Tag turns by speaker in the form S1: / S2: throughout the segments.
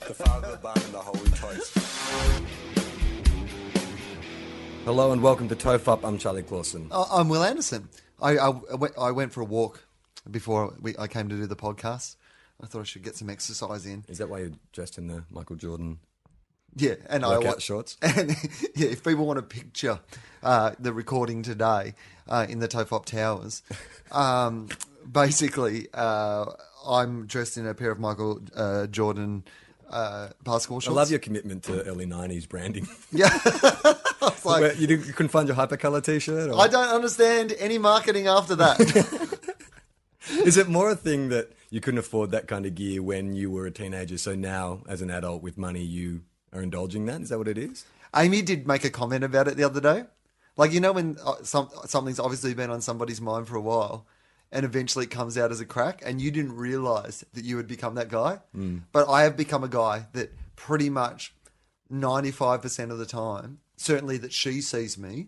S1: the father, the bun, and the holy toast. Hello and welcome to Tofop. I'm Charlie Clausen.
S2: I- I'm Will Anderson. I, I, I went, I went for a walk before we, I came to do the podcast. I thought I should get some exercise in.
S1: Is that why you're dressed in the Michael Jordan?
S2: Yeah, and I
S1: Workout
S2: wa-
S1: shorts?
S2: And yeah, if people want to picture uh, the recording today uh, in the Tofop Towers, um, basically uh, I'm dressed in a pair of Michael uh, Jordan uh, basketball
S1: I
S2: shorts.
S1: love your commitment to early '90s branding.
S2: Yeah, It's like,
S1: Where you, didn't- you couldn't find your hypercolor T-shirt. Or,
S2: I don't understand any marketing after that.
S1: Is it more a thing that you couldn't afford that kind of gear when you were a teenager? So now, as an adult with money, you are indulging that. Is that what it is?
S2: Amy did make a comment about it the other day. Like you know when uh, some something's obviously been on somebody's mind for a while, and eventually it comes out as a crack, and you didn't realize that you had become that guy. But I have become a guy that pretty much ninety five percent of the time, certainly that she sees me,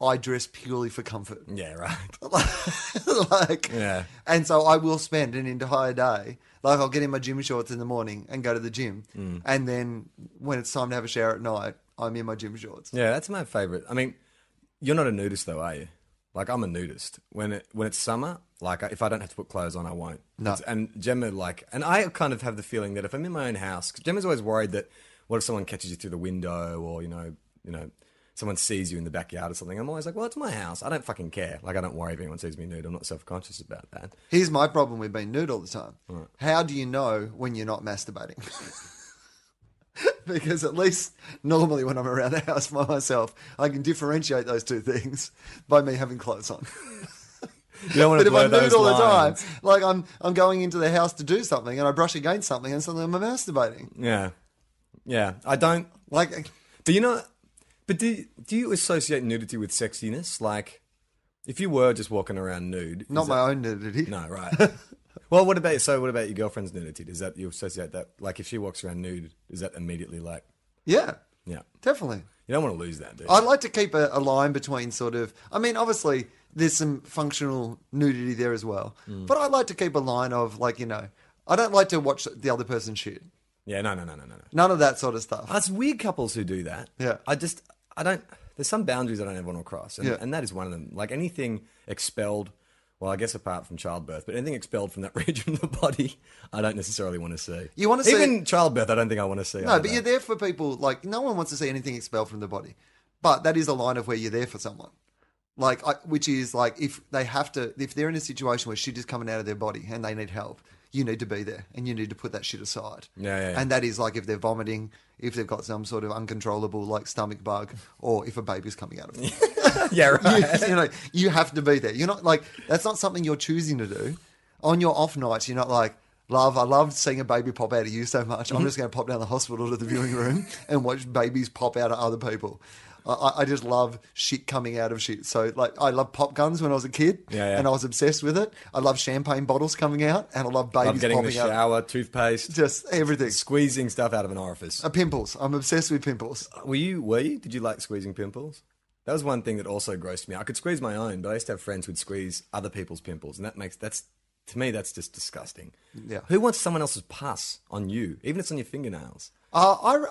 S2: I dress purely for comfort.
S1: Yeah, right.
S2: like
S1: Yeah.
S2: and so I will spend an entire day like I'll get in my gym shorts in the morning and go to the gym
S1: Mm.
S2: and then when it's time to have a shower at night I'm in my gym shorts
S1: Yeah, that's my favorite. I mean, you're not a nudist though, are you? Like I'm a nudist. When it, when it's summer, like if I don't have to put clothes on, I won't.
S2: No.
S1: It's- and Gemma like, and I kind of have the feeling that if I'm in my own house, 'cause Gemma's always worried that what if someone catches you through the window or you know, you know, someone sees you in the backyard or something. I'm always like, well, it's my house. I don't fucking care. Like I don't worry if anyone sees me nude. I'm not self conscious about that.
S2: here's my problem with being nude all the time how do you know when you're not masturbating because at least normally when I'm around the house by myself I can differentiate those two things by me having clothes on
S1: You don't want to
S2: But if
S1: blow
S2: I'm nude
S1: those
S2: all the time,
S1: lines.
S2: like I'm I'm going into the house to do something and I brush against something and suddenly I'm masturbating.
S1: Yeah, yeah. I don't.
S2: Like uh,
S1: Do you know? But do do you associate nudity with sexiness? Like, if you were just walking around nude, is
S2: not
S1: that-
S2: my own nudity.
S1: No, right. well, what about so? What about your girlfriend's nudity? Does that you associate that? Like, if she walks around nude, is that immediately like,
S2: Yeah,
S1: yeah?
S2: definitely.
S1: You don't want to lose that, do you?
S2: I like to keep a, a line between sort of. I mean, obviously there's some functional nudity there as well,
S1: Mm.
S2: but I like to keep a line of like you know I don't like to watch the other person shit.
S1: yeah, no, no, no, no, no, no.
S2: None of that sort of stuff.
S1: That's weird couples who do that.
S2: Yeah.
S1: I just, I don't, there's some boundaries I don't ever want to cross. And,
S2: Yeah.
S1: and that is one of them. Like anything expelled, well, I guess apart from childbirth, but anything expelled from that region of the body, I don't necessarily want to see.
S2: You want to see-
S1: Even childbirth, I don't think I want to see.
S2: no, but you're there for people. Like no one wants to see anything expelled from the body, but that is a line of where you're there for someone. Like, I, which is like if they have to, if they're in a situation where shit is coming out of their body and they need help, you need to be there and you need to put that shit aside.
S1: Yeah, yeah, yeah.
S2: And that is like if they're vomiting, if they've got some sort of uncontrollable like stomach bug, or if a baby's coming out of them.
S1: yeah, right.
S2: you, you know, you have to be there. You're not like that's not something you're choosing to do. On your off nights, you're not like, love, I loved seeing a baby pop out of you so much.
S1: Mm-hmm.
S2: I'm just going to pop down the hospital to the viewing room and watch babies pop out of other people. I- I, I just love shit coming out of shit. So like, I love pop guns when I was a kid,
S1: Yeah, yeah.
S2: and I was obsessed with it. I love champagne bottles coming out, and I love
S1: I'm
S2: babies
S1: getting in the
S2: popping out.
S1: shower, toothpaste,
S2: Just everything.
S1: squeezing stuff out of an orifice.
S2: Uh, pimples. I'm obsessed with pimples.
S1: Were you? Were you? Did you like squeezing pimples? That was one thing that also grossed me. out. I could squeeze my own, but I used to have friends who'd squeeze other people's pimples, and that makes that's to me that's just disgusting.
S2: Yeah.
S1: Who wants someone else's pus on you, even if it's on your fingernails?
S2: Uh, I, ra-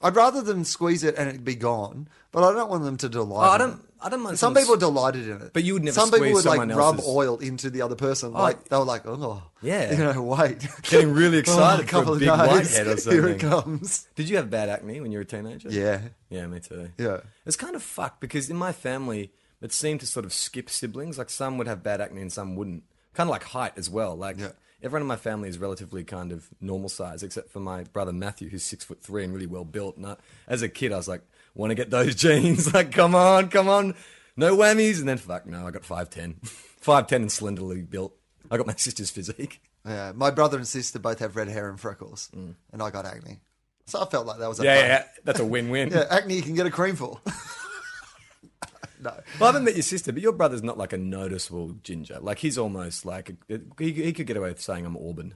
S2: I'd rather them squeeze it and it be gone, but I don't want them to delight.
S1: Oh, I
S2: in
S1: don't.
S2: it.
S1: I don't mind.
S2: Some
S1: someone
S2: people
S1: s-
S2: delighted in it,
S1: But you would never
S2: Some people
S1: squeeze
S2: would like
S1: someone
S2: rub
S1: else's-
S2: oil into the other person. Like they were like, oh,
S1: Yeah.
S2: you know, wait, Oh,
S1: Getting really excited for a big
S2: days,
S1: whitehead or
S2: Here
S1: something.
S2: it comes.
S1: Did you have bad acne when you were a teenager?
S2: Yeah,
S1: Yeah, me too.
S2: Yeah.
S1: It's kind of fucked because in my family, it seemed to sort of skip siblings. Like some would have bad acne and some wouldn't. Kind of like height as well. Like
S2: Yeah.
S1: everyone in my family is relatively kind of normal size, except for my brother Matthew, who's six foot three and really well built. And I, as a kid, I was like, want to get those jeans? like, come on, come on, no whammies. And then fuck, no, I got five ten, five ten and slenderly built. I got my sister's physique.
S2: Yeah, my brother and sister both have red hair and freckles, and I got acne. So I felt like that was a
S1: Mm. Yeah, yeah,
S2: fun-
S1: yeah, that's a win-win.
S2: Yeah, acne you can get a cream for. no.
S1: Well, I haven't met your sister, but your brother's not like a noticeable ginger. Like he's almost like he, he could get away with saying I'm Auburn,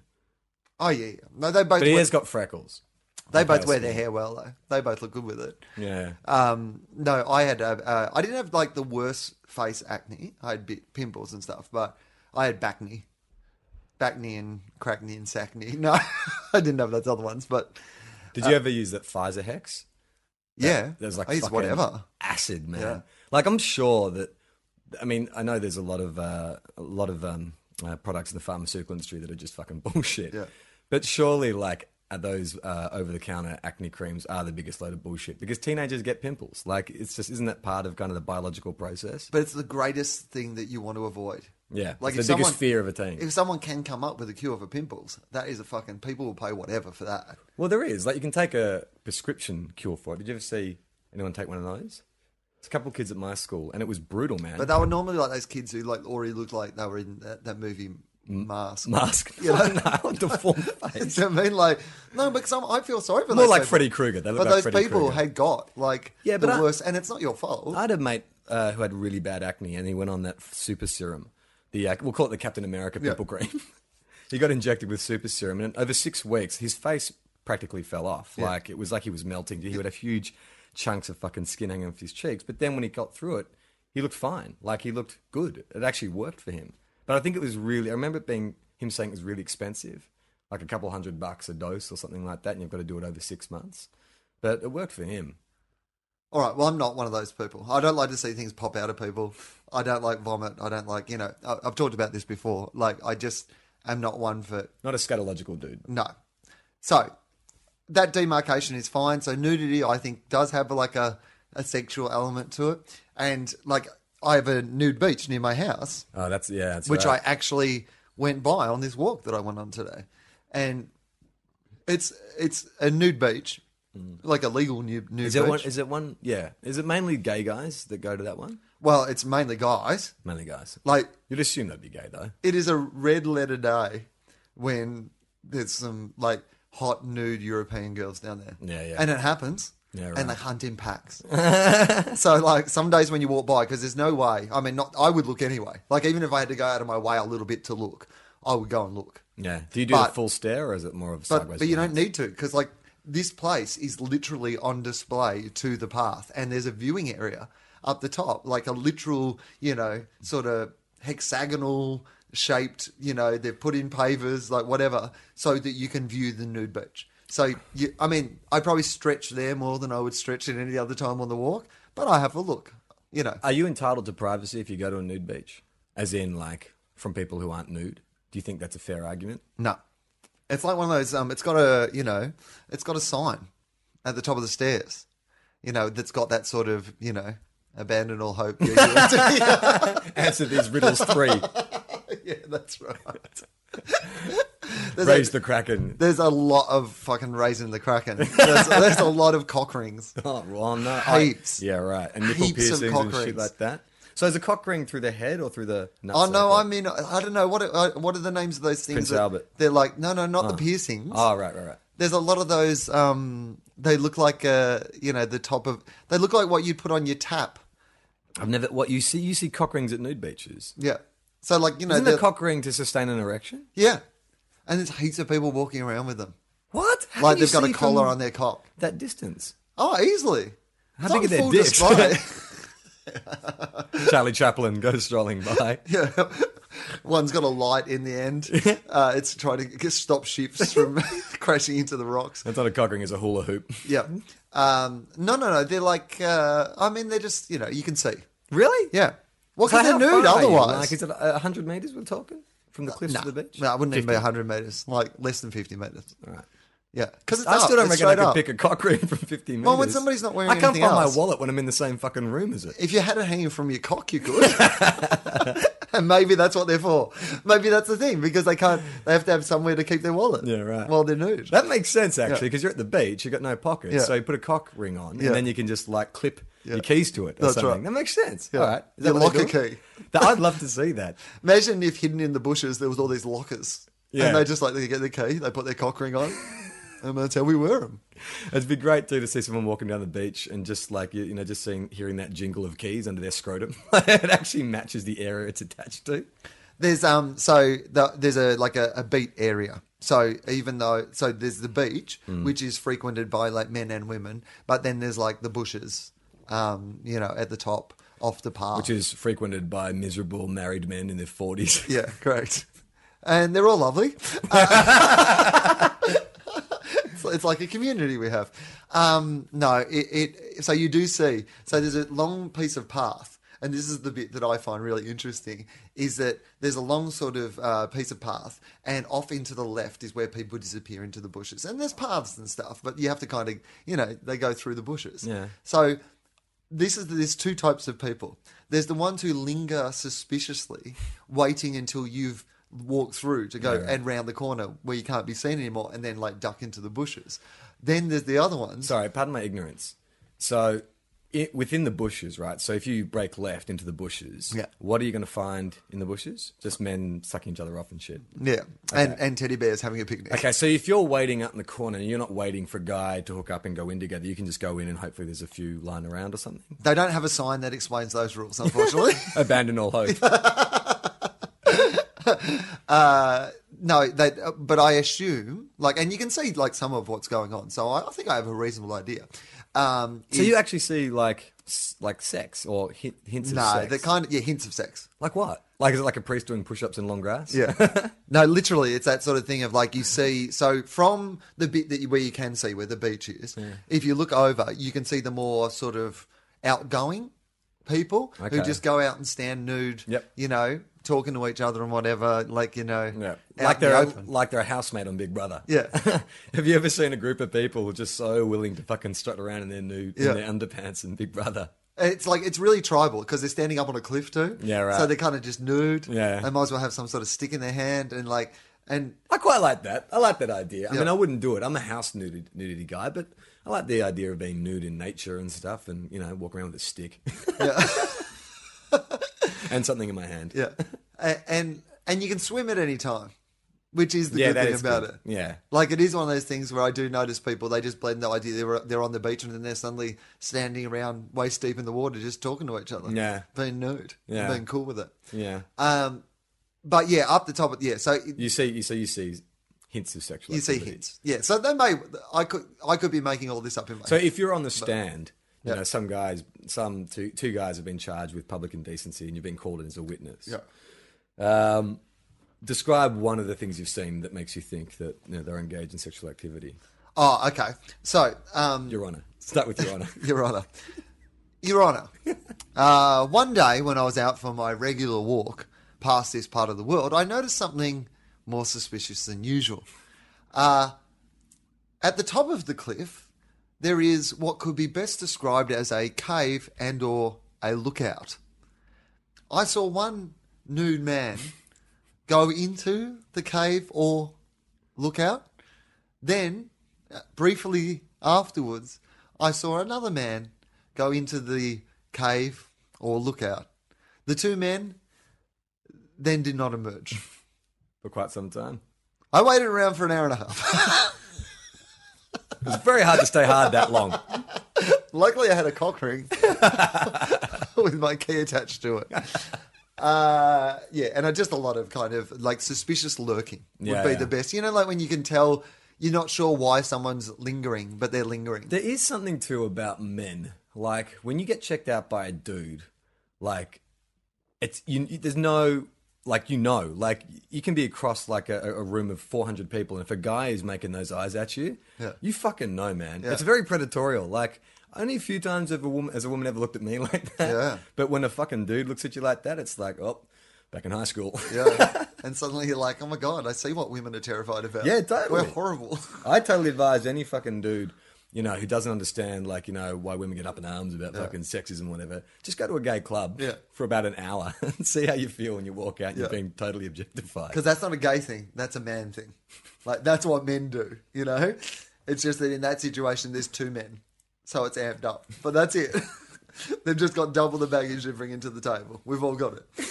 S2: Oh yeah, yeah. no, they both
S1: but he
S2: wear,
S1: has got freckles.
S2: they both wear their hair well though. They both look good with it.
S1: Yeah,
S2: Um, no, I had uh, uh, I didn't have like the worst face acne. I had bit pimples and stuff, but I had back knee, back knee and crack knee and sack knee. No, I didn't have those other ones, but
S1: Did you ever use that Pfizer hex?
S2: yeah,
S1: There's like
S2: Uh, I used
S1: fucking
S2: whatever.
S1: acid, man.
S2: Yeah.
S1: Like I'm sure that I mean I know there's a lot of uh, a lot of um, uh, products in the pharmaceutical industry that are just fucking bullshit.
S2: Yeah.
S1: But surely like are those uh, over-the-counter acne creams are the biggest load of bullshit because teenagers get pimples. Like it's just isn't that part of kind of the biological process?
S2: But it's the greatest thing that you want to avoid.
S1: Yeah,
S2: like
S1: it's
S2: if
S1: the biggest
S2: someone-
S1: fear of a teen.
S2: If someone can come up with a cure for pimples, that is a fucking people will pay whatever for that.
S1: Well, there is. Like, you can take a prescription cure for it. Did you ever see anyone take one of those? It's a couple of kids at my school, and it was brutal, man.
S2: But they were normally like those kids who like already looked like they were in that, that movie Mask.
S1: mask,
S2: You know?
S1: no, deformed face.
S2: Do you know what I mean like no? Because I'm, I feel sorry for
S1: More
S2: those
S1: like
S2: people.
S1: Freddy Krueger. They look
S2: But
S1: like
S2: those
S1: Freddy
S2: people
S1: Krueger.
S2: had got like
S1: Yeah,
S2: the
S1: but I-
S2: worst, and it's not your fault.
S1: I had a mate uh, who had really bad acne, and he went on that super serum. The uh, we'll call it the Captain America
S2: Yeah.
S1: pimple cream. he got injected with super serum, and over six weeks, his face practically fell off. Like it was like he was melting. He would have huge chunks of fucking skin hanging off his cheeks. But then when he got through it, he looked fine. Like he looked good. It actually worked for him. But I think it was really. I remember it being him saying it was really expensive, like a couple hundred bucks a dose or something like that, and you've got to do it over six months. But it worked for him.
S2: All right, well, I'm not one of those people. I don't like to see things pop out of people. I don't like vomit. I don't like you know. I, I've talked about this before. Like I just am not one for
S1: Not a scatological dude.
S2: no. So that demarcation is fine. So nudity, I think, does have like a, a sexual element to it, and like I have a nude beach near my house.
S1: Oh, that's yeah. That's
S2: which
S1: right.
S2: I actually went by on this walk that I went on today, and it's it's a nude beach, like a legal nude,
S1: Mm.
S2: nude
S1: Is
S2: beach.
S1: it one? Is it one? Yeah. Is it mainly gay guys that go to that one?
S2: well, it's mainly guys.
S1: Mainly guys.
S2: Like
S1: You'd assume they'd be gay though.
S2: it is a red letter day when there's some like hot nude European girls down there.
S1: Yeah, yeah.
S2: And it happens.
S1: Yeah, right.
S2: And they hunt in packs. so like some days when you walk by, because there's no way. I mean, not I would look anyway. Like even if I had to go out of my way a little bit to look, I would go and look.
S1: Yeah. Do you do
S2: But-
S1: the full stare, or is it more of a
S2: But,
S1: sideways?
S2: but you
S1: glance?
S2: don't need to because like this place is literally on display to the path, and there's a viewing area up the top, like a literal, you know, sort of hexagonal shaped. You know, they've put in pavers, like whatever, so that you can view the nude beach. So, you, I mean, I probably stretch there more than I would stretch at any other time on the walk, but I have a look. You know,
S1: Are you entitled to privacy if you go to a nude beach? As in, like from people who aren't nude? Do you think that's a fair argument?
S2: No. It's like one of those um it's got a you know, it's got a sign at the top of the stairs. You know, that's got that sort of, you know, abandon all hope. Yeah, yeah.
S1: Answer these riddles three.
S2: Yeah, that's right. there's,
S1: Raise
S2: a,
S1: the kraken.
S2: there's a lot of fucking raising the kraken. There's, there's a lot of cock rings.
S1: Oh, well, no. I-
S2: Heaps.
S1: yeah, right. And nipple
S2: Heaps of
S1: piercings
S2: cock
S1: and shit
S2: rings.
S1: like that. So is a cock ring through the head or through the? nut
S2: Oh no!
S1: sack?
S2: I mean, I don't know what are, uh, what are the names of those things.
S1: Prince
S2: that-
S1: Albert.
S2: They're like no, no, not the piercings.
S1: Oh right, right, right.
S2: there's a lot of those um they look like uh you know the top of they look like what you'd put on your tap
S1: I've never. What you see? You see cock rings at nude beaches.
S2: yeah so like you know
S1: Isn't the
S2: they're-
S1: cock ring to sustain an erection?
S2: yeah and there's heaps of people walking around with them
S1: What? How
S2: like
S1: do you
S2: they've got a
S1: see
S2: collar
S1: from
S2: on their cock
S1: That distance.
S2: oh easily
S1: How
S2: It's
S1: big
S2: on
S1: are their
S2: full
S1: dicks?
S2: display.
S1: Charlie Chaplin goes strolling by.
S2: yeah one's got a light in the end uh it's trying to get- stop ships from crashing into the rocks
S1: That's not a cock ring, it's a hula hoop.
S2: yeah um no no no they're like uh i mean they're just you know you can see
S1: Really?
S2: yeah what
S1: So
S2: well,
S1: how
S2: they're nude
S1: far are you?
S2: otherwise
S1: Like, is it uh, 100 metres we're talking? From the cliffs
S2: No,
S1: to the beach?
S2: No, it wouldn't even be 100 metres, like less than 50 metres.
S1: All right.
S2: Yeah. Because
S1: I still don't reckon
S2: it's
S1: I
S2: straight
S1: could
S2: up.
S1: pick a cock ring from 50 metres.
S2: Well, when somebody's not wearing
S1: I can't
S2: anything
S1: find
S2: else.
S1: my wallet when I'm in the same fucking room as it.
S2: If you had it hanging from your cock, you could. and maybe that's what they're for. Maybe that's the thing because they can't. They have to have somewhere to keep their wallet.
S1: Yeah, right.
S2: While they're nude.
S1: That makes sense actually, because you're at the beach, you've got no pockets,
S2: Yeah.
S1: so you put a cock ring on,
S2: Yeah.
S1: and then you can just like clip
S2: Yeah.
S1: your keys to it or
S2: That's
S1: something.
S2: right.
S1: That makes sense.
S2: Yeah.
S1: All right,
S2: Your
S1: what they
S2: locker
S1: do?
S2: key.
S1: That, I'd love to see that.
S2: Imagine if hidden in the bushes there was all these lockers,
S1: Yeah.
S2: and they just like they get the key, they put their cock ring on, and that's how we wear them.
S1: It'd be great too to see someone walking down the beach and just like you, you know, just seeing hearing that jingle of keys under their scrotum. it actually matches the area it's attached to.
S2: There's um so the, there's a like a, a beat area. So even though so there's the beach
S1: Mm.
S2: which is frequented by like men and women, but then there's like the bushes, um you know at the top off the path.
S1: Which is frequented by miserable married men in their forties.
S2: yeah correct, and they're all lovely. Uh, it's, it's like a community we have. Um, no, it, it. So you do see. So there's a long piece of path, and this is the bit that I find really interesting. Is that there's a long sort of uh, piece of path, and off into the left is where people disappear into the bushes. And there's paths and stuff, but you have to kind of, you know, they go through the bushes.
S1: Yeah.
S2: So. This is there's two types of people. There's the ones who linger suspiciously, waiting until you've walked through to go and round the corner where you can't be seen anymore, and then like duck into the bushes. Then there's the other ones.
S1: Sorry, pardon my ignorance. So, i within the bushes, right? So, if you break left into the bushes,
S2: Yeah.
S1: what are you going to find in the bushes? Just men sucking each other off and shit.
S2: Yeah, and and teddy bears having a picnic.
S1: Okay, so if you're waiting up in the corner and you're not waiting for a guy to hook up and go in together, you can just go in and hopefully there's a few lying around or something.
S2: They don't have a sign that explains those rules, unfortunately.
S1: Abandon all hope.
S2: uh, no, that. uh, But I assume, like, and you can see like some of what's going on. So I, I think I have a reasonable idea. Um,
S1: so,
S2: is-
S1: you actually see like s- like sex or hint, hints of
S2: no,
S1: sex.
S2: the kind of yeah hints of sex.
S1: like what? Like is it like a priest doing push-ups in long grass?
S2: Yeah. no, literally, it's that sort of thing of like you see. So from the bit that you, where you can see where the beach is, if you look over, you can see the more sort of outgoing people
S1: Okay.
S2: who just go out and stand nude.
S1: Yep.
S2: You know, talking to each other and whatever. Like you know,
S1: Yeah.
S2: out
S1: Like
S2: in the
S1: they're
S2: open.
S1: like they're a housemate on Big Brother.
S2: Yeah.
S1: Have you ever seen a group of people who are just so willing to fucking strut around in their new
S2: Yeah.
S1: in their underpants and Big Brother?
S2: It's like it's really tribal because they're standing up on a cliff too.
S1: Yeah, right.
S2: So they're kind of just nude.
S1: Yeah.
S2: They might as well have some sort of stick in their hand and like and
S1: I quite like that. I like that idea. I
S2: Yeah.
S1: mean, I wouldn't do it. I'm a house nudity, nudity guy, but I like the idea of being nude in nature and stuff, and you know, walk around with a stick and something in my hand.
S2: yeah, A- and and you can swim at any time, which is the
S1: Yeah,
S2: good
S1: that
S2: thing
S1: is
S2: about
S1: good.
S2: it.
S1: Yeah.
S2: Like it is one of those things where I do notice people they just blend the idea they're they're on the beach and then they're suddenly standing around waist deep in the water just talking to each other.
S1: Yeah.
S2: being nude.
S1: Yeah.
S2: being cool with it.
S1: Yeah.
S2: Um, but yeah, up the top. of- Yeah, so it-
S1: You see, you see, you see hints of sexual.
S2: you see
S1: activity.
S2: hints. Yeah, so they may. I could I could be making all this up in my.
S1: So if you're on the stand, you
S2: Yeah.
S1: know some guys, some two two guys have been charged with public indecency, and you've been called in as a witness.
S2: yeah.
S1: Um, describe one of the things you've seen that makes you think that you know, they're engaged in sexual activity.
S2: Oh, okay. So, um,
S1: Your Honor, start with Your Honor.
S2: Your Honor. Your Honor. Uh, one day when I was out for my regular walk past this part of the world, I noticed something more suspicious than usual. Uh, at the top of the cliff, there is what could be best described as a cave and or a lookout. I saw one nude man go into the cave or lookout. Then, uh, briefly afterwards, I saw another man go into the cave or lookout. The two men then did not emerge.
S1: for quite some time.
S2: I waited around for an hour and a half.
S1: It's very hard to stay hard that long.
S2: Luckily, I had a cock ring with my key attached to it. Uh, yeah, and I just a lot of kind of like suspicious lurking would
S1: Yeah,
S2: be
S1: yeah.
S2: the best. You know, like when you can tell you're not sure why someone's lingering, but they're lingering.
S1: There is something too about men. Like when you get checked out by a dude, like it's you. you- There's no like you know. Like you can be across like a, a room of 400 people, and if a guy is making those eyes at you,
S2: Yeah.
S1: you fucking know, man. It's very predatorial. Like. Only a few times have a woman, has a woman ever looked at me like that.
S2: Yeah.
S1: But when a fucking dude looks at you like that, it's like, oh, back in high school.
S2: Yeah. and suddenly you're like, oh my God, I see what women are terrified about.
S1: Yeah, totally.
S2: We're horrible.
S1: I totally advise any fucking dude you know, who doesn't understand, like, you know, why women get up in arms about fucking sexism and whatever, just go to a gay club
S2: Yeah.
S1: for about an hour and see how you feel when you walk out and you're
S2: Yeah.
S1: being totally objectified.
S2: Because that's not a gay thing. That's a man thing. Like that's what men do. You know, it's just that in that situation, there's two men, so it's amped up. But that's it. They've just got double the baggage they bring into the table. We've all got it.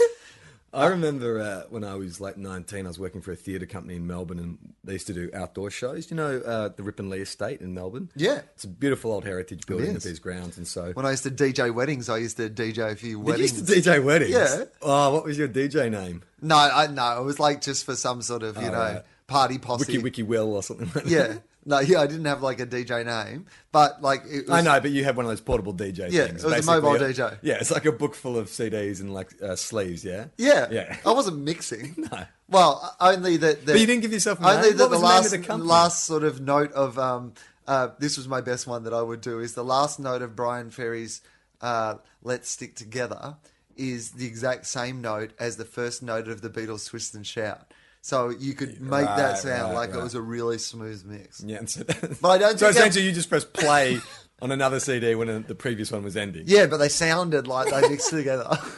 S1: I remember uh, when I was like 19, I was working for a theatre company in Melbourne and they used to do outdoor shows. You know, uh, the Rip and Lee Estate in Melbourne?
S2: Yeah.
S1: It's a beautiful old heritage building
S2: is.
S1: with these grounds. And so.
S2: When I used to DJ weddings, I used to DJ a
S1: Did
S2: few
S1: you
S2: weddings.
S1: used to DJ weddings?
S2: Yeah.
S1: Oh, what was your DJ name?
S2: no, I no, it was like just for some sort of you know
S1: Oh, right.
S2: party posse.
S1: Wiki Wiki Will or something like that.
S2: Yeah. No, yeah, I didn't have like a DJ name, but like it was,
S1: I know, but you had one of those portable DJ
S2: Yeah,
S1: things.
S2: it was a
S1: basically.
S2: mobile DJ.
S1: Yeah, it's like a book full of CDs and like uh, sleeves, yeah?
S2: Yeah,
S1: Yeah.
S2: I wasn't mixing.
S1: No.
S2: Well, only that. that-
S1: But you didn't give yourself a name?
S2: Only that
S1: What was the
S2: the
S1: name
S2: last
S1: of the company?
S2: last sort of note of um, uh, this was my best one that I would do is the last note of Brian Ferry's uh, "Let's Stick Together" is the exact same note as the first note of the Beatles' "Twist and Shout." So you could make that
S1: Right,
S2: sound
S1: right,
S2: like it
S1: right.
S2: was a really smooth mix.
S1: Yeah, and so
S2: But I don't
S1: So
S2: think that-
S1: essentially, you just press play on another CD when uh, the previous one was ending.
S2: Yeah, but they sounded like they mixed together.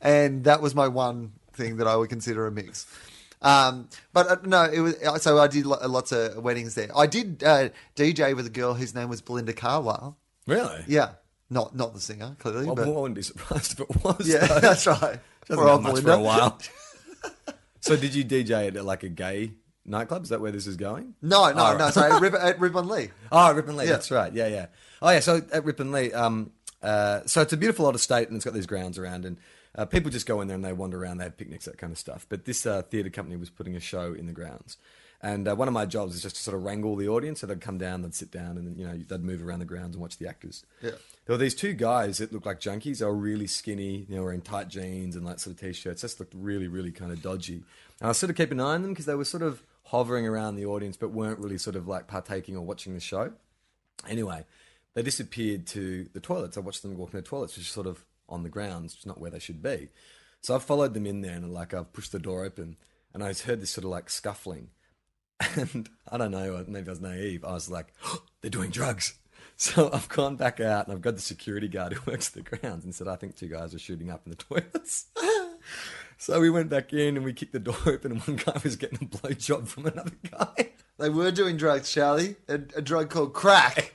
S2: And that was my one thing that I would consider a mix. Um, but uh, no, it was so I did lo- uh, lots of weddings there. I did uh, DJ with a girl whose name was Belinda Carlisle.
S1: Really?
S2: Yeah, not not the singer clearly,
S1: Well, I
S2: but
S1: wouldn't be surprised if it was.
S2: yeah,
S1: though.
S2: that's right.
S1: She hasn't
S2: Poor old
S1: done much for a while. so, did you DJ at like a gay nightclub? Is that where this is going?
S2: No, no,
S1: All
S2: no.
S1: right.
S2: Sorry, at Rib- at Ribbon Lee.
S1: Oh, Rip and Lee.
S2: Yeah.
S1: That's right. Yeah, yeah. Oh, yeah. So at Rip and Lee, um, uh, so it's a beautiful old estate, and it's got these grounds around, and uh, people just go in there and they wander around, they have picnics, that kind of stuff. But this uh, theatre company was putting a show in the grounds, and uh, one of my jobs is just to sort of wrangle the audience. So they'd come down, they'd sit down, and then, you know they'd move around the grounds and watch the actors.
S2: Yeah.
S1: There were these two guys that looked like junkies. They were really skinny. They were in tight jeans and like sort of t-shirts. Just looked really, really kind of dodgy. And I sort of keep an eye on them because they were sort of hovering around the audience, but weren't really sort of like partaking or watching the show. Anyway, they disappeared to the toilets. I watched them walk in the toilets, which is sort of on the ground, which is not where they should be. So I followed them in there and like I've pushed the door open and I just heard this sort of like scuffling. And I don't know, maybe I was naive. I was like, they're doing drugs. So I've gone back out and I've got the security guard who works the grounds and said, I think two guys are shooting up in the toilets. so we went back in and we kicked the door open and one guy was getting a blowjob from another guy.
S2: They were doing drugs, Charlie. A, a drug called crack.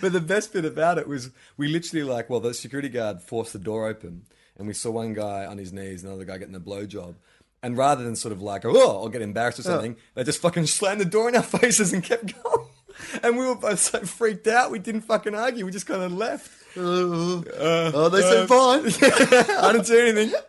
S1: but the best bit about it was we literally like, well, the security guard forced the door open, and we saw one guy on his knees, another guy getting a blowjob. And rather than sort of like, oh, I'll get embarrassed or something, they just fucking slammed the door in our faces and kept going. And we were both so freaked out, we didn't fucking argue. We just kind of left.
S2: oh, they said fine.
S1: I didn't do anything.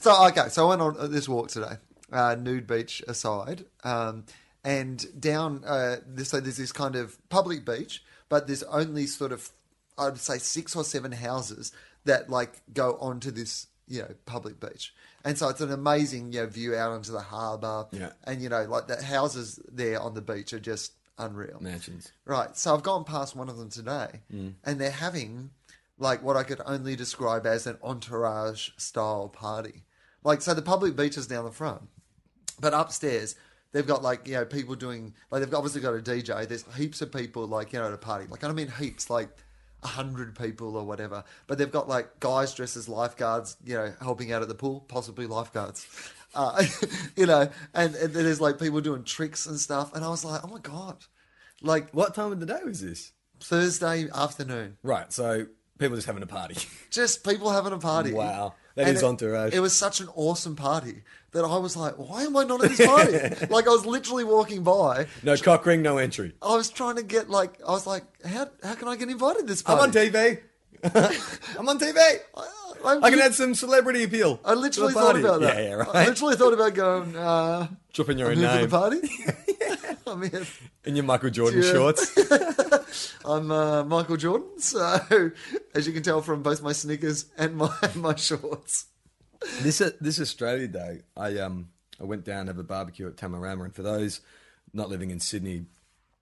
S2: So okay, so I went on this walk today, uh, nude beach aside, um, and down uh, this so there's this kind of public beach, but there's only sort of I'd say six or seven houses that like go onto this you know public beach, and so it's an amazing you know, view out onto the harbour,
S1: Yeah.
S2: and you know like the houses there on the beach are just unreal.
S1: Mansions.
S2: Right. So I've gone past one of them today, and they're having like what I could only describe as an entourage style party. Like, so the public beach is down the front, but upstairs they've got like you know people doing like they've obviously got a DJ. There's heaps of people like you know at a party. Like I don't mean heaps like. a 100 people or whatever, but they've got like guys dressed as lifeguards, you know, helping out at the pool, possibly lifeguards, uh, you know, and, and there's like people doing tricks and stuff. And I was like, oh my God, like
S1: What time of the day was this?
S2: Thursday afternoon.
S1: Right, so people just having a party.
S2: Just people having a party.
S1: Wow. That is
S2: it,
S1: entourage.
S2: It was such an awesome party that I was like, why am I not at this party? like, I was literally walking by.
S1: No cock ring, no entry.
S2: I was trying to get, like, I was like, how, how can I get invited to this
S1: I'm
S2: party?
S1: on TV. I'm on TV.
S2: I,
S1: I can add some celebrity appeal.
S2: I
S1: to the
S2: literally thought
S1: party.
S2: about that.
S1: Yeah, yeah,
S2: I
S1: right.
S2: literally thought about going, uh,
S1: Dropping your
S2: I'm
S1: own
S2: here for
S1: name
S2: the party. I'm here.
S1: in your Michael Jordan
S2: Yeah.
S1: shorts.
S2: I'm uh, Michael Jordan. So, as you can tell from both my sneakers and my, my shorts.
S1: this uh, this Australia Day, I um I went down to have a barbecue at Tamarama, and for those not living in Sydney,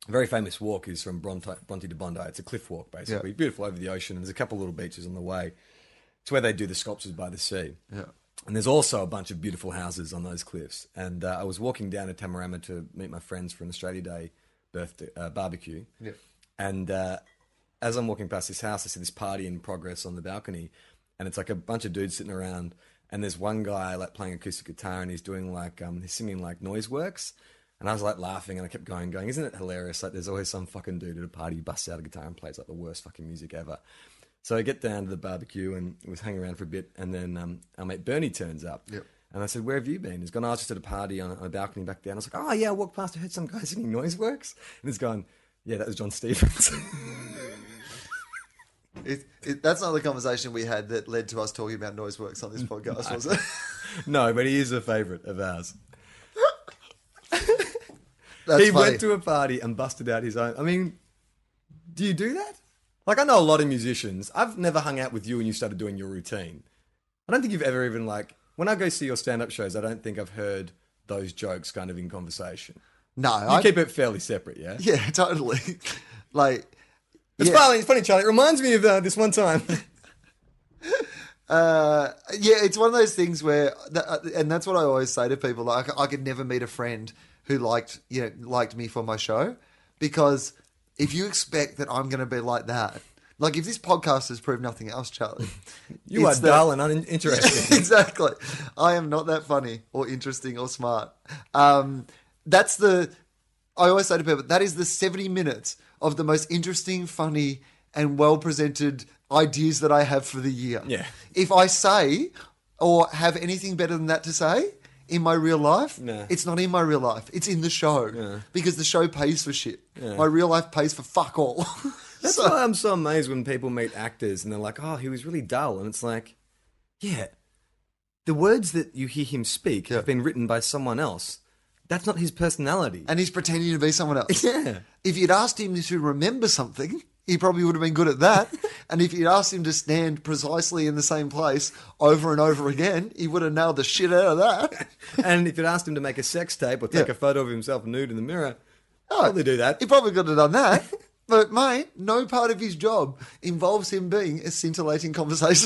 S1: a very famous walk is from Bronte, Bronte to Bondi. It's a cliff walk basically,
S2: Yeah.
S1: beautiful over the ocean. And there's a couple little beaches on the way. It's where they do the sculptures by the sea.
S2: Yeah.
S1: And there's also a bunch of beautiful houses on those cliffs. And uh, I was walking down to Tamarama to meet my friends for an Australia Day birthday uh, barbecue.
S2: Yep.
S1: And uh, as I'm walking past this house, I see this party in progress on the balcony, and it's like a bunch of dudes sitting around. And there's one guy like playing acoustic guitar, and he's doing like um, he's singing like noise works. And I was like laughing, and I kept going, going, isn't it hilarious? Like there's always some fucking dude at a party who busts out a guitar and plays like the worst fucking music ever. So I get down to the barbecue and was hanging around for a bit, and then um, our mate Bernie turns up.
S2: Yep.
S1: And I said, "Where have you been?" He's gone. I was just at a party on, on a balcony back there. And I was like, "Oh yeah, I walked past. I heard some guy singing noise works." And he's gone. Yeah, that was John Stevens.
S2: It, it, that's not the conversation we had that led to us talking about noise works on this podcast, was it?
S1: no, but he is a favourite of ours.
S2: That's
S1: he
S2: funny.
S1: went to a party and busted out his own. I mean, do you do that? Like, I know a lot of musicians. I've never hung out with you and you started doing your routine. I don't think you've ever even, like, when I go see your stand up shows, I don't think I've heard those jokes kind of in conversation.
S2: no,
S1: You
S2: I,
S1: keep it fairly separate, yeah?
S2: yeah, totally. like,
S1: It's,
S2: yeah.
S1: funny, it's funny, Charlie. It reminds me of uh, this one time.
S2: Uh, yeah, it's one of those things where, that, uh, and that's what I always say to people. Like, I could never meet a friend who liked you know liked me for my show because if you expect that I'm going to be like that, like if this podcast has proved nothing else, Charlie,
S1: You
S2: it's
S1: are
S2: that-
S1: dull and uninteresting.
S2: exactly. I am not that funny or interesting or smart. Um, that's the. I always say to people that is the seventy minutes of the most interesting, funny, and well presented ideas that I have for the year.
S1: Yeah.
S2: If I say or have anything better than that to say in my real life,
S1: No.
S2: it's not in my real life. It's in the show because the show pays for shit. My real life pays for fuck all.
S1: That's why I'm so amazed when people meet actors and they're like, "Oh, he was really dull," and it's like, yeah, the words that you hear him speak
S2: Yeah.
S1: have been written by someone else. That's not his personality.
S2: and he's pretending to be someone else.
S1: yeah,
S2: If you'd asked him to remember something, he probably would have been good at that. and if you'd asked him to stand precisely in the same place over and over again, he would have nailed the shit out of that.
S1: and if you'd asked him to make a sex tape or take
S2: Yeah.
S1: a photo of himself nude in the mirror, probably do that.
S2: He probably could have done that. But mate, no part of his job involves him being a scintillating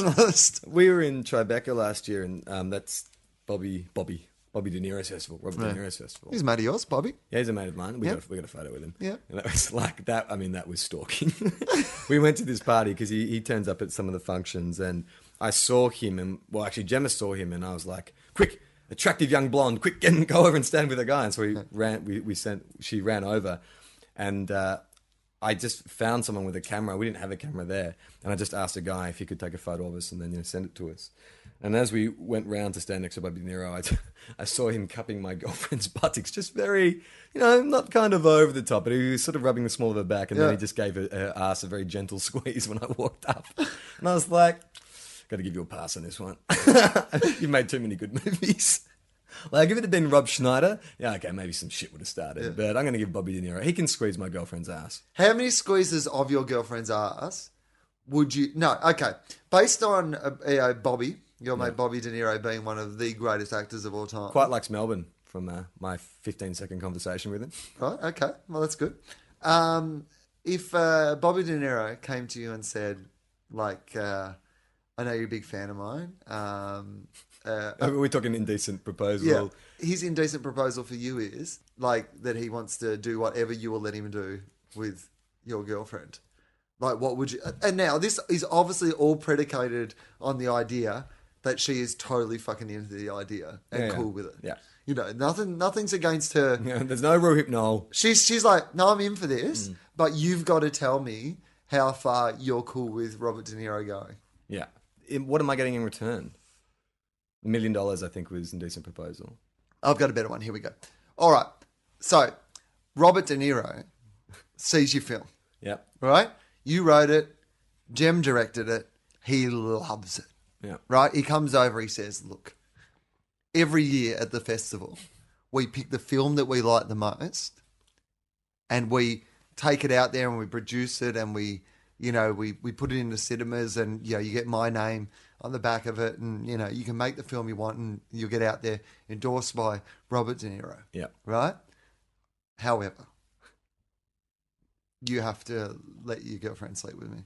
S2: conversationalist.
S1: we were in Tribeca last year, and um, that's Bobby, Bobby, Bobby De Niro's festival, Robert De Niro's festival.
S2: He's mad at yours, Bobby.
S1: Yeah, he's a mate of mine. We,
S2: Yeah.
S1: got, we got a photo with him.
S2: Yeah.
S1: And that was like that. I mean, that was stalking. we went to this party because he, he turns up at some of the functions and I saw him. And well, actually, Gemma saw him and I was like, quick, attractive young blonde, quick, get and go over and stand with a guy. And so we ran, we, we sent, she ran over and, uh, I just found someone with a camera. We didn't have a camera there, and I just asked a guy if he could take a photo of us and then you know, send it to us. And as we went round to stand next to Bobby De Niro, I, I saw him cupping my girlfriend's buttocks, just very, you know, not kind of over the top, but he was sort of rubbing the small of her back, and
S2: Yeah.
S1: then he just gave her, her ass a very gentle squeeze when I walked up, and I was like, "Got to give you a pass on this one. You've made too many good movies." Like if it had been Rob Schneider, yeah, okay, maybe some shit would have started. But I'm going to give Bobby De Niro. He can squeeze my girlfriend's ass.
S2: How many squeezes of your girlfriend's ass would you? No, okay. Based on uh, you know, Bobby, your mate Bobby De Niro being one of the greatest actors of all time.
S1: quite likes Melbourne from uh, my 15 second conversation with him.
S2: Right. Okay. Well, that's good. Um, if uh, Bobby De Niro came to you and said, like, uh, I know you're a big fan of mine. Um, uh,
S1: Are we talking indecent proposal?
S2: yeah. His indecent proposal for you is like that he wants to do whatever you will let him do with your girlfriend. Like, what would you? And now this is obviously all predicated on the idea that she is totally fucking into the idea and
S1: Yeah, yeah.
S2: cool with it.
S1: Yeah.
S2: You know, nothing. Nothing's against her
S1: Yeah, There's no real hypnol.
S2: she's she's like, no, I'm in for this, but you've got to tell me how far you're cool with Robert De Niro going.
S1: Yeah. In- what am I getting in return? A million dollars, I think, was indecent proposal.
S2: I've got a better one. Here we go. All right. So Robert De Niro sees your film,
S1: Yep.
S2: right? You wrote it, Jem directed it. He loves it,
S1: Yeah.
S2: right? He comes over. He says, look, every year at the festival, we pick the film that we like the most. and we take it out there and we produce it and we you know we, we put it into cinemas and you know you get my name on the back of it and you know you can make the film you want and you'll get out there endorsed by Robert De Niro
S1: Yeah.
S2: right however you have to let your girlfriend sleep with me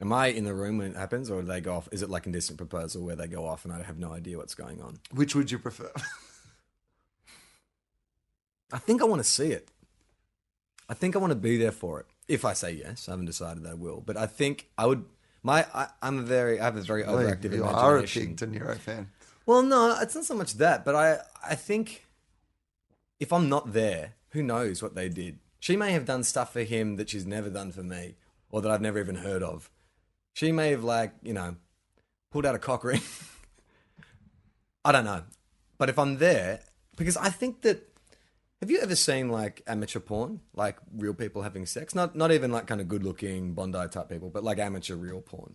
S1: Am I in the room when it happens, or do they go off? Is it like indecent proposal where they go off and I have no idea what's going on?
S2: Which would you prefer?
S1: I think I want to see it. I think I want to be there for it. If I say yes, I haven't decided that I will, but I think I would. My, I, I'm a very, I have a very overactive
S2: you
S1: imagination.
S2: are a big De Niro fan.
S1: Well, no, it's not so much that, but I I think if I'm not there, who knows what they did? She may have done stuff for him that she's never done for me, or that I've never even heard of. She may have like you know pulled out a cock ring. I don't know, but if I'm there, because I think that. Have you ever seen like amateur porn, like real people having sex? Not not even like kind of good looking Bondi type people, but like amateur real porn.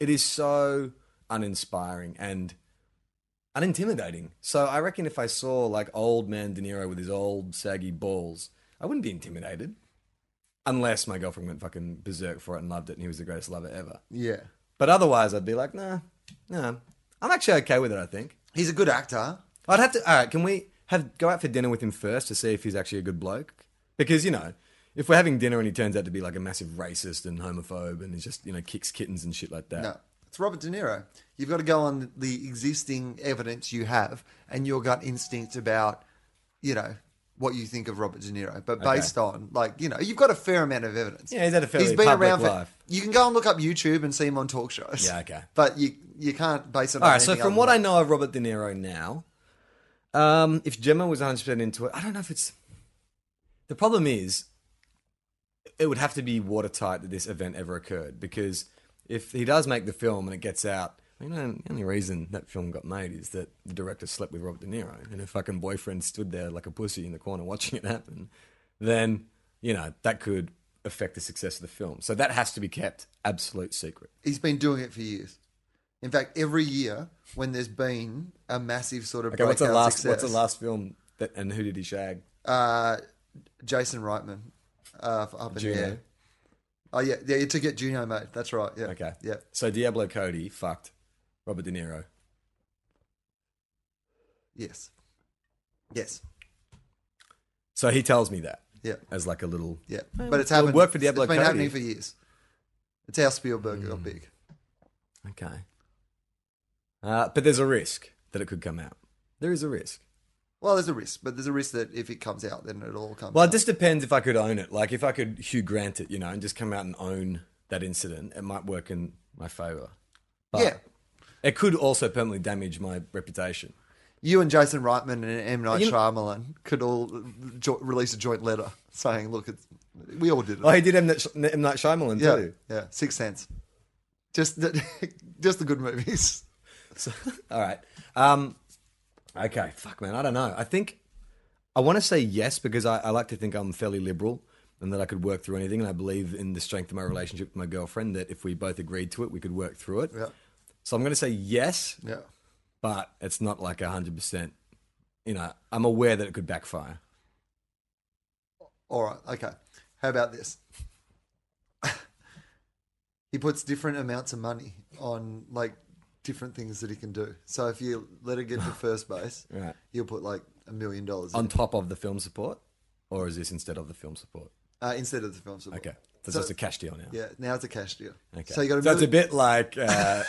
S1: It is so uninspiring and unintimidating. So I reckon if I saw like old man De Niro with his old saggy balls, I wouldn't be intimidated. Unless my girlfriend went fucking berserk for it and loved it and he was the greatest lover ever.
S2: Yeah.
S1: But otherwise I'd be like, nah, nah. I'm actually okay with it, I think.
S2: He's a good actor.
S1: I'd have to all right, can we have go out for dinner with him first to see if he's actually a good bloke? Because, you know, if we're having dinner and he turns out to be like a massive racist and homophobe and he's just, you know, kicks kittens and shit like that.
S2: No, it's Robert De Niro. You've got to go on the existing evidence you have and your gut instinct about, you know, what you think of Robert De Niro. But based on, like, you know, you've got a fair amount of evidence.
S1: Yeah, he's had a fairly public life.
S2: you can go and look up YouTube and see him on talk shows.
S1: Yeah, okay.
S2: But you you can't base it.
S1: All
S2: on
S1: right. So
S2: anything
S1: from
S2: other
S1: what
S2: than-
S1: I know of Robert De Niro now, um, if Gemma was 100 percent into it, I don't know if it's. The problem is, it would have to be watertight that this event ever occurred because if he does make the film and it gets out. You know, the only reason that film got made is that the director slept with Robert De Niro and her fucking boyfriend stood there like a pussy in the corner watching it happen. Then, you know, that could affect the success of the film. So that has to be kept absolute secret.
S2: he's been doing it for years. In fact, every year when there's been a massive sort of
S1: Okay, what's the
S2: breakout
S1: last?
S2: success,
S1: What's the last film that and who did he shag?
S2: Uh, Jason Reitman, uh, for up in the
S1: Juno.
S2: air. Oh yeah, yeah, to get Juno, mate. That's right. Yeah.
S1: Okay.
S2: Yeah.
S1: So Diablo Cody fucked Robert De Niro.
S2: Yes. Yes.
S1: So he tells me that
S2: Yeah.
S1: as like a little.
S2: Yeah. But it's
S1: well,
S2: happened.
S1: work for
S2: it's
S1: Diablo
S2: been
S1: Cody. Hmm.
S2: happening for years. It's how Spielberg got big.
S1: Okay. Uh, but there's a risk that it could come out. There is a risk.
S2: Well, there's a risk, but there's a risk that if it comes out, then it all comes.
S1: Well, it
S2: out.
S1: just depends if I could own it. Like if I could Hugh Grant it, you know, and just come out and own that incident, it might work in my favor. But
S2: yeah.
S1: It could also permanently damage my reputation.
S2: You and Jason Reitman and M Night
S1: You-
S2: Shyamalan could all uh, jo- release a joint letter saying, "Look, it's, we all did it.
S1: Oh, he did M. Night, Sh- M. Night Shyamalan
S2: yeah,
S1: too.
S2: yeah, Six Sense. Just the, just the good movies.
S1: So, all right. Um, okay. Fuck, man. I don't know. I think I want to say yes because I, I like to think I'm fairly liberal and that I could work through anything. And I believe in the strength of my relationship with my girlfriend that if we both agreed to it, we could work through it.
S2: Yeah,
S1: So I'm going to say yes,
S2: yeah.
S1: but it's not like 100%. You know, I'm aware that it could backfire.
S2: All right, okay. How about this? he puts different amounts of money on like different things that he can do. So if you let it get to first base,
S1: Right.
S2: you'll put like a million dollars
S1: On
S2: in,
S1: top of the film support? Or is this instead of the film support?
S2: uh, instead of the film support.
S1: Okay. That's
S2: So-
S1: just a cash deal now.
S2: Yeah, now it's a cash deal.
S1: Okay.
S2: So you got a
S1: so it's a
S2: million-
S1: bit like uh,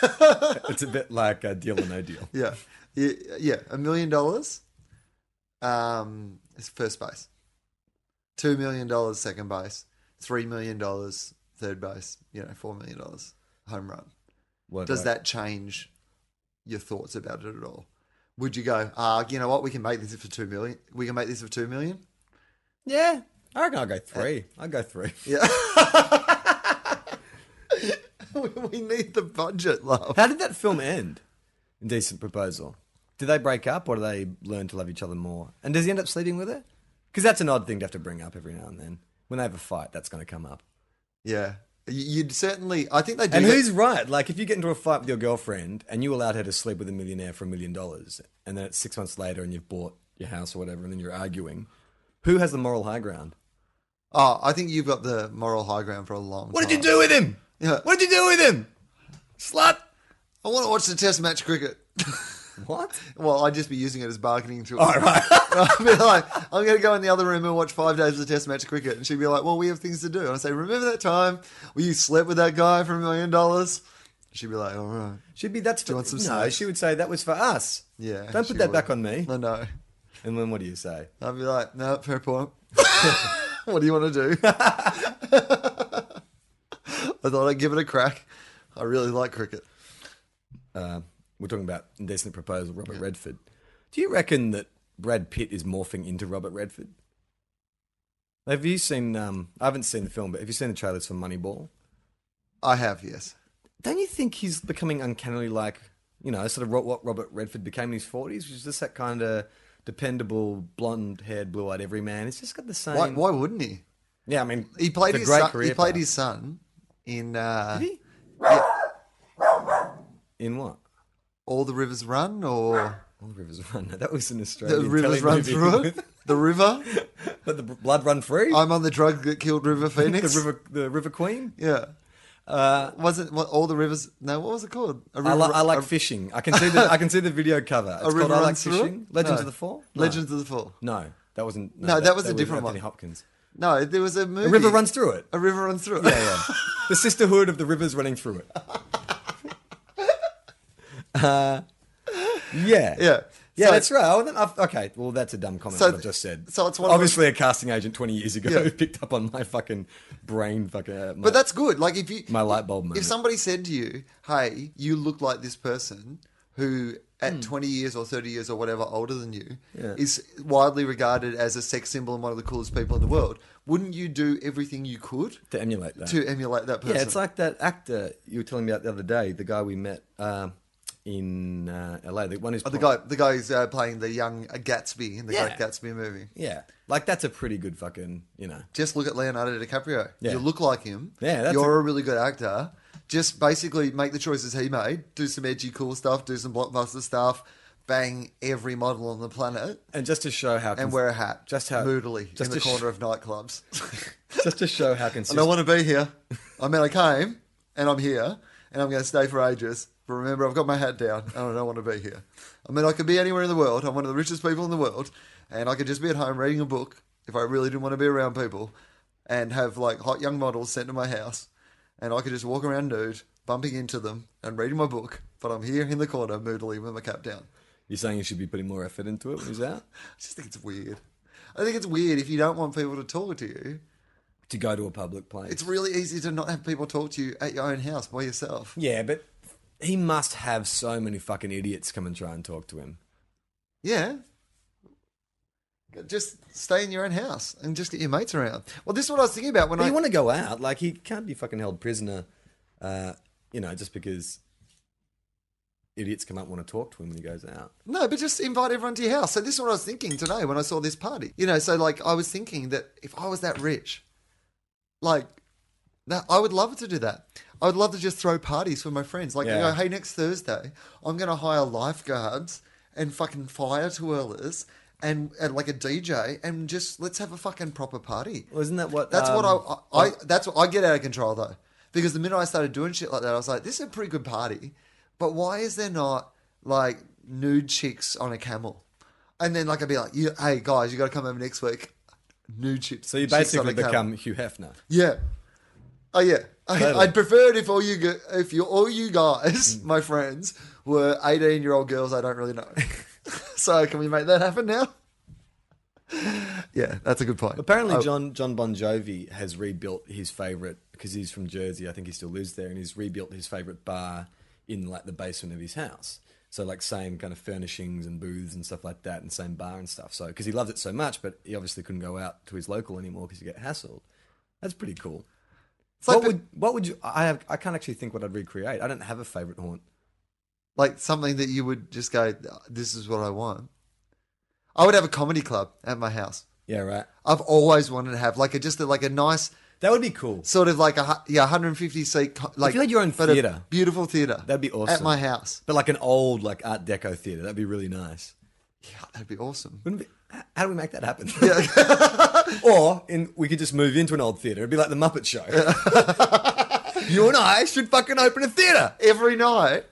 S1: it's a bit like a deal or no deal.
S2: yeah, yeah, yeah, a million dollars. Um, it's first base. Two million dollars second base. Three million dollars third base. You know, four million dollars home run.
S1: What-
S2: Does
S1: what-
S2: that change your thoughts about it at all? Would you go, ah, you know what? We can make this for two million. We can make this for two million.
S1: Yeah. Uh, I reckon I'll go three. I'll go three.
S2: Yeah. we we need the budget, love.
S1: How did that film end? Indecent proposal. Do they break up or do they learn to love each other more? And does he end up sleeping with her? Because that's an odd thing to have to bring up every now and then. When they have a fight, that's going to come up.
S2: Yeah, You- you'd certainly. I think they do.
S1: And
S2: get-
S1: who's right? Like, if you get into a fight with your girlfriend and you allowed her to sleep with a millionaire for a million dollars, and then it's six months later and you've bought your house or whatever, and then you're arguing, who has the moral high ground?
S2: Oh, I think you've got the moral high ground for a long
S1: What
S2: time.
S1: did you do with him?
S2: Yeah.
S1: What did you do with him? Slut.
S2: I want to watch the Test match cricket.
S1: What?
S2: Well, I'd just be using it as bargaining tool. Oh, right. I'd be like, I'm going to go in the other room and watch five days of the Test match cricket. And she'd be like, well, we have things to do. And I'd say, remember that time where you slept with that guy for a million dollars? She'd be like, all right.
S1: She'd be that's for,
S2: you want some
S1: no.
S2: snacks?
S1: She would say that was for us.
S2: Yeah.
S1: Don't
S2: she
S1: put that
S2: would.
S1: back on me.
S2: No, no.
S1: And then what do you say?
S2: I'd be like, no, fair point. what do you want to do? I thought I'd give it a crack. I really like cricket.
S1: We're talking about indecent proposal. Robert Redford. Do you reckon that Brad Pitt is morphing into Robert Redford? Have you seen? Um, I haven't seen the film, but have you seen the trailers for Moneyball?
S2: I have, yes.
S1: Don't you think he's becoming uncannily like you know sort of ro- what Robert Redford became in his forties, which is just that kind of dependable, blonde-haired, blue-eyed everyman. It's just got the same.
S2: Why, why wouldn't he?
S1: Yeah, I mean,
S2: He played
S1: it's a
S2: his
S1: great
S2: son.
S1: career
S2: He played
S1: path.
S2: his son in uh,
S1: Did he? In what?
S2: All the Rivers Run or
S1: All the rivers run. That was an
S2: The
S1: Australian.
S2: Rivers Run
S1: telemovie.
S2: Through It, The River.
S1: Let the blood run free.
S2: I'm on the drug that killed River
S1: the
S2: Phoenix.
S1: river, the river queen.
S2: Yeah. Wasn't what, all the rivers? No, what was it called? A river,
S1: I, li- I like
S2: a-
S1: fishing. I can see the I can see the video cover. It's
S2: A river
S1: called I like
S2: runs through
S1: fishing.
S2: it?
S1: Legends
S2: No.
S1: of the Fall.
S2: Legends of the Fall.
S1: No, that wasn't.
S2: No, that was a different
S1: Anthony
S2: one.
S1: Hopkins.
S2: No, there was a movie.
S1: The river runs through it.
S2: A river runs through. It.
S1: Yeah, yeah. the sisterhood of the rivers running through it. Uh, yeah,
S2: Yeah.
S1: yeah.
S2: So-
S1: that's right. Oh, then I've, okay, well, that's a dumb comment
S2: So
S1: that I've
S2: th-
S1: just said.
S2: so it's one of
S1: obviously a casting agent twenty years ago
S2: Yeah.
S1: who picked up on my fucking brain, fucking. Uh, my,
S2: But that's good. Like if you
S1: My light bulb moment.
S2: If somebody said to you, "Hey, you look like this person who at 20 years or 30 years or whatever older than you
S1: Hmm. Yeah.
S2: is widely regarded as a sex symbol and one of the coolest people in the world," wouldn't you do everything you could
S1: to emulate that.
S2: to emulate that person?
S1: yeah, it's like that actor you were telling me about the other day, the guy we met um in uh, LA, the one who's
S2: Oh, the guy, the guy who's uh, playing the young uh, Gatsby in the
S1: Yeah.
S2: Great Gatsby movie.
S1: Yeah, like that's a pretty good fucking, you know.
S2: Just look at Leonardo DiCaprio.
S1: Yeah.
S2: You look like him.
S1: Yeah, that's
S2: you're a... really good actor. Just basically make the choices he made. Do some edgy, cool stuff. Do some blockbuster stuff. Bang every model on the planet
S1: And just to show how
S2: and
S1: cons-
S2: wear a hat.
S1: just how
S2: moodily
S1: just
S2: in the
S1: to sh-
S2: corner of nightclubs.
S1: just to show how
S2: I
S1: consistent.
S2: don't want to be here. I mean, I came and I'm here and I'm going to stay for ages. But remember, I've got my hat down and I don't want to be here. I mean, I could be anywhere in the world. I'm one of the richest people in the world. And I could just be at home reading a book if I really didn't want to be around people and have like hot young models sent to my house. And I could just walk around nude, bumping into them and reading my book. But I'm here in the corner moodily with my cap down.
S1: You're saying you should be putting more effort into it when he's out
S2: I just think it's weird. I think it's weird if you don't want people to talk to you.
S1: to go to a public place.
S2: It's really easy to not have people talk to you at your own house by yourself.
S1: yeah, but he must have so many fucking idiots come and try and talk to him.
S2: Yeah. Just stay in your own house and just get your mates around. Well, this is what I was thinking about when
S1: But
S2: I.
S1: you want to go out, like he can't be fucking held prisoner, uh, you know, just because idiots come up and want to talk to him when he goes out.
S2: No, but just invite everyone to your house. So this is what I was thinking today when I saw this party. You know, so like I was thinking that if I was that rich, like that I would love to do that. I would love to just throw parties for my friends. Like, you
S1: Yeah.
S2: know, hey, next Thursday, I'm going to hire lifeguards and fucking fire twirlers and, and like a DJ and just let's have a fucking proper party.
S1: Well, isn't that what?
S2: That's what
S1: um,
S2: I, I, I that's what I get out of control though, because the minute I started doing shit like that, I was like, this is a pretty good party, but why is there not like nude chicks on a camel? And then like I'd be like, you, hey guys, you got to come over next week, nude chicks.
S1: So you
S2: chicks on
S1: basically
S2: a
S1: become
S2: camel.
S1: Hugh Hefner.
S2: yeah. Oh yeah, I,
S1: Totally. Mm.
S2: I'd prefer it if all you g- if you all you guys, my friends, were eighteen year old girls I don't really know. so can we make that happen now? Yeah, that's a good point.
S1: Apparently,
S2: I-
S1: John John Bon Jovi has rebuilt his favorite because he's from Jersey. I think he still lives there, and he's rebuilt his favorite bar in like the basement of his house. So like same kind of furnishings and booths and stuff like that, and same bar and stuff. So because he loves it so much, but he obviously couldn't go out to his local anymore because he get hassled. That's pretty cool.
S2: It's like
S1: what
S2: the-
S1: would what would you? I have I can't actually think what I'd recreate. I don't have a favorite haunt.
S2: like something that you would just go, this is what I want. I would have a comedy club at my house.
S1: Yeah, right.
S2: I've always wanted to have like a just a, like a nice
S1: That would be cool.
S2: sort of like a hu- yeah 150 seat co- like
S1: you had your own
S2: but a
S1: theatre.
S2: beautiful theater
S1: That'd be
S2: at
S1: awesome.
S2: my house.
S1: But like an old like Art Deco theater, that'd be really nice.
S2: Yeah, that'd be awesome.
S1: Wouldn't it be, how do we make that happen? or in, we could just move into an old theatre. It'd be like the Muppet Show. you and I should fucking open a theatre.
S2: Every night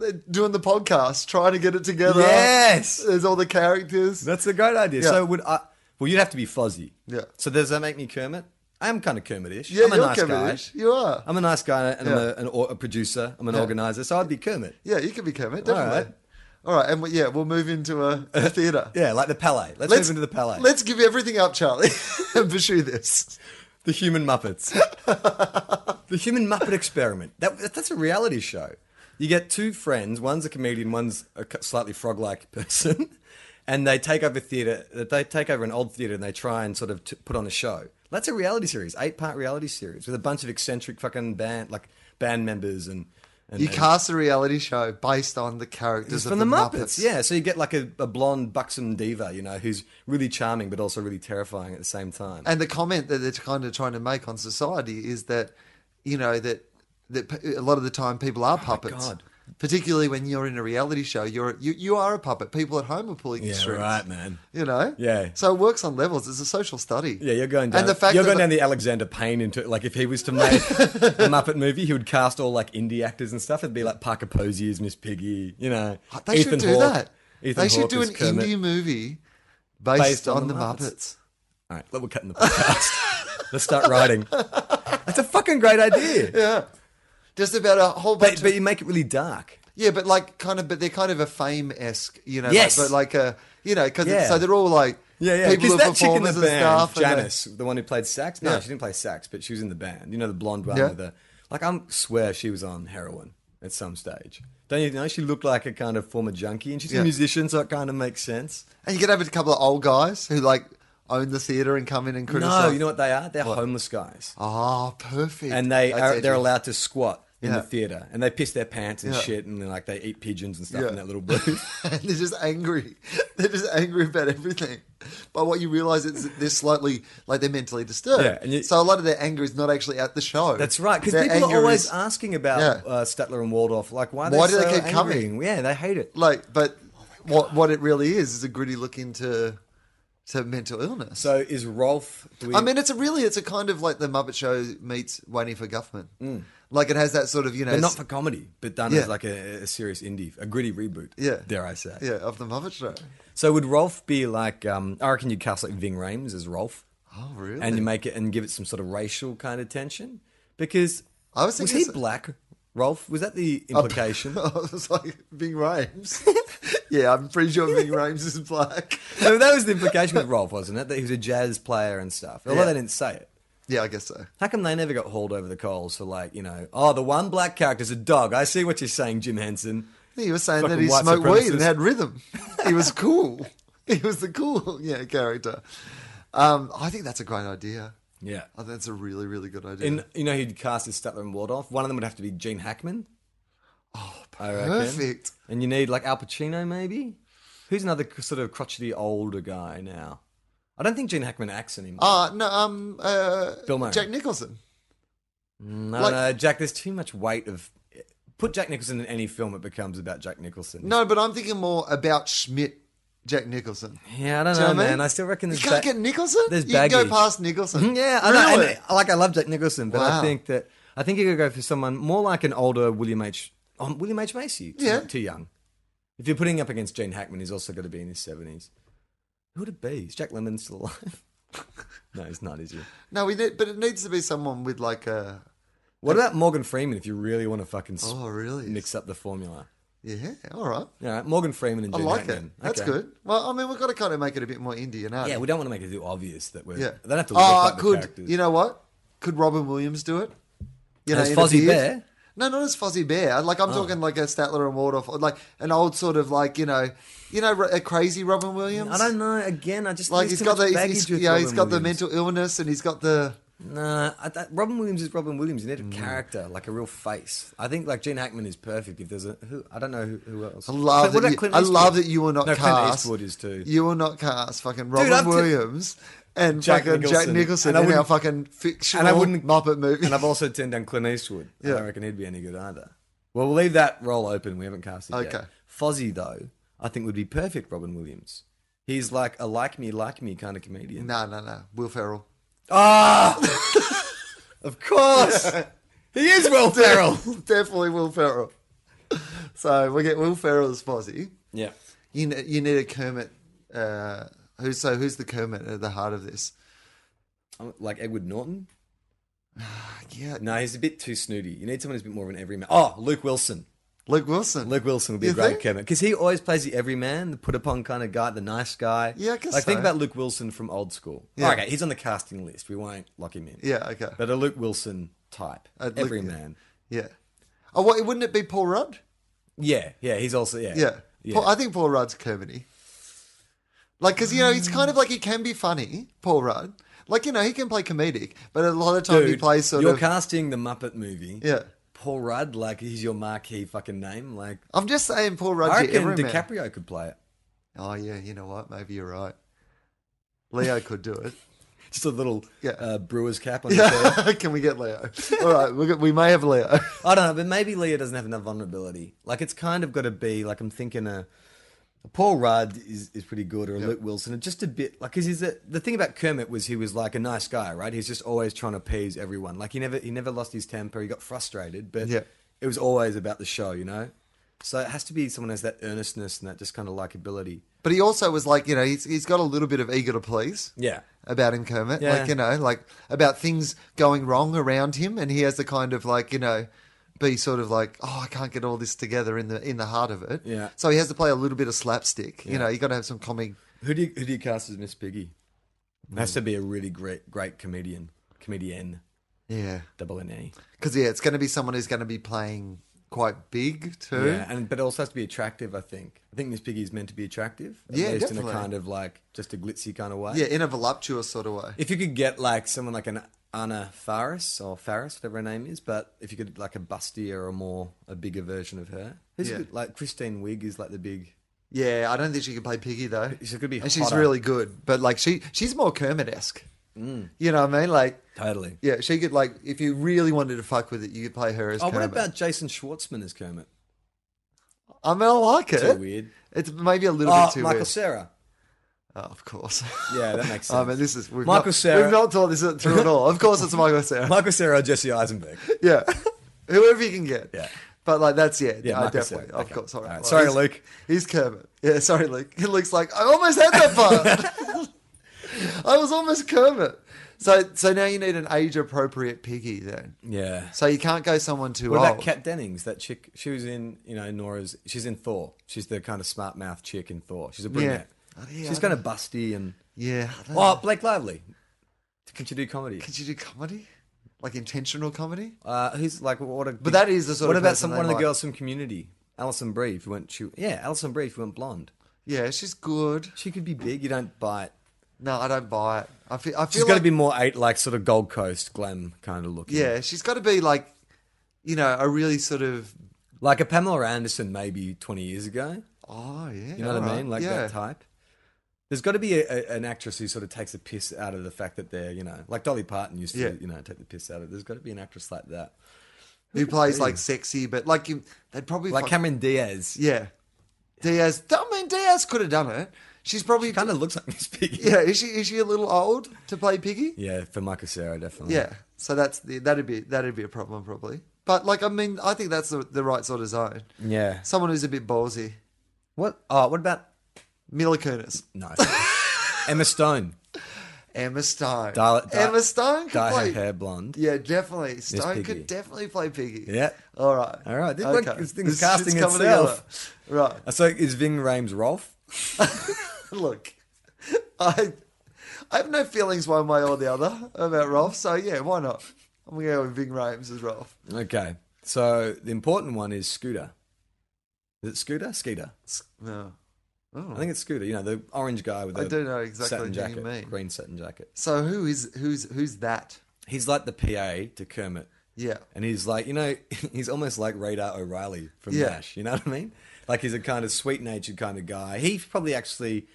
S2: uh, doing the podcast, trying to get it together.
S1: Yes!
S2: There's all the characters.
S1: That's a great idea.
S2: Yeah.
S1: So would I? Well, you'd have to be Fozzie.
S2: Yeah.
S1: So does that make me Kermit? I am kind of Kermitish.
S2: yeah,
S1: I'm a
S2: you're
S1: nice
S2: Kermit-ish.
S1: guy.
S2: You are.
S1: I'm a nice guy, and I'm
S2: Yeah.
S1: a, an, or- a producer. I'm an organizer, so I'd be Kermit.
S2: yeah, you can be Kermit,
S1: All
S2: definitely. All right,
S1: right.
S2: and we, yeah, we'll move into a, a theatre.
S1: Yeah, like the Palais. Let's, move into the Palais.
S2: Let's give everything up, Charlie, and pursue this.
S1: The Human Muppets. the Human Muppet Experiment. That, that's a reality show. You get two friends, one's a comedian, one's a c- slightly frog like person, and they take over theatre, they take over an old theatre and they try and sort of t- put on a show. That's a reality series, eight part reality series with a bunch of eccentric fucking band, like band members and. and
S2: You
S1: and-
S2: cast a reality show based on the characters
S1: it's
S2: of
S1: from
S2: the,
S1: the, Muppets.
S2: Muppets.
S1: Yeah, so you get like a, a blonde, buxom diva, you know, who's really charming but also really terrifying at the same time.
S2: and the comment that they're kind of trying to make on society is that you know that that p- a lot of the time people are puppets
S1: Oh God.
S2: particularly when you're in a reality show you're you, you are a puppet people at home are pulling you
S1: yeah,
S2: strings
S1: right, man.
S2: you know
S1: Yeah.
S2: so it works on levels it's a social study
S1: Yeah, you're going down.
S2: and the fact
S1: you're
S2: that
S1: going down the Alexander Payne into like if he was to make a Muppet movie, he would cast all like indie actors and stuff. It'd be like Parker Posey as Miss Piggy, you know.
S2: Ah, they should do
S1: Hawke-
S2: that
S1: Ethan
S2: they should
S1: Hawke
S2: do
S1: as
S2: an
S1: Kermit.
S2: indie movie based, on, the muppets,
S1: All right, look, we're cutting the podcast. Let's start writing. That's a fucking great idea.
S2: just about a whole bunch
S1: But,
S2: of
S1: but you make it really dark.
S2: Yeah, but like kind of, but they're kind of a fame esque, you know.
S1: Yes.
S2: Like, but like a, you know, because
S1: Yeah.
S2: so they're all like,
S1: Yeah, yeah.
S2: people
S1: Because
S2: who are
S1: that chick in the
S2: performers
S1: band,
S2: and stuff. and uh, they-
S1: Janice, the one who played sax. No,
S2: Yeah.
S1: she didn't play sax, but she was in the band. You know, the blonde one
S2: Yeah.
S1: with the like. I swear she was on heroin at some stage. Don't you know? She looked like a kind of former junkie, and she's
S2: Yeah.
S1: a musician, so it kind of makes sense.
S2: and you could have a couple of old guys who like own the theater and come in and criticize.
S1: No, you know what they are? They're homeless guys,
S2: Ah, perfect.
S1: and they
S2: That's
S1: are,
S2: edgy.
S1: they're allowed to squat in
S2: Yeah.
S1: the theater, and they piss their pants and
S2: Yeah.
S1: shit, and they're like they eat pigeons and stuff
S2: Yeah.
S1: in that little booth.
S2: and they're just angry. They're just angry about everything. But what you realize is that they're slightly like they're mentally disturbed.
S1: Yeah, and you-
S2: so a lot of their anger is not actually at the show.
S1: That's right, because
S2: Their
S1: people
S2: anger
S1: are always
S2: is-
S1: asking about
S2: Yeah.
S1: uh, Statler and Waldorf. Like, why? Are
S2: Why
S1: they
S2: do they
S1: so
S2: keep
S1: angry?
S2: coming?
S1: Yeah, they hate it.
S2: like, but what what it really is is a gritty look into to mental illness.
S1: So is Rolf? Do we,
S2: I mean, it's a really, it's a kind of like the Muppet Show meets Waiting for Guffman. Like it has that sort of, you know,
S1: Mm. But not
S2: s-
S1: for comedy, but done
S2: Yeah.
S1: as like a, a serious indie, a gritty reboot.
S2: Yeah.
S1: Dare I say.
S2: yeah, of the Muppet Show.
S1: So would Rolf be like, um, I reckon you'd cast like Ving Rhames as Rolf
S2: Oh, really?
S1: and you make it and give it some sort of racial kind of tension? Because
S2: I was
S1: was
S2: thinking
S1: he
S2: so- Oh,
S1: black, Rolf? Was that the implication?
S2: I was like, Bing Rames. yeah, I'm pretty sure Bing Rames is black.
S1: No, that was the implication with Rolf, wasn't it? That he was a jazz player and stuff. Although
S2: Yeah.
S1: they didn't say it.
S2: Yeah, I guess so.
S1: How come they never got hauled over the coals for like, you know, oh, the one black character's a dog. I see what you're saying, Jim Henson.
S2: Yeah, You were saying that
S1: Fucking
S2: he
S1: white
S2: smoked weed
S1: supremacist.
S2: and had rhythm. He was cool. he was the cool, yeah, character. Um, I think that's a great idea.
S1: Yeah.
S2: I think that's a really, really good idea.
S1: In, you know, he'd cast as Statler and Waldorf. One of them would have to be Gene Hackman. Oh,
S2: perfect.
S1: And you need like Al Pacino, maybe. Who's another c- sort of crotchety older guy now? I don't think Gene Hackman acts anymore.
S2: Ah, no, um, uh,
S1: Bill Murray.
S2: Jack Nicholson.
S1: no,
S2: like-
S1: no, Jack. There's too much weight of. Put Jack Nicholson in any film, it becomes about Jack Nicholson.
S2: No, but I'm thinking more about Schmidt, Jack Nicholson.
S1: Yeah, I don't
S2: Do you
S1: know,
S2: know what I
S1: man.
S2: mean?
S1: I still reckon
S2: You
S1: there's
S2: can't
S1: ba-
S2: get Nicholson.
S1: There's
S2: you can go
S1: baggage.
S2: past Nicholson.
S1: Yeah, I know.
S2: Really?
S1: And, uh, like I love Jack Nicholson, but
S2: Wow.
S1: I think that I think you could go for someone more like an older William H. Um, William H Macy. Too,
S2: Yeah.
S1: too young. If you're putting up against Gene Hackman, he's also got to be in his seventies. Who would it be? Is Jack Lemmon still alive? no, he's not. Is he?
S2: no, we need, but it needs to be someone with like a.
S1: What about Morgan Freeman? If you really want to fucking s-
S2: Oh, really?
S1: mix up the formula,
S2: Yeah, all right.
S1: all right? Morgan Freeman and
S2: I
S1: Gene
S2: like it.
S1: Hackman.
S2: That's
S1: Okay.
S2: good. Well, I mean, we've got to kind of make it a bit more Indian, aren't
S1: Yeah, we don't want to make it too obvious that we're.
S2: Yeah.
S1: They don't have to look
S2: Ah,
S1: like the
S2: could
S1: characters.
S2: you know what? Could Robin Williams do it? You
S1: As
S2: in a
S1: Fozzie
S2: beard?
S1: Bear? Oh.
S2: No, not as Fozzie Bear. Like I'm talking like a Statler and Waldorf, or like an old sort of like you know, you know, a crazy Robin Williams.
S1: I don't know. Again, I just
S2: Like
S1: there's
S2: he's
S1: too much
S2: got the he's-
S1: baggage
S2: he's,
S1: with
S2: yeah, he's
S1: Robin
S2: got the
S1: Williams.
S2: mental illness and he's got the
S1: Nah, I, that, Robin Williams is Robin Williams. You need a
S2: Mm.
S1: character, like a real face. I think like Gene Hackman is perfect. If there's a who, I don't know who, who else.
S2: I love
S1: Clint- what
S2: that.
S1: about
S2: You,
S1: Clint
S2: I
S1: Eastwood?
S2: love that you were not
S1: No,
S2: cast.
S1: Clint Eastwood is too.
S2: You were not cast. Fucking Robin
S1: I'm t-
S2: Williams and
S1: Jack
S2: fucking Jack
S1: Nicholson.
S2: Nicholson
S1: And I
S2: in our
S1: wouldn't-
S2: fucking fictional
S1: and I wouldn't-
S2: Muppet movie.
S1: and I've also turned down Clint Eastwood. I
S2: Yeah.
S1: don't reckon he'd be any good either. Well, we'll leave that role open. We haven't cast it
S2: Okay.
S1: yet. Fozzie though, I think would be perfect. Robin Williams. He's like a like me, like me kind of comedian.
S2: no, no, no. Will Ferrell.
S1: Ah, of course. he is Will Ferrell.
S2: Definitely Will Ferrell. So we get Will Ferrell as Fozzie.
S1: Yeah.
S2: You ne- you need a Kermit. Uh, who's so? Who's the Kermit at the heart of this?
S1: Um, Like Edward Norton?
S2: Yeah,
S1: No, he's a bit too snooty. You need someone who's a bit more of an everyman. Oh, Luke Wilson.
S2: Luke Wilson.
S1: Luke Wilson would be
S2: You
S1: a great
S2: think?
S1: Kermit because he always plays the everyman, the put upon kind of guy, the nice guy.
S2: Yeah, I guess
S1: like think
S2: so.
S1: about Luke Wilson from old school.
S2: Yeah.
S1: Okay, he's on the casting list. We won't lock him in.
S2: Yeah. Okay.
S1: But a Luke Wilson type,
S2: I'd look-
S1: everyman.
S2: Yeah. Oh, what, wouldn't it be Paul Rudd?
S1: Yeah, yeah, he's also yeah,
S2: Yeah. Paul, I think Paul Rudd's comedy. Like, because, you know, it's kind of like he can be funny, Paul Rudd. Like, you know, he can play comedic, but a lot of time he
S1: Dude,
S2: plays sort
S1: you're
S2: of.
S1: casting the Muppet movie.
S2: Yeah.
S1: Paul Rudd, like he's your marquee fucking name. Like
S2: I'm just saying Paul Rudd's
S1: I
S2: your
S1: reckon
S2: everyman.
S1: DiCaprio could play it.
S2: Oh, yeah, you know what? Maybe you're right. Leo could do it.
S1: Just a little
S2: Yeah.
S1: uh, brewer's cap on his head.
S2: Yeah. can we get Leo? All right, we'll get, we may have Leo.
S1: I don't know, but maybe Leah doesn't have enough vulnerability. Like it's kind of got to be like I'm thinking a, a Paul Rudd is, is pretty good or a Luke Wilson, and just a bit like because he's a, the thing about Kermit was he was like a nice guy, right? He's just always trying to appease everyone. Like he never he never lost his temper. He got frustrated, but
S2: Yeah.
S1: it was always about the show, you know. So it has to be someone who has that earnestness and that just kind of likability.
S2: But he also was like, you know, he's, he's got a little bit of eager to please.
S1: Yeah.
S2: about him, Kermit.
S1: Yeah.
S2: Like, you know, like about things going wrong around him and he has the kind of like, you know, be sort of like, Oh, I can't get all this together in the in the heart of it.
S1: Yeah.
S2: So he has to play a little bit of slapstick. You know, you gotta have some comic
S1: Who do you, who do you cast as Miss Piggy? Has to be a really great great comedian, comedian,
S2: Yeah.
S1: double N E.
S2: Because yeah, it's gonna be someone who's gonna be playing quite big too.
S1: Yeah, and but it also has to be attractive. I think. I think Miss Piggy is meant to be attractive. At
S2: Yeah,
S1: least in
S2: definitely.
S1: a kind of like just a glitzy kind of way.
S2: Yeah, in a voluptuous sort of way.
S1: If you could get like someone like an Anna Faris or Faris, whatever her name is, but if you could like a bustier or a more a bigger version of her, who's
S2: Yeah.
S1: good- like Christine Wig is like the big.
S2: Yeah, I don't think she can play Piggy though.
S1: She could be
S2: and she's
S1: hotter.
S2: really good. But like she she's more Kermit esque.
S1: Mm.
S2: You know what I mean? Like
S1: Totally.
S2: yeah, she could like if you really wanted to fuck with it, you could play her as
S1: Oh, what
S2: Kermit.
S1: about Jason Schwartzman as Kermit?
S2: I mean, I like it.
S1: Too weird.
S2: It's maybe a little
S1: Oh,
S2: bit too
S1: Michael
S2: weird.
S1: Sarah.
S2: Oh, of course.
S1: Yeah, that makes
S2: I
S1: sense.
S2: mean, this is we've
S1: Michael
S2: not,
S1: Cera.
S2: We've not thought this through at all. Of course, it's Michael Sarah.
S1: Michael Sarah, Jesse Eisenberg.
S2: yeah, whoever you can get.
S1: Yeah.
S2: But like that's yeah,
S1: Yeah,
S2: I
S1: Michael
S2: definitely,
S1: Cera.
S2: of
S1: Okay.
S2: course. All right.
S1: All right.
S2: Well,
S1: Sorry,
S2: he's-
S1: Luke.
S2: He's Kermit. Yeah, sorry, Luke. He looks like I almost had that part. I was almost Kermit. So, so now you need an age-appropriate piggy then.
S1: Yeah.
S2: So you can't go someone too
S1: What about
S2: old.
S1: Kat Dennings? That chick, she was in, you know, Nora's. She's in Thor. She's the kind of smart mouth chick in Thor. She's a brunette.
S2: Oh, yeah,
S1: she's
S2: I Ah.
S1: kind of busty and.
S2: yeah. I don't
S1: Oh,
S2: know.
S1: Blake Lively. Can she do comedy?
S2: could you do comedy? Like intentional comedy?
S1: Uh, who's like what? A,
S2: But that is the sort
S1: What
S2: of
S1: about
S2: person
S1: some
S2: they
S1: one of the
S2: like.
S1: girls from Community? Alison Brie, who went. She, yeah, Alison Brie, who went blonde.
S2: Yeah, she's good.
S1: She could be big. You don't bite.
S2: No, I don't buy it. I feel. I feel
S1: She's
S2: like,
S1: got to be more eight, like sort of Gold Coast glam kind of looking.
S2: Yeah, she's got to be like, you know, a really sort of.
S1: like a Pamela Anderson maybe twenty years ago.
S2: Oh yeah,
S1: You know what I
S2: alright,
S1: mean? Like
S2: yeah.
S1: that type. There's got to be a, a, an actress who sort of takes the piss out of the fact that they're, you know, like Dolly Parton used to,
S2: Yeah.
S1: you know, take the piss out of. There's got to be an actress like that,
S2: Who plays like sexy, but like you, they'd probably
S1: like
S2: fuck-
S1: Cameron Diaz.
S2: Yeah, Diaz. I mean, Diaz could have done it. She's probably
S1: Kind of looks like Miss Piggy.
S2: Yeah, is she is she a little old to play Piggy?
S1: Yeah, for Michael Sarah, definitely.
S2: Yeah, so that's the, that'd be that'd be a problem probably. But like, I mean, I think that's the, the right sort of zone.
S1: yeah.
S2: Someone who's a bit ballsy,
S1: What? Oh, what about
S2: Mila Kunis,
S1: no? Emma Stone.
S2: Emma Stone,
S1: Dial it-
S2: Emma Stone could
S1: dye
S2: play.
S1: her hair blonde.
S2: Yeah, definitely. Stone
S1: Piggy.
S2: could definitely play Piggy.
S1: Yeah.
S2: All right.
S1: All right. This one- this thing's casting
S2: shit's coming
S1: itself.
S2: together. Right.
S1: So is Ving Rhames Rolf?
S2: Look, I I have no feelings one way or the other about Rolf. So yeah, why not? I'm gonna go with Ving Rhames as Rolf.
S1: Okay. So the important one is Scooter. Is it Scooter? Skeeter.
S2: It's- Oh. No.
S1: I think it's Scooter. You know the orange guy with
S2: I
S1: the
S2: do know exactly
S1: satin
S2: who you
S1: jacket,
S2: mean.
S1: green satin jacket.
S2: So who is who's who's that?
S1: He's like the PA to Kermit,
S2: Yeah.
S1: and he's like you know he's almost like Radar O'Reilly from
S2: Yeah.
S1: Nash. You know what I mean? Like he's a kind of sweet natured kind of guy. He's probably actually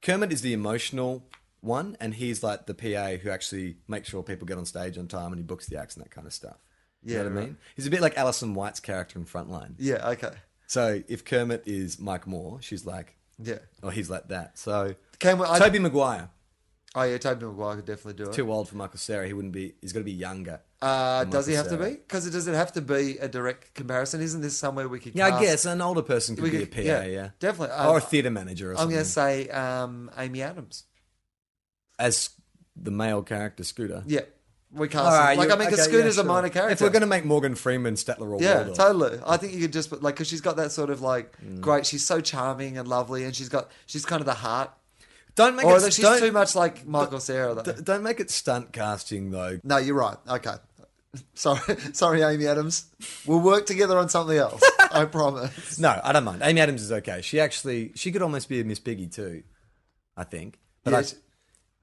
S1: Kermit is the emotional one, and he's like the PA who actually makes sure people get on stage on time, and he books the acts and that kind of stuff. You
S2: Yeah,
S1: know what
S2: right.
S1: I mean? He's a bit like Alison White's character in Frontline.
S2: Yeah. Okay.
S1: So if Kermit is Mike Moore, she's like,
S2: Yeah.
S1: or he's like that. So
S2: Can we, I,
S1: Toby Maguire.
S2: Oh yeah, Toby Maguire could definitely do it.
S1: Too old for Michael Sarah. He wouldn't be. He's got to be younger.
S2: Uh, does he have to
S1: Sarah.
S2: be? Because it doesn't have to be a direct comparison. Isn't this somewhere we could?
S1: yeah, I
S2: cast-
S1: guess an older person could
S2: uh, We
S1: be
S2: could-
S1: a PA.
S2: yeah,
S1: Yeah,
S2: definitely.
S1: or
S2: Um,
S1: a theatre manager or
S2: I'm
S1: something.
S2: going to say um, Amy Adams.
S1: as the male character, Scooter.
S2: Yeah, we cast.
S1: All
S2: him.
S1: right,
S2: like
S1: you-
S2: I mean, because
S1: okay,
S2: Scooter's
S1: yeah,
S2: a
S1: sure.
S2: minor character.
S1: If we're going to make Morgan Freeman, Statler, or
S2: Yeah,
S1: Waldorf,
S2: totally. I think you could just put like because she's got that sort of like
S1: Mm.
S2: great. She's so charming and lovely, and she's got she's kind of the heart.
S1: don't make
S2: Or
S1: it.
S2: that she's
S1: don't,
S2: too much like Michael Sarah. Though.
S1: d- don't make it stunt casting though.
S2: no, you're right. Okay, sorry, sorry, Amy Adams. We'll work together on something else. I promise.
S1: No, I don't mind. Amy Adams is okay. She actually she could almost be a Miss Piggy too. I think, but
S2: yeah,
S1: I-
S2: she,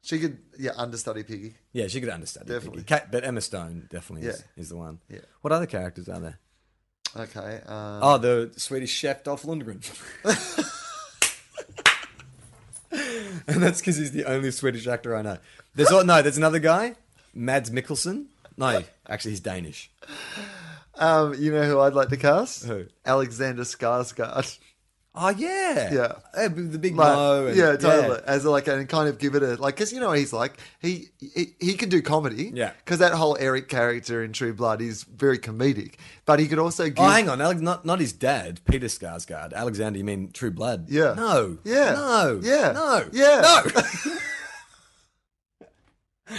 S2: she could yeah understudy Piggy.
S1: yeah, she could understand it,
S2: Definitely.
S1: Piggy. Cat, but Emma Stone definitely is,
S2: Yeah.
S1: is the one.
S2: Yeah.
S1: What other characters are there?
S2: Okay. Um,
S1: Oh, the Swedish chef Dolph Lundgren. and that's because he's the only Swedish actor I know. There's al- no, there's another guy, Mads Mikkelsen. No, actually, he's Danish.
S2: Um, you know who I'd like to cast?
S1: Who?
S2: Alexander Skarsgård.
S1: Oh yeah,
S2: Yeah.
S1: Uh, the big
S2: Like,
S1: Mo. and-
S2: yeah, totally. As like, and kind of give it a like, because you know what he's like. He he, he can do comedy.
S1: Yeah.
S2: Because that whole Eric character in True Blood is very comedic, but he could also give.
S1: Oh, hang on, Alex, not not his dad, Peter Skarsgård. Alexander, you mean True Blood?
S2: Yeah.
S1: No.
S2: Yeah.
S1: No.
S2: Yeah.
S1: No.
S2: Yeah.
S1: No.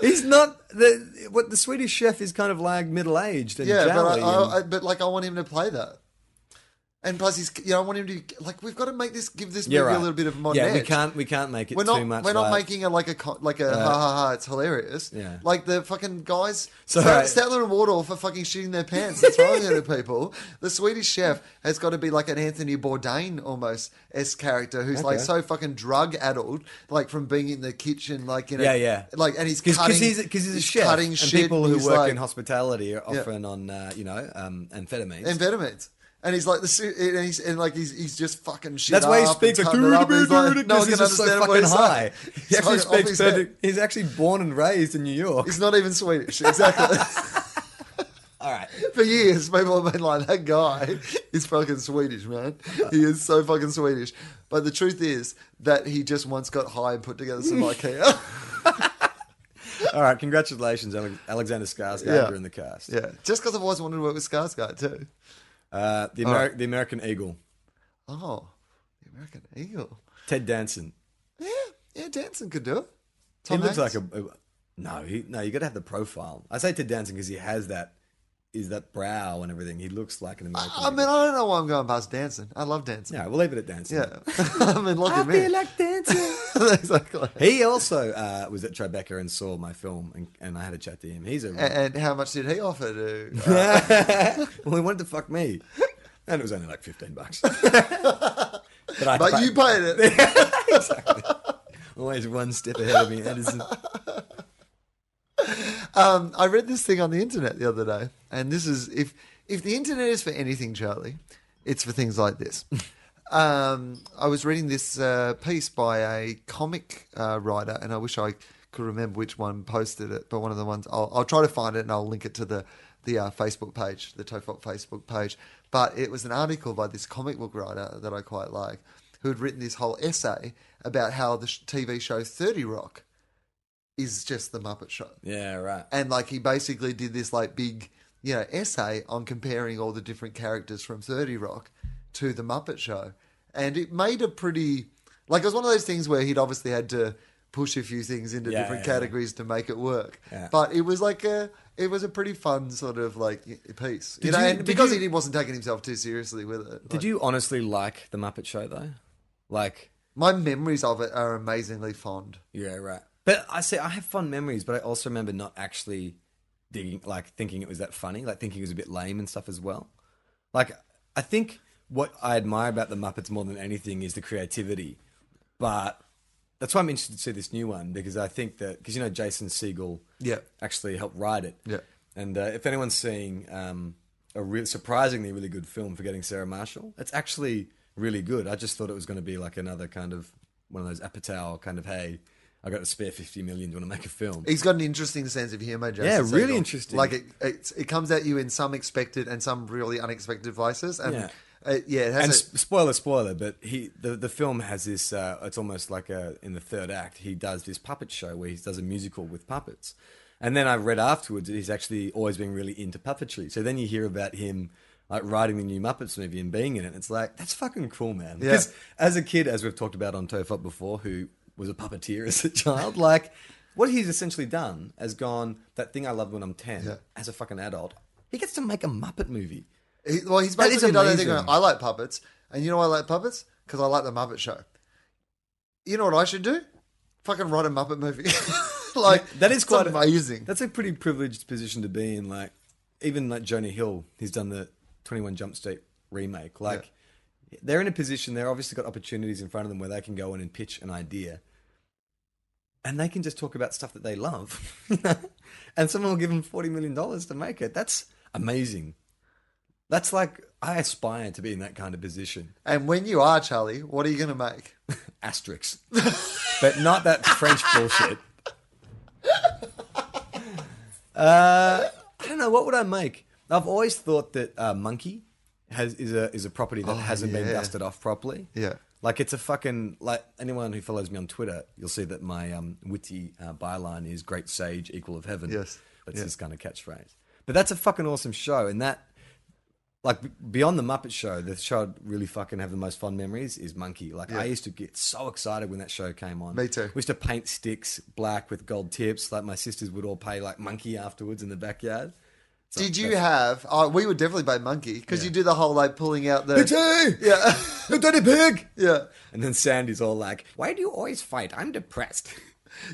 S1: He's not the what the Swedish chef is kind of like middle aged and
S2: yeah, but I,
S1: jolly and-
S2: I, I, but like, I want him to play that. And plus, he's you know, I want him to like. We've got to make this give this movie
S1: yeah, right.
S2: a little bit of a modern
S1: yeah. We
S2: edge.
S1: can't we can't make it
S2: We're
S1: too
S2: not.
S1: much.
S2: we're not
S1: like-
S2: making a like a co- like a ha ha ha. It's hilarious.
S1: Yeah.
S2: Like the fucking guys.
S1: So,
S2: Stat-
S1: right.
S2: Statler and Wardorf are fucking shooting their pants and throwing it at people. The Swedish chef has got to be like an Anthony Bourdain almost s character who's like
S1: Okay.
S2: so fucking drug addled, like from being in the kitchen, like you know,
S1: Yeah, yeah.
S2: like and he's
S1: Because
S2: cutting
S1: he's, 'cause he's a chef,
S2: cutting
S1: and
S2: shit.
S1: people who
S2: he's
S1: work
S2: like,
S1: in hospitality are often on, uh, you know, um, amphetamines.
S2: amphetamines. And he's like the suit, and he's and like he's, he's just fucking shit.
S1: That's why he
S2: up and
S1: speaks like,
S2: cutting it up, and he's like no
S1: because
S2: one
S1: he's
S2: can
S1: just so
S2: understand what
S1: fucking high. He
S2: he's saying. He's
S1: actually
S2: fucking off
S1: speaks
S2: his head.
S1: perfect. He's actually born and raised in New York.
S2: He's not even Swedish, exactly.
S1: All right.
S2: For years, people have been like, that guy is fucking Swedish, man. He is so fucking Swedish. But the truth is that he just once got high and put together some IKEA.
S1: All right. Congratulations, Ale- Alexander Skarsgård. You're in the cast.
S2: yeah. Just because I've always wanted to work with Skarsgård, too.
S1: Uh, the, Ameri- the American Eagle,
S2: Oh, the American Eagle.
S1: Ted Danson.
S2: Yeah, yeah, Danson could do it.
S1: He
S2: Tom
S1: looks like
S2: Hanks.
S1: a, a- no. He, no, you got to have the profile. I say Ted Danson because he has that. Is that brow and everything? He looks like an American.
S2: I mean,
S1: Eagle.
S2: I don't know why I'm going past Danson. I love Danson.
S1: no, we'll leave it at Danson.
S2: Yeah. I mean, look at me.
S1: like dancing.
S2: exactly.
S1: He also uh, was at Tribeca and saw my film, and, and I had a chat to him. He's a
S2: And, and how much did he offer to. uh,
S1: well, he wanted to fuck me, and it was only like fifteen bucks. but I
S2: but you paid it.
S1: always one step ahead of me, Anderson.
S2: Um, I read this thing on the internet the other day, and this is if if the internet is for anything, Charlie, it's for things like this. um, I was reading this uh, piece by a comic uh, writer, and I wish I could remember which one posted it, but one of the ones I'll, I'll try to find it and I'll link it to the the uh, Facebook page, the Tofop Facebook page. But it was an article by this comic book writer that I quite like, who had written this whole essay about how the sh- TV show Thirty Rock is just the Muppet Show
S1: Yeah, right.
S2: and like he basically did this like big you know essay on comparing all the different characters from 30 rock to the muppet show and it made a pretty like it was one of those things where he'd obviously had to push a few things into
S1: Yeah,
S2: different
S1: yeah, yeah.
S2: categories to make it work
S1: Yeah.
S2: but it was like a it was a pretty fun sort of like y- piece you
S1: Did
S2: know
S1: you-
S2: and
S1: did
S2: because
S1: you-
S2: he wasn't taking himself too seriously with it
S1: Did you honestly like the Muppet Show though? Like,
S2: my memories of it are amazingly fond
S1: yeah, right. But I say I have fond memories, but I also remember not actually digging, like thinking it was that funny, like thinking it was a bit lame and stuff as well. Like, I think what I admire about the Muppets more than anything is the creativity, but. That's why I'm interested to see this new one because I think that because you know Jason Siegel
S2: Yeah.
S1: actually helped write it
S2: Yeah.
S1: and uh, if anyone's seeing um, a real surprisingly really good film for getting Sarah Marshall, it's actually really good. I just thought it was going to be like another kind of one of those Apatow kind of hey, I got a spare fifty million. Do you want to make a film?
S2: He's got an interesting sense of humor, Jason.
S1: Yeah, really
S2: Segel.
S1: interesting.
S2: Like it, it, it comes at you in some expected and some really unexpected places, and
S1: Yeah.
S2: Uh, yeah, it has
S1: and
S2: a-
S1: sp- spoiler, spoiler, but he the, the film has this. Uh, it's almost like a, in the third act, he does this puppet show where he does a musical with puppets. And then I read afterwards that he's actually always been really into puppetry. So then you hear about him like writing the new Muppets movie and being in it. It's like that's fucking cool, man.
S2: Yeah.
S1: Because as a kid, as we've talked about on Tofop before, who was a puppeteer as a child, like what he's essentially done has gone that thing I loved when I'm ten
S2: Yeah.
S1: as a fucking adult. He gets to make a Muppet movie.
S2: He, well, he's
S1: That is
S2: basically done anything.
S1: amazing.
S2: I like puppets, and you know why I like puppets because I like the Muppet Show. You know what I should do? Fucking write a Muppet movie. like
S1: that is
S2: it's
S1: quite
S2: amazing.
S1: that's a pretty privileged position to be in. Like even like Jonah Hill, he's done the Twenty One Jump Street remake. Like they're in a position they're obviously got opportunities in front of them where they can go in and pitch an idea, and they can just talk about stuff that they love, and someone will give them forty million dollars to make it. That's amazing. That's like I aspire to be in that kind of position.
S2: and when you are Charlie, what are you going to make?
S1: Asterix, but not that French bullshit. Uh, I don't know what would I make. I've always thought that uh, monkey has is a is a property that hasn't been
S2: Oh, yeah.
S1: dusted off properly.
S2: Yeah.
S1: like it's a fucking like anyone who follows me on Twitter, you'll see that my um, witty uh, byline is "Great Sage, Equal of Heaven."
S2: Yes.
S1: that's
S2: Yeah.
S1: this kind of catchphrase. But that's a fucking awesome show, and that like b- beyond the Muppet Show, the show I'd really fucking have the most fond memories is Monkey. Like I used to get so excited when that show came on.
S2: Me too.
S1: We used to paint sticks black with gold tips. Like my sisters would all play like Monkey afterwards in the backyard. So
S2: Did you
S1: that's-
S2: have? Oh, we would definitely play monkey because you do the whole like pulling out the.
S1: Me too.
S2: Yeah,
S1: Hey, Daddy Pig.
S2: yeah.
S1: And then Sandy's all like, "Why do you always fight? I'm depressed."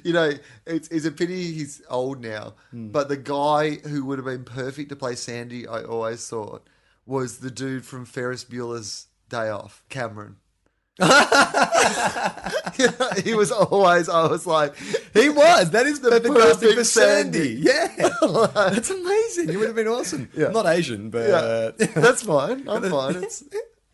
S2: You know, it's, it's a pity he's old now.
S1: Hmm.
S2: But the guy who would have been perfect to play Sandy, I always thought, was the dude from Ferris Bueller's Day Off, Cameron. he was always. I was like,
S1: He was. That is the perfect, casting for
S2: perfect
S1: Sandy. Yeah, that's amazing. You would have been awesome.
S2: Yeah.
S1: Not Asian, but
S2: yeah,
S1: uh,
S2: that's fine. I'm fine. It's,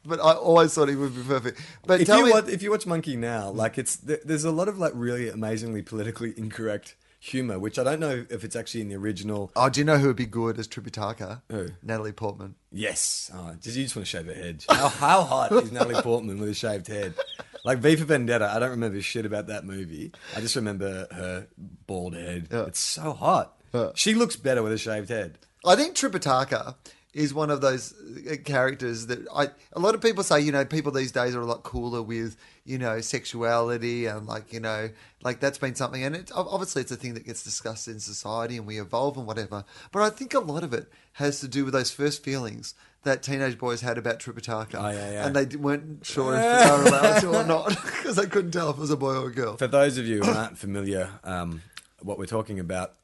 S2: but I always thought he would be perfect. But
S1: if
S2: tell
S1: you
S2: me, Mm.
S1: watch, if you watch Monkey now, like it's th- there's a lot of like really amazingly politically incorrect humor, which I don't know if it's actually in the original.
S2: oh, do you know who would be good as Tripitaka?
S1: Who?
S2: Natalie Portman.
S1: Yes, oh, just, you just want to shave her head. How, how hot is Natalie Portman with a shaved head? Like V for Vendetta, I don't remember shit about that movie. I just remember her bald head. It's so hot. She looks better with a shaved head.
S2: I think Tripitaka is one of those uh, characters that I. A lot of people say, you know, people these days are a lot cooler with, you know, sexuality and like, you know, like that's been something. And it, ob- obviously, it's a thing that gets discussed in society and we evolve and whatever. But I think a lot of it has to do with those first feelings that teenage boys had about Tripitaka,
S1: Oh, yeah, yeah.
S2: and they d- weren't sure if they were allowed to or not because they couldn't tell if it was a boy or a girl.
S1: For those of you who aren't familiar, um, what we're talking about,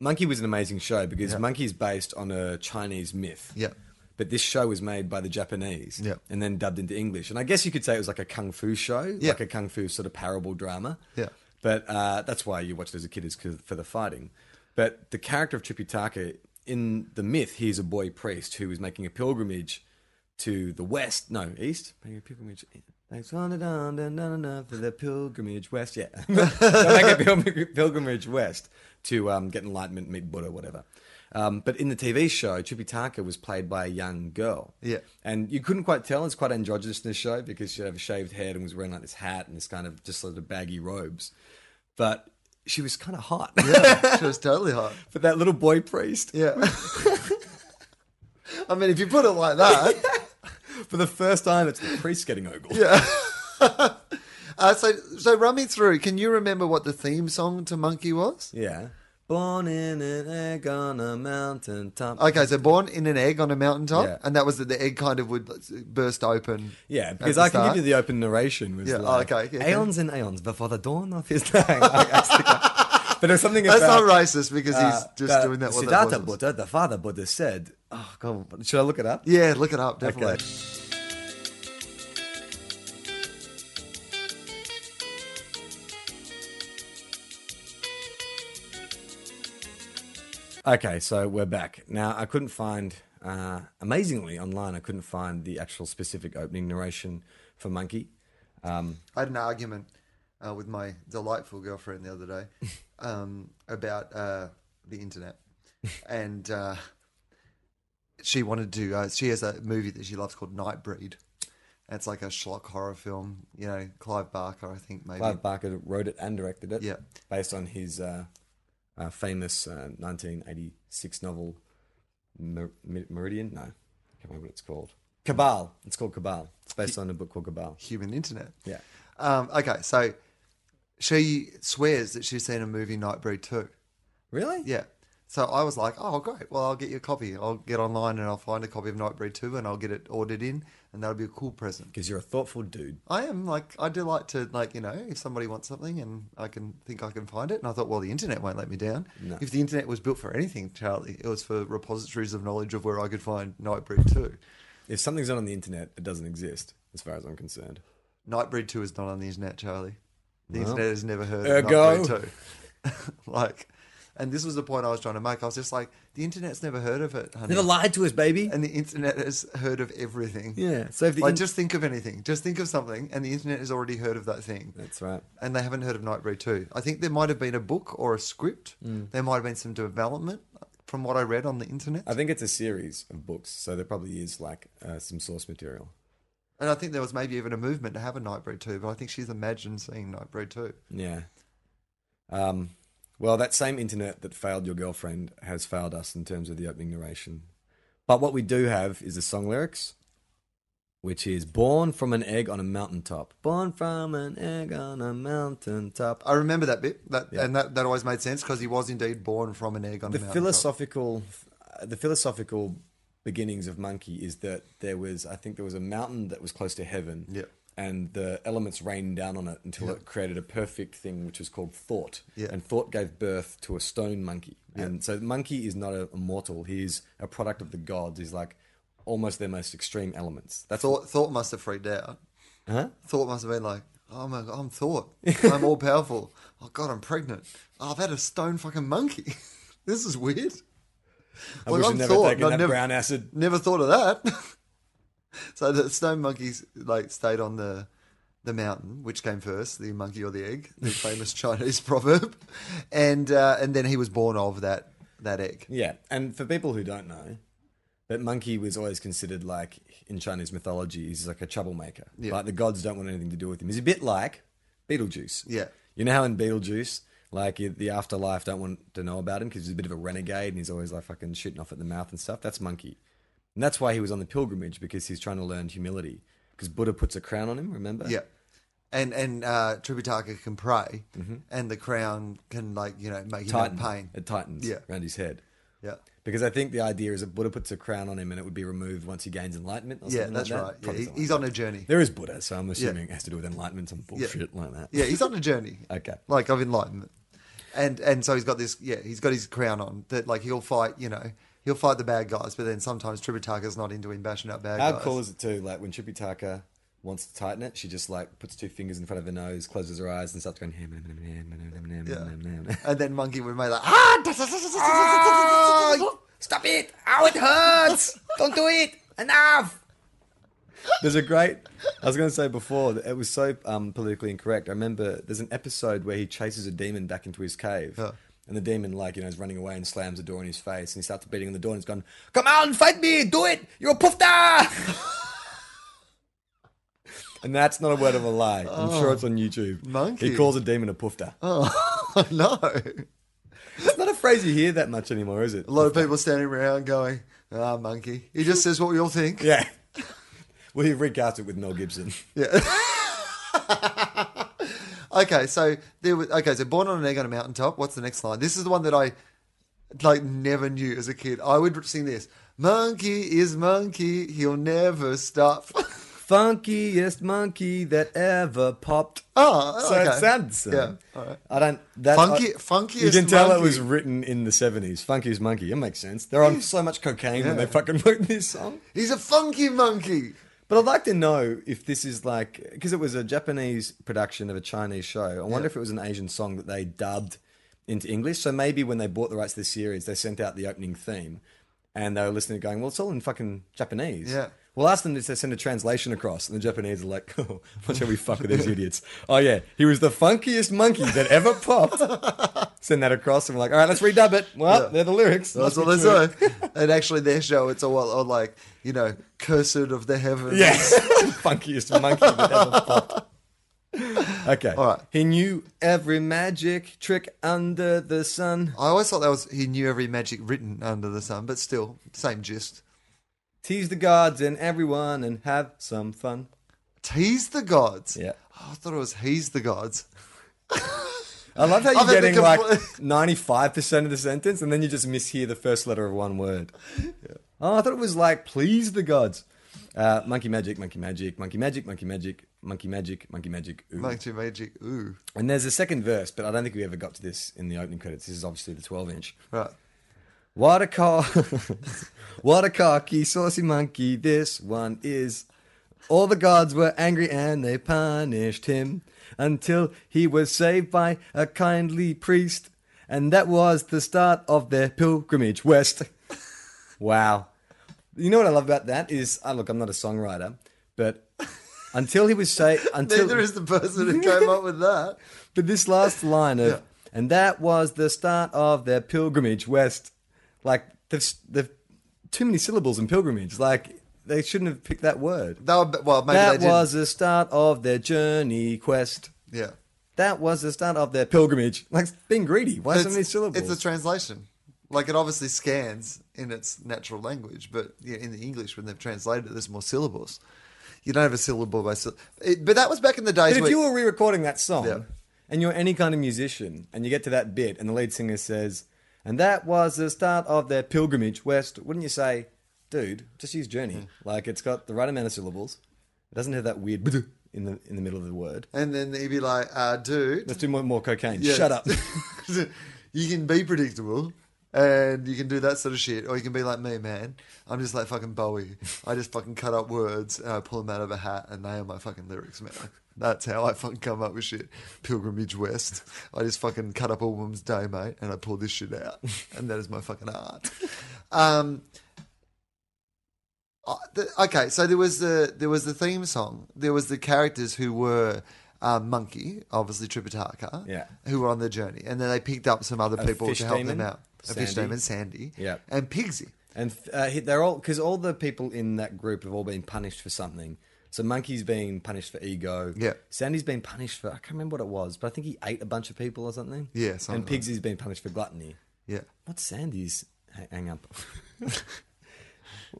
S1: Monkey was an amazing show because Monkey is based on a Chinese myth.
S2: Yeah.
S1: But this show was made by the Japanese
S2: Yeah.
S1: and then dubbed into English. And I guess you could say it was like a kung fu show,
S2: Yeah.
S1: like a kung fu sort of parable drama.
S2: Yeah.
S1: But uh, that's why you watched it as a kid is 'cause- for the fighting. But the character of Tripitaka in the myth, he's a boy priest who is making a pilgrimage to the west. No, east. Making a pilgrimage. Thanks on the down, down, down, down for the pilgrimage west. Yeah, So make a pilgrim- pilgrimage west to um, get enlightenment, meet Buddha, whatever. Um, but in the TV show, Tripitaka was played by a young girl.
S2: Yeah.
S1: And you couldn't quite tell. It's quite androgynous in the show because she had a shaved head and was wearing like this hat and this kind of just sort of baggy robes. But she was kind of hot.
S2: she was totally hot.
S1: but that little boy priest,
S2: Yeah. I mean, if you put it like that.
S1: for the first time, it's the priest getting ogled. Yeah.
S2: Uh, so, so run me through. Can you remember what the theme song to Monkey was?
S1: Yeah. Born in an egg on a mountain top.
S2: Okay, so born in an egg on a mountaintop,
S1: Yeah.
S2: and that was that the egg kind of would burst open.
S1: Yeah,
S2: at
S1: because
S2: the
S1: I can
S2: start.
S1: give you the open narration. Was
S2: Yeah,
S1: like,
S2: okay, yeah, okay.
S1: Aeons and aeons before the dawn of his day. I stick up. but there's something
S2: That's
S1: about.
S2: not racist because
S1: uh,
S2: he's just
S1: that
S2: doing that. what that
S1: Siddhartha
S2: was.
S1: Buddha, the father Buddha, said, "Oh God, should I look it up?"
S2: Yeah, look it up definitely.
S1: Okay. Okay, so we're back. Now, I couldn't find, uh, amazingly online, I couldn't find the actual specific opening narration for Monkey.
S2: I had an argument uh, with my delightful girlfriend the other day um, about uh, the internet, and uh, she wanted to. Uh, she has a movie that she loves called Nightbreed. And It's like a schlock horror film. You know, Clive Barker, I think maybe.
S1: Clive Barker wrote it and directed it.
S2: Yeah.
S1: Based on his uh, uh, famous uh, 1986 novel Mer- Mer- Meridian? No. I can't remember what it's called. Cabal. It's called Cabal. It's based on a book called Cabal.
S2: Human Internet.
S1: Yeah.
S2: Um, okay, so she swears that she's seen a movie Nightbreed too.
S1: Really?
S2: Yeah. So I was like, oh, great. Well, I'll get you a copy. I'll get online and I'll find a copy of Nightbreed 2 and I'll get it ordered in and that'll be a cool present.
S1: Because you're a thoughtful dude.
S2: I am like, I do like to, like, you know, if somebody wants something and I can think I can find it. And I thought, well, the internet won't let me down.
S1: No.
S2: If the internet was built for anything, Charlie, it was for repositories of knowledge of where I could find Nightbreed 2.
S1: If something's not on the internet, it doesn't exist, as far as I'm concerned.
S2: Nightbreed 2 is not on the internet, Charlie. The
S1: Well.
S2: internet has never heard
S1: Ergo.
S2: of Nightbreed 2. like, and this was the point I was trying to make. I was just like, the internet's never heard of it, honey.
S1: Never lied to us, baby.
S2: and the internet has heard of everything.
S1: yeah. So if the
S2: Like,
S1: in-
S2: just think of anything. Just think of something, and the internet has already heard of that thing.
S1: That's right.
S2: And they haven't heard of Nightbreed 2. I think there might have been a book or a script.
S1: Mm.
S2: There might have been some development from what I read on the internet.
S1: I think it's a series of books, so there probably is like uh, some source material.
S2: and I think there was maybe even a movement to have a Nightbreed 2, but I think she's imagined seeing Nightbreed 2.
S1: Yeah. Um, well, that same internet that failed your girlfriend has failed us in terms of the opening narration. But what we do have is the song lyrics, which is born from an egg on a mountaintop. Born from an egg on a mountaintop.
S2: uh, I remember that bit, that,
S1: Yeah.
S2: and that, that always made sense because he was indeed born from an egg on
S1: the
S2: a mountain.
S1: philosophical uh, the philosophical beginnings of monkey is that there was i think there was a mountain that was close to heaven
S2: Yep.
S1: and the elements rained down on it until it created a perfect thing which was called thought
S2: Yeah.
S1: and thought gave birth to a stone monkey and so the monkey is not a, a mortal he is a product of the gods he's like almost their most extreme elements that's all
S2: Thought, thought must have freaked out.
S1: huh?
S2: Thought must have been like, oh my god, I'm Thought. I'm all powerful. Oh god, I'm pregnant. Oh, I've had a stone fucking monkey. this is weird.
S1: i
S2: Like,
S1: wish
S2: I'm
S1: i'd never
S2: Thought,
S1: taken
S2: and I
S1: that
S2: never-
S1: brown acid
S2: Never thought of that. so the stone monkeys like stayed on the the mountain, which came first, the monkey or the egg, the famous Chinese proverb, and uh, and then he was born of that that egg.
S1: Yeah, and for people who don't know, that monkey was always considered like in Chinese mythology, he's like a troublemaker.
S2: Yeah.
S1: Like the gods don't want anything to do with him. He's a bit like Beetlejuice.
S2: Yeah.
S1: you know how in Beetlejuice, like you- the afterlife don't want to know about him because he's a bit of a renegade and he's always like fucking shitting off at the mouth and stuff. That's monkey, and that's why he was on the pilgrimage because he's trying to learn humility. Because Buddha puts a crown on him. Remember?
S2: Yeah. And and uh, Tripitaka can pray, and the crown can like you know make him have
S1: titan.
S2: pain.
S1: Mm-hmm. It tightens.
S2: Yeah.
S1: around his head.
S2: Yeah,
S1: Because I think the idea is that Buddha puts a crown on him and it would be removed once he gains enlightenment. Or
S2: yeah,
S1: something like
S2: that's
S1: that.
S2: right. Yeah,
S1: Probably
S2: he-
S1: something
S2: he's
S1: like
S2: on a journey.
S1: There is Buddha, so I'm assuming it has to do with enlightenment, some bullshit like that.
S2: Yeah, he's on a journey.
S1: Okay.
S2: Like of enlightenment. And and so he's got this yeah, he's got his crown on that like he'll fight, you know, he'll fight the bad guys, but then sometimes Tributaka's not into him bashing up bad
S1: How
S2: guys.
S1: cool is it too? Like when Tripitaka wants to tighten it, she just like puts two fingers in front of her nose, closes her eyes, and starts going. "Ham, ham, ham, ham, ham, ham, ham,
S2: Yeah.
S1: ham, ham, ham."
S2: And then Monkey would make like ah da- da- da- da- da- da- da- da- da- da-
S1: Oh, Stop it! Ow, it hurts! Don't do it! Enough! There's a great. I was going to say before that it was so um, politically incorrect. I remember there's an episode where he chases a demon back into his cave,
S2: Yeah.
S1: and the demon like you know is running away and slams the door in his face, and he starts beating on the door and he's gone, "Come out and fight me! Do it! You're a poofta!" and that's not a word of a lie. I'm sure it's on YouTube.
S2: Oh. Monkey.
S1: He calls a demon a poofta.
S2: Oh no.
S1: It's not a phrase you hear that much anymore, is it?
S2: A lot of people standing around going, Ah, monkey. He just says what we all think.
S1: Yeah. Well, he recast it with Mel Gibson.
S2: Okay, so there was okay, so born on an egg on a mountaintop. What's the next line? This is the one that I like never knew as a kid. I would sing this. Monkey is monkey, he'll never stop.
S1: Funkiest monkey that ever popped.
S2: oh,
S1: So
S2: okay.
S1: it sounds. the same.
S2: Yeah, all right.
S1: I don't. That,
S2: Funky-
S1: I-
S2: funkiest
S1: You can tell it
S2: monkey.
S1: was written in the seventies. Funkiest monkey. It makes sense. They're on so much cocaine when they fucking wrote this song.
S2: He's a funky monkey.
S1: But I'd like to know if this is like because it was a Japanese production of a Chinese show. I wonder if it was an Asian song that they dubbed into English. So maybe when they bought the rights to the series, they sent out the opening theme, and they were listening, going, "Well, it's all in fucking Japanese."
S2: Yeah.
S1: We'll ask them to send a translation across, and the Japanese are like, "Cool, watch how we fuck with these idiots." Oh yeah, he was the funkiest monkey that ever popped. send that across, and we're like, "All right, let's redub it." Well, they're the lyrics.
S2: That's
S1: Must
S2: all
S1: be
S2: they
S1: true.
S2: say. and actually, their show, it's all, all like, you know, cursed of the heavens.
S1: Yes. Funkiest monkey that ever popped. Okay.
S2: All right.
S1: He knew every magic trick under the sun.
S2: I always thought that was, he knew every magic written under the sun, but still, same gist.
S1: Tease the gods and everyone and have some fun.
S2: Tease the gods.
S1: Yeah.
S2: Oh, I thought it was he's the gods.
S1: I love how you're
S2: I've had the
S1: getting like
S2: compl-
S1: 95% of the sentence and then you just mishear the first letter of one word. Oh, I thought it was like, please the gods. Uh, monkey magic, monkey magic, monkey magic, monkey magic, monkey magic, monkey magic. Ooh.
S2: Monkey magic. Ooh.
S1: And there's a second verse, but I don't think we ever got to this in the opening credits. This is obviously the 12 inch.
S2: Right.
S1: What a car. what a cocky, saucy monkey this one is. All the gods were angry and they punished him until he was saved by a kindly priest. And that was the start of their pilgrimage west. Wow. You know what I love about that is, uh, look, I'm not a songwriter, but until he was saved, until
S2: Neither is the person who came up with that.
S1: but this last line of, and that was the start of their pilgrimage west. Like, they've, they've too many syllables in pilgrimage. Like, they shouldn't have picked that word.
S2: They were, well, maybe they
S1: that
S2: didn't.
S1: was the start of their journey quest.
S2: Yeah.
S1: That was the start of their pilgrimage. Like, it's being greedy. Why so
S2: It's-
S1: many syllables?
S2: It's a translation. Like it obviously scans in its natural language, but yeah, in the English when they've translated it, there's more syllables. You don't have a syllable by syllable. But that was back in the days.
S1: But if
S2: where-
S1: you were re-recording that song,
S2: Yeah.
S1: and you're any kind of musician, and you get to that bit, and the lead singer says, "And that was the start of their pilgrimage west," wouldn't you say, "Dude, just use journey.
S2: Hmm.
S1: Like it's got the right amount of syllables. It doesn't have that weird in the in the middle of the word.
S2: and then he'd be like, uh, "Dude,
S1: Let's do more, more cocaine.
S2: yeah,
S1: Shut up."
S2: you can be predictable." And you can do that sort of shit, or you can be like me, man. I'm just like fucking Bowie. I just fucking cut up words and I pull them out of a hat, and they are my fucking lyrics, man. That's how I fucking come up with shit. Pilgrimage West. I just fucking cut up a woman's day, mate, and I pull this shit out, and that is my fucking art. Um, uh, the- okay, so there was the there was the theme song. There was the characters who were uh, Monkey, obviously Tripitaka,
S1: Yeah.
S2: who were on their journey, and then they picked up some other
S1: A
S2: people
S1: fish
S2: to help them
S1: demon,
S2: out. A fish
S1: Sandy.
S2: demon, Sandy,
S1: Yeah.
S2: and Pigsy.
S1: And uh, he- they're all because all the people in that group have all been punished for something. So monkey's been punished for ego.
S2: Yeah.
S1: Sandy's been punished for I can't remember what it was, but I think he ate a bunch of people or something.
S2: Yeah, something
S1: and
S2: like
S1: Pigsy's been punished for gluttony.
S2: Yeah,
S1: What's Sandy's ha- hang up?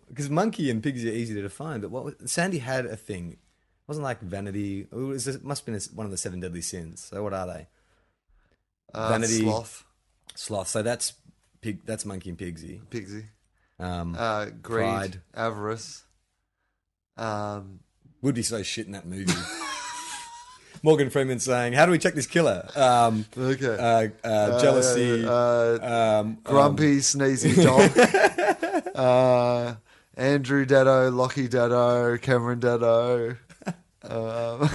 S1: Because monkey and pigsy are easy to define, but what was, Sandy had a thing. It wasn't like vanity. It, was, it must have been a- one of the seven deadly sins. So what are they?
S2: uh,
S1: Vanity.
S2: sloth,
S1: Sloth. So that's pig. That's monkey and pigsy.
S2: Pigsy,
S1: Um,
S2: uh, greed,
S1: Pride.
S2: avarice. Um,
S1: would be so shit in that movie. Morgan Freeman saying, "How do we check this killer?" Um,
S2: okay,
S1: uh, uh, jealousy,
S2: Uh, uh,
S1: um,
S2: grumpy, sneezy dog. uh, Andrew Dado, Lockie Dado, Cameron Dado. Um,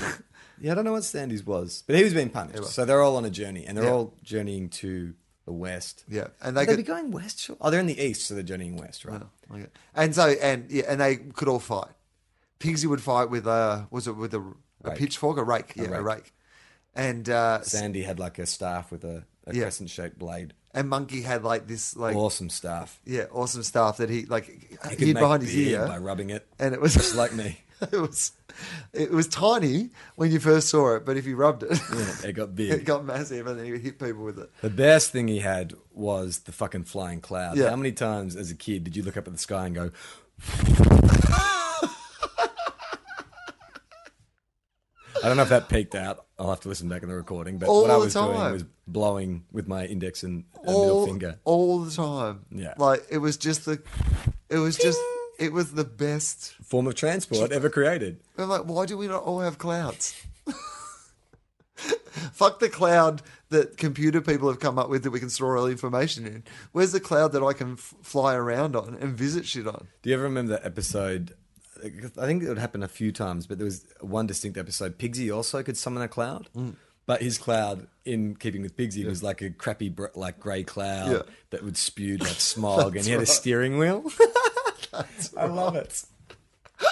S1: Yeah, I don't know what Sandy's was, but he was being punished. So they're all on a journey, and they're
S2: Yeah.
S1: all journeying to the west.
S2: yeah, and they
S1: They'd
S2: could.
S1: be going west. Sure. Oh, they're in the east, so they're journeying west, right?
S2: Okay. And so and yeah, and they could all fight. Pigsy would fight with a was it with a, a
S1: Rake.
S2: pitchfork, a rake, yeah, a rake,
S1: rake.
S2: and uh, s-
S1: Sandy had like a staff with a, a
S2: Yeah.
S1: crescent-shaped blade.
S2: and monkey had like this like
S1: awesome staff.
S2: yeah awesome stuff that he like
S1: He
S2: hid
S1: could make
S2: behind his
S1: beer
S2: ear,
S1: by rubbing it,
S2: and it was
S1: just like me.
S2: it was it was tiny when you first saw it, but if you rubbed it,
S1: Yeah, it got big.
S2: it got massive, and then he would hit people with it.
S1: The best thing he had was the fucking flying cloud.
S2: Yeah.
S1: How many times as a kid did you look up at the sky and go, I don't know if that peaked out. I'll have to listen back in the recording. But
S2: All
S1: what I
S2: the
S1: was doing
S2: time.
S1: was blowing with my index and, and middle
S2: all,
S1: finger.
S2: all the time.
S1: Yeah.
S2: Like it was just the it was just it was the best.
S1: Form of transport ever created.
S2: I'm like, why do we not all have clouds? Fuck the cloud that computer people have come up with that we can store all information in. Where's the cloud that I can f- fly around on and visit shit on?
S1: Do you ever remember that episode?
S2: Mm.
S1: I think it would happen a few times, but there was one distinct episode. Pigsy also could summon a cloud. But his cloud, in keeping with Bigsy, was like a crappy, br- like grey cloud
S2: Yeah.
S1: that would spew like smog, and he had a steering wheel. I love it.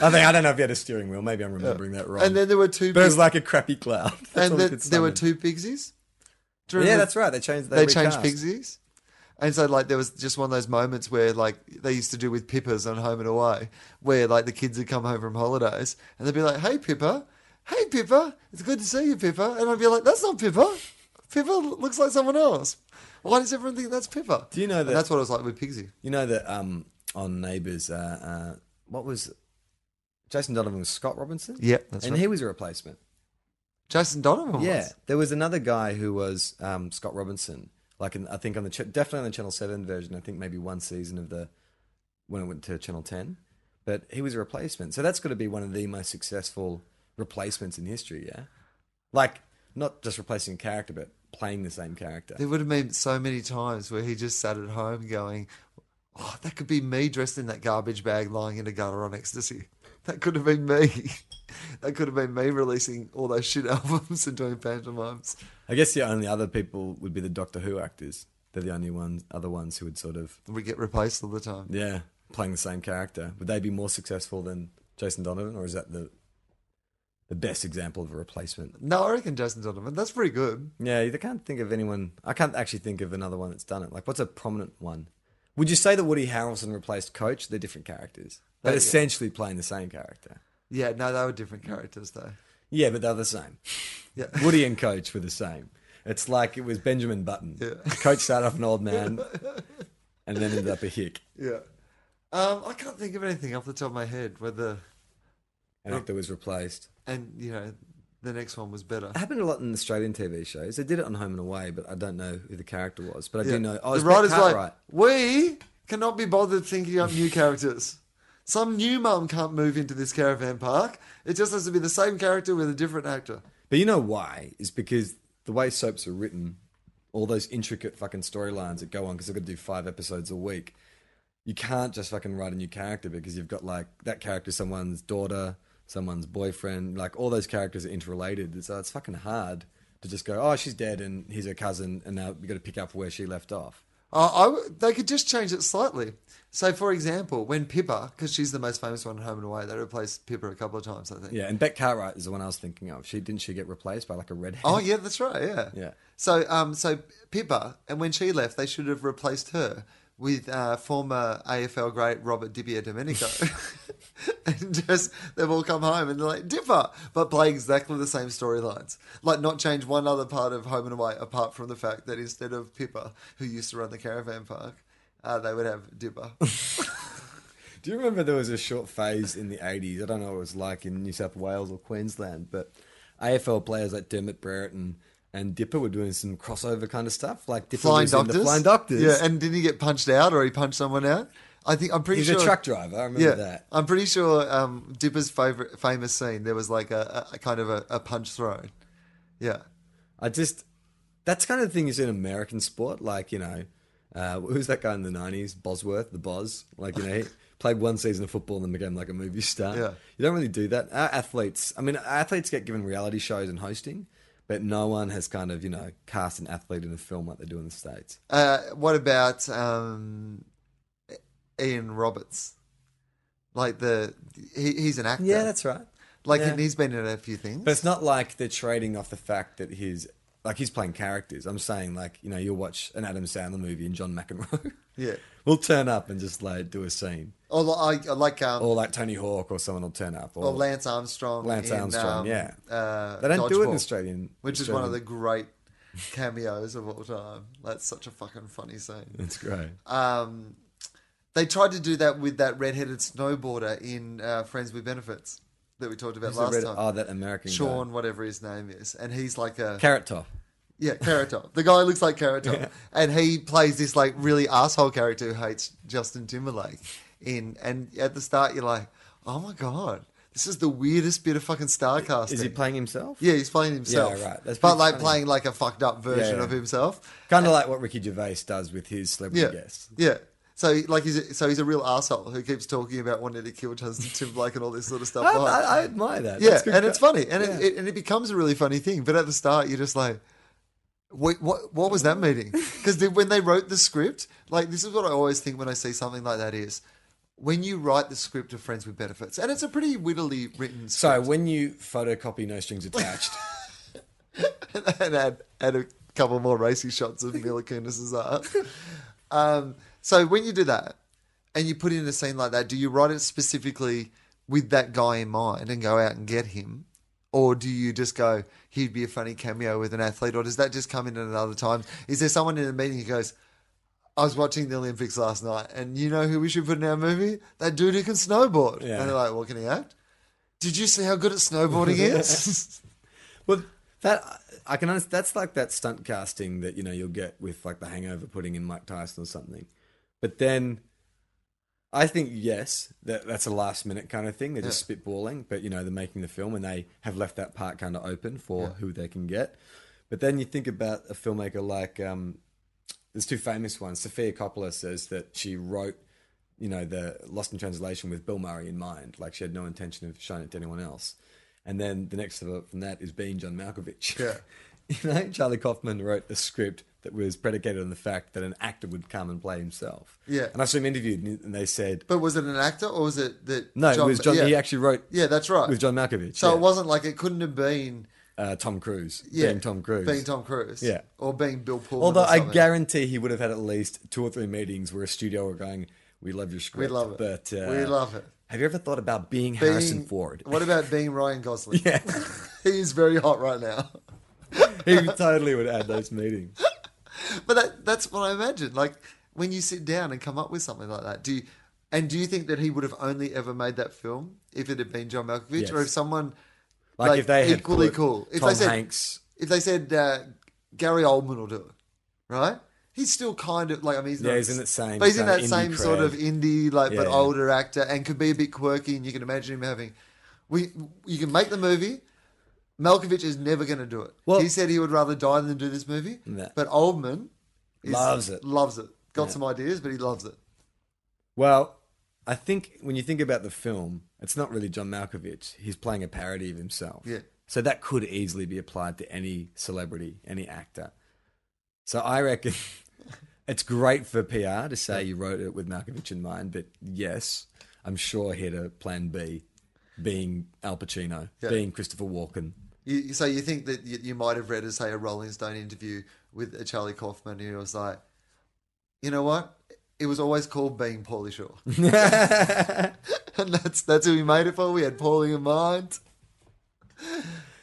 S1: I think I don't know if he had a steering wheel. Maybe I'm remembering that wrong.
S2: And then there were two.
S1: Mm. but it was
S2: Big-
S1: like a crappy cloud. That's all
S2: and
S1: we
S2: then
S1: could
S2: there were
S1: summon.
S2: two Pigsies. Do you
S1: Yeah,
S2: remember-
S1: that's right. They changed.
S2: They,
S1: They,
S2: changed
S1: recast.
S2: Pigsies. And so, like, there was just one of those moments where, like, they used to do with Pippas on Home and Away, where, like, the kids would come home from holidays and they'd be like, hey, Pippa, hey, Pippa, it's good to see you, Pippa. And I'd be like, that's not Pippa. Pippa looks like someone else. Why does everyone think that's Pippa?
S1: Do you know
S2: And
S1: that-
S2: that's what it was like with Pigsy.
S1: You know that um, on Neighbours, uh, uh, what was Jason Donovan was Scott Robinson?
S2: Yeah, that's
S1: and
S2: right. Oh,
S1: he was a replacement.
S2: Jason Donovan
S1: yeah,
S2: was.
S1: there was another guy who was um, Scott Robinson. Like in, I think on the ch- definitely on the Channel Seven version. I think maybe one season of the when it went to Channel Ten, but he was a replacement. So that's got to be one of the most successful replacements in history. Yeah, like not just replacing a character, but playing the same character.
S2: There would have been so many times where he just sat at home going, oh, that could be me dressed in that garbage bag lying in a gutter on ecstasy. That could have been me. that could have been me releasing all those shit albums and doing pantomimes.
S1: I guess the only other people would be the Doctor Who actors. They're the only ones, other ones who would sort of
S2: We get replaced all the time.
S1: Yeah, playing the same character. Would they be more successful than Jason Donovan, or is that the the best example of a replacement?
S2: No, I reckon Jason Donovan. That's pretty good.
S1: Yeah, I can't think of anyone. I can't actually think of another one that's done it. Like, what's a prominent one? Would you say that Woody Harrelson replaced Coach? They're different characters, but
S2: Oh, yeah.
S1: essentially playing the same character.
S2: Yeah, no, they were different characters though.
S1: Yeah, but they're the same.
S2: Yeah.
S1: Woody and Coach were the same. It's like it was Benjamin Button.
S2: Yeah.
S1: Coach started off an old man, and then ended up a hick.
S2: Yeah. Um, I can't think of anything off the top of my head whether
S1: An actor was replaced.
S2: and you know, the next one was better.
S1: It happened a lot in Australian TV shows. They did it on Home and Away, but I don't know who the character was. But I do know. Oh,
S2: the
S1: the
S2: writer's like,
S1: Cartwright.
S2: we cannot be bothered thinking up new characters. Some new mum can't move into this caravan park. It just has to be the same character with a different actor.
S1: But you know why? Is because the way soaps are written, all those intricate fucking storylines that go on because they've got to do five episodes a week. You can't just fucking write a new character because you've got like that character, someone's daughter, someone's boyfriend, like all those characters are interrelated. So it's fucking hard to just go, oh, she's dead and here's her cousin, and now we got to pick up where she left off.
S2: Uh, I w they could just change it slightly. So, for example, when Pippa, because she's the most famous one in Home and Away, they replaced Pippa a couple of times, I think.
S1: Yeah, and Beck Cartwright is the one I was thinking of. She didn't she get replaced by like a redhead?
S2: Oh yeah, that's right. Yeah.
S1: Yeah.
S2: So um, so Pippa, and when she left, they should have replaced her with uh, former AFL great Robert Dibia Domenico, and just they've all come home and they're like Dipper, but play exactly the same storylines. Like not change one other part of Home and Away apart from the fact that instead of Pippa, who used to run the caravan park, uh, they would have Dipper.
S1: Do you remember there was a short phase in the 80s? I don't know what it was like in New South Wales or Queensland, but AFL players like Dermot Brereton and Dipper were doing some crossover kind of stuff. Like Dipper
S2: flying
S1: was in
S2: doctors.
S1: the Flying Doctors.
S2: Yeah, and didn't he get punched out or he punched someone out? I think I'm pretty
S1: He's
S2: sure
S1: a truck driver. I remember
S2: Yeah,
S1: that.
S2: I'm pretty sure um, Dipper's favorite famous scene. There was like a, a- a kind of a, a punch thrown. Yeah,
S1: I just, that's kind of the thing is in American sport. Like, you know, uh, who's that guy in the 90s? Bosworth, the Boz. Like, you know, he played one season of football and then became like a movie star.
S2: Yeah.
S1: You don't really do that. Our athletes, I mean, our athletes get given reality shows and hosting, but no one has kind of, you know, cast an athlete in a film like they do in the States.
S2: Uh, what about um, Ian Roberts? Like the he, he's an actor.
S1: Yeah, that's right.
S2: like
S1: yeah.
S2: and he's been in a few things.
S1: But it's not like they're trading off the fact that he's like he's playing characters. I'm saying like you know you'll watch an Adam Sandler movie and John McEnroe.
S2: Yeah.
S1: will turn up and just like do a scene,
S2: or like, or like um,
S1: or like Tony Hawk or someone will turn up, or,
S2: or Lance Armstrong.
S1: Lance
S2: in,
S1: Armstrong,
S2: um,
S1: yeah.
S2: uh,
S1: they don't do it in
S2: Dodgeball,
S1: Australian,
S2: which is one of the
S1: Australian-
S2: great cameos of all time. That's such a fucking funny scene.
S1: That's great.
S2: um, they tried to do that with that redheaded snowboarder in uh, Friends with Benefits that we talked about
S1: Who's the
S2: last
S1: red-
S2: time.
S1: oh, that American guy.
S2: Sean, whatever his name is, and he's like a
S1: Carrot Top.
S2: yeah Carrot Top. The guy looks like Carrot Top, and he plays this like really asshole character who hates Justin Timberlake. In and at the start, you're like, oh my god, this is the weirdest bit of fucking star casting.
S1: Is he playing himself?
S2: yeah, he's playing himself.
S1: right. That's
S2: but
S1: pretty
S2: like
S1: funny.
S2: playing like a fucked up version
S1: yeah.
S2: of himself.
S1: Kind of like what Ricky Gervais does with his celebrity
S2: Yeah.
S1: guests.
S2: Yeah. So like he's a, so he's a real asshole who keeps talking about wanting to kill Justin Timberlake and all this sort of stuff.
S1: I,
S2: behind.
S1: I, I admire that.
S2: yeah,
S1: That's good
S2: and
S1: co-
S2: it's funny, and
S1: Yeah.
S2: it, it and it becomes a really funny thing. But at the start, you're just like, wait, what? What was that meeting? Because when they wrote the script, like this is what I always think when I see something like that is when you write the script of Friends with Benefits, and it's a pretty wittily written
S1: So
S2: script,
S1: when you photocopy No Strings Attached,
S2: and add add a couple more racy shots of Mila Kunis's art. Um, so when you do that, and you put in a scene like that, do you write it specifically with that guy in mind and go out and get him? Or do you just go, he'd be a funny cameo with an athlete? Or does that just come in at another time? Is there someone in a meeting who goes, I was watching the Olympics last night, and you know who we should put in our movie? That dude who can snowboard.
S1: Yeah.
S2: And they're like, well, can he act? Did you see how good at snowboarding is?
S1: well, that I can understand. That's like that stunt casting that you know you'll get with like The Hangover, putting in Mike Tyson or something. But then, I think yes, that that's a last minute kind of thing. They're just spitballing, but you know they're making the film and they have left that part kind of open for who they can get. But then you think about a filmmaker like um, there's two famous ones. Sophia Coppola says that she wrote, you know, the Lost in Translation with Bill Murray in mind. Like she had no intention of showing it to anyone else. And then the next development from that is being John Malkovich.
S2: Yeah.
S1: you know, Charlie Kaufman wrote a script that was predicated on the fact that an actor would come and play himself.
S2: Yeah.
S1: And I saw him interviewed and and they said,
S2: but was it an actor or was it that?
S1: no, it was John, he actually wrote
S2: Yeah, that's right.
S1: with John Malkovich.
S2: So
S1: yeah.
S2: it wasn't like it couldn't have been
S1: uh, Tom Cruise.
S2: yeah,
S1: Being Tom Cruise.
S2: being Tom Cruise,
S1: Yeah.
S2: or being Bill Pullman.
S1: Although
S2: or
S1: I
S2: something.
S1: guarantee he would have had at least two or three meetings where a studio were going, "We love your script,
S2: love it.
S1: but uh,
S2: We love it."
S1: Have you ever thought about being,
S2: being,
S1: Harrison Ford?
S2: What about being Ryan Gosling?
S1: yeah,
S2: he's very hot right now.
S1: he totally would add those meetings.
S2: But that, that's what I imagine. Like when you sit down and come up with something like that, do you? And do you think that he would have only ever made that film if it had been John Malkovich,
S1: Yes.
S2: or if someone
S1: Like, if they had
S2: equally
S1: put
S2: cool? If
S1: Tom
S2: they said
S1: Hanks,
S2: if they said uh, Gary Oldman will do it, right? He's still kind of like I mean, he's
S1: Yeah,
S2: not,
S1: he's in that same
S2: but he's in
S1: kind
S2: that
S1: of indie
S2: same sort
S1: crowd.
S2: of indie, like but
S1: Yeah.
S2: older actor, and could be a bit quirky. And you can imagine him having, we you can make the movie. Malkovich is never going to do it.
S1: Well-
S2: he said he would rather die than do this movie.
S1: Yeah.
S2: But Oldman is-
S1: Loves it.
S2: Loves it. Got some ideas, but he loves it.
S1: well, I think when you think about the film, it's not really John Malkovich. He's playing a parody of himself.
S2: Yeah.
S1: So that could easily be applied to any celebrity, any actor. So I reckon it's great for PR to say you wrote it with Malkovich in mind, but yes, I'm sure he had a plan B, being Al Pacino,
S2: Yeah.
S1: being Christopher Walken.
S2: You, so you think that you, you might have read, say, a Rolling Stone interview with a Charlie Kaufman, who was like, you know what? It was always called being Paulie Shaw, and that's that's who we made it for. We had Paulie in mind.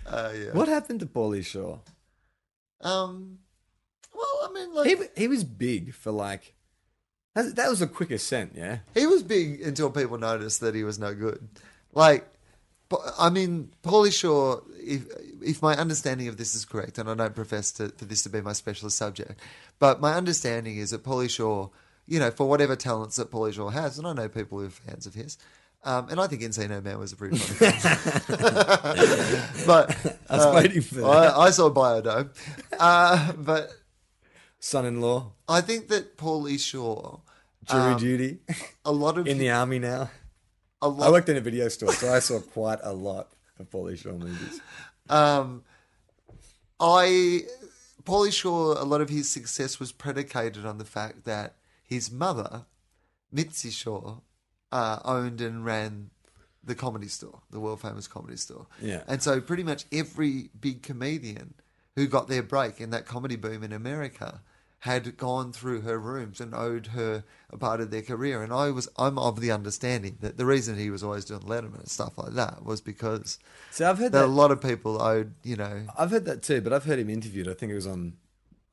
S2: Uh, yeah.
S1: What happened to Paulie Shaw?
S2: Um. Well, I mean, like
S1: He
S2: he,
S1: w- he was big for like that's- that was a quick ascent, yeah.
S2: was big until people noticed that he was no good. Like, Pa- I mean, Paulie Shaw. If if my understanding of this is correct, and I don't profess to, for this to be my specialist subject, but my understanding is that Paulie Shaw, you know, for whatever talents that Paulie Shaw has, and I know people who are fans of his. Um, and I think Encino Man was a pretty funny film. but
S1: I was waiting for that.
S2: I, I saw Biodome. Uh, but
S1: Son-in-law,
S2: I think that Paulie Shaw,
S1: jury duty,
S2: a lot of
S1: in the army now.
S2: a
S1: I
S2: lot,
S1: worked in a video store, so I saw quite a lot of Paulie Shaw movies.
S2: um, I Paulie Shaw, a lot of his success was predicated on the fact that his mother, Mitzi Shaw, uh, owned and ran the comedy store, the world famous comedy store.
S1: Yeah.
S2: And so pretty much every big comedian who got their break in that comedy boom in America had gone through her rooms and owed her a part of their career. And I was I'm of the understanding that the reason he was always doing Letterman and stuff like that was because
S1: So I've heard
S2: that a
S1: that.
S2: lot of people owed, you know,
S1: I've heard that too, but I've heard him interviewed. I think it was on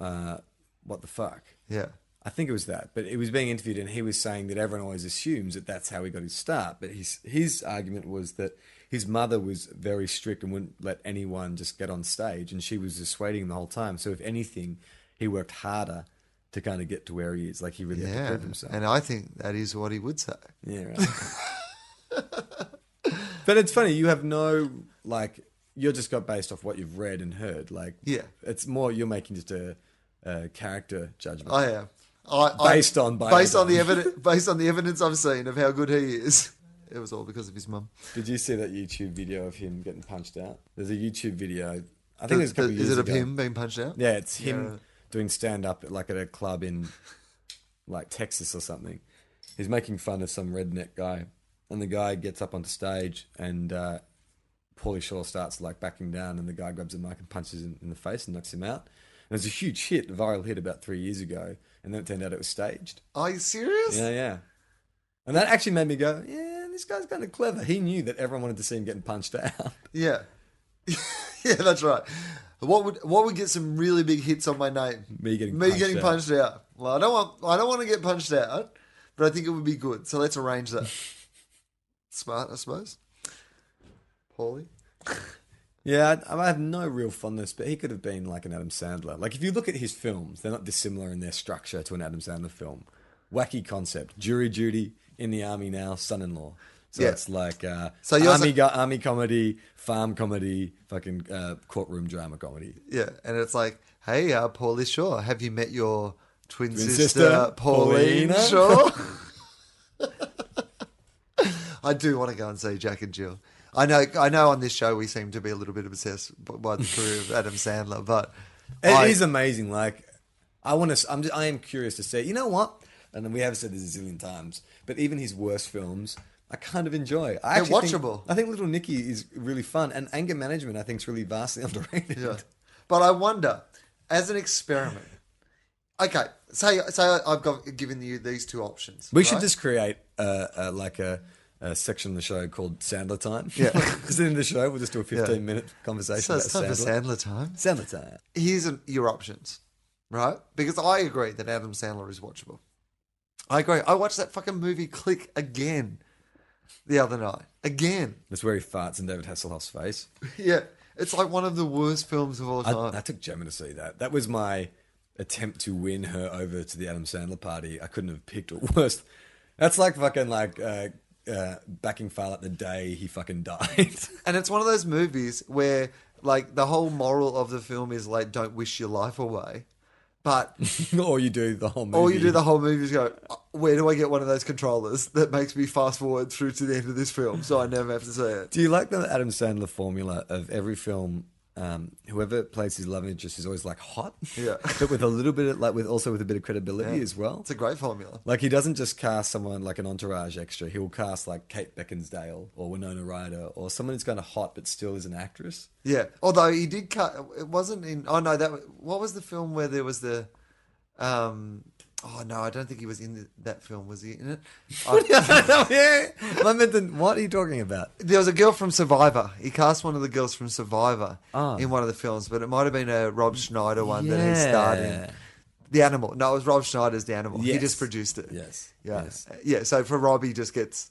S1: uh, what the fuck.
S2: yeah,
S1: I think it was that, but it was being interviewed, and he was saying that everyone always assumes that that's how he got his start. But his his argument was that his mother was very strict and wouldn't let anyone just get on stage, and she was dissuading him the whole time. So if anything, he worked harder to kind of get to where he is. Like he really had to
S2: yeah.
S1: prove himself.
S2: And I think that is what he would say.
S1: Yeah. Right. but it's funny. You have no like. You're just got based off what you've read and heard. Like,
S2: Yeah.
S1: it's more you're making just a, a character judgment.
S2: I am. I, I-
S1: Based on bio
S2: based on
S1: data.
S2: the evidence based on the evidence I've seen of how good he is. It was all because of his mum.
S1: Did you see that YouTube video of him getting punched out? There's a YouTube video. I think it was a
S2: Is
S1: couple years
S2: it of
S1: ago.
S2: him being punched out?
S1: Yeah, it's him
S2: Yeah.
S1: doing stand up like at a club in like Texas or something. He's making fun of some redneck guy, and the guy gets up onto stage, and uh, Paulie Shaw starts like backing down, and the guy grabs a mic and punches him in the face and knocks him out. And it was a huge hit, a viral hit about three years ago, and then it turned out it was staged.
S2: Are you serious?
S1: Yeah, yeah. And that actually made me go, yeah, this guy's kind of clever. He knew that everyone wanted to see him getting punched out.
S2: Yeah. yeah, that's right. What would what would get some really big hits on my name?
S1: Me getting
S2: Me
S1: punched
S2: getting
S1: out.
S2: punched out. Well, I don't want I don't want to get punched out, but I think it would be good. So let's arrange that. Smart, I suppose. Paulie.
S1: Yeah, I, I have no real fondness, but he could have been like an Adam Sandler. Like, if you look at his films, they're not dissimilar in their structure to an Adam Sandler film. Wacky concept, jury duty, in the army now, son-in-law. So
S2: Yeah.
S1: it's like uh,
S2: So
S1: army
S2: you also-
S1: gu- army comedy, farm comedy, fucking uh, courtroom drama comedy.
S2: Yeah, and it's like, hey, uh, Paulie Shaw, have you met your twin,
S1: Twin
S2: sister,
S1: sister,
S2: Pauline
S1: Paulina?"
S2: Shaw? I do want to go and see Jack and Jill. I know, I know. On this show, we seem to be a little bit obsessed b- by the career of Adam Sandler, but
S1: It is
S2: I-
S1: amazing. Like, I want to. I'm. Just, I am curious to say. You know what? And we have said this a zillion times. But even his worst films, I kind of enjoy. I
S2: They're
S1: actually
S2: watchable.
S1: Think, I think Little Nicky is really fun, and anger management I think is really vastly underrated.
S2: Yeah. But I wonder, as an experiment, okay, say say I- I've got given you these two options.
S1: We should
S2: right?
S1: just create uh, uh, like a, a section of the show called Sandler Time.
S2: Yeah.
S1: Because in the show we'll just do a 15 minute conversation
S2: so it's time
S1: about
S2: for
S1: Sandler.
S2: Sandler time.
S1: Sandler Time.
S2: here's an, your options, right? Because I agree that Adam Sandler is watchable. I agree. I watched that fucking movie Click again the other night. Again.
S1: That's where he farts in David Hasselhoff's face.
S2: Yeah. It's like one of the worst films of all time.
S1: I, I took Gemma to see that. That was my attempt to win her over to the Adam Sandler party. I couldn't have picked a worse. That's like fucking like uh, uh, backing file at the day he fucking died.
S2: and it's one of those movies where, like, the whole moral of the film is, like, don't wish your life away. But
S1: or you do the whole movie.
S2: all you do the whole movie is go, "Uh, where do I get one of those controllers that makes me fast forward through to the end of this film so I never have to see it?
S1: Do you like the Adam Sandler formula of every film? Um, whoever plays his love interest is always like hot,
S2: Yeah.
S1: but with a little bit of like with also with a bit of credibility as well.
S2: It's a great formula.
S1: Like he doesn't just cast someone like an entourage extra. He'll cast like Kate Beckinsdale or Winona Ryder or someone who's kind of hot but still is an actress.
S2: Yeah. Although he did cut. It wasn't in. Oh no, that wa- what was the film where there was the. Um. Oh no, I don't think he was in the, that film. Was he in it? I,
S1: yeah. I meant then, what are you talking about?
S2: there was a girl from Survivor. He cast one of the girls from Survivor
S1: Ah.
S2: in one of the films, but it might have been a Rob Schneider one that he starred in.
S1: Yeah.
S2: The Animal. No, it was Rob Schneider's The Animal. He
S1: Yes.
S2: just produced it.
S1: Yes.
S2: Yeah. Uh,
S1: Yes.
S2: Yeah. So for Rob, he just gets.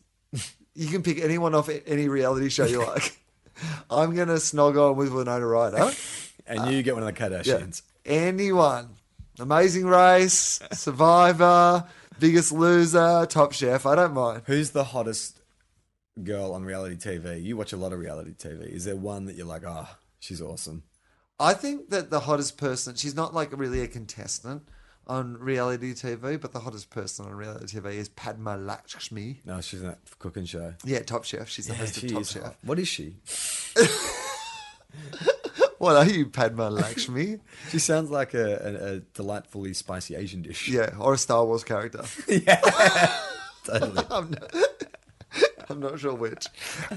S2: You can pick anyone off a- any reality show you like. I'm gonna snog on with Winona Ryder.
S1: And you get one of the
S2: Yeah.
S1: Kardashians.
S2: Anyone. Amazing Race, Survivor, Biggest Loser, Top Chef. I don't mind.
S1: Who's the hottest girl on reality TV? You watch a lot of reality TV. Is there one that you're like, oh, she's awesome?
S2: I think that the hottest person, she's not like really a contestant on reality TV, but the hottest person on reality TV is Padma Lakshmi.
S1: No, she's in that cooking show.
S2: Yeah, Top Chef. She's the host
S1: She
S2: of Top
S1: is
S2: Chef.
S1: hot. What is she?
S2: What are you, Padma Lakshmi?
S1: She sounds like a, a, a delightfully spicy Asian dish.
S2: yeah, or a Star Wars character.
S1: Totally.
S2: I'm not sure which.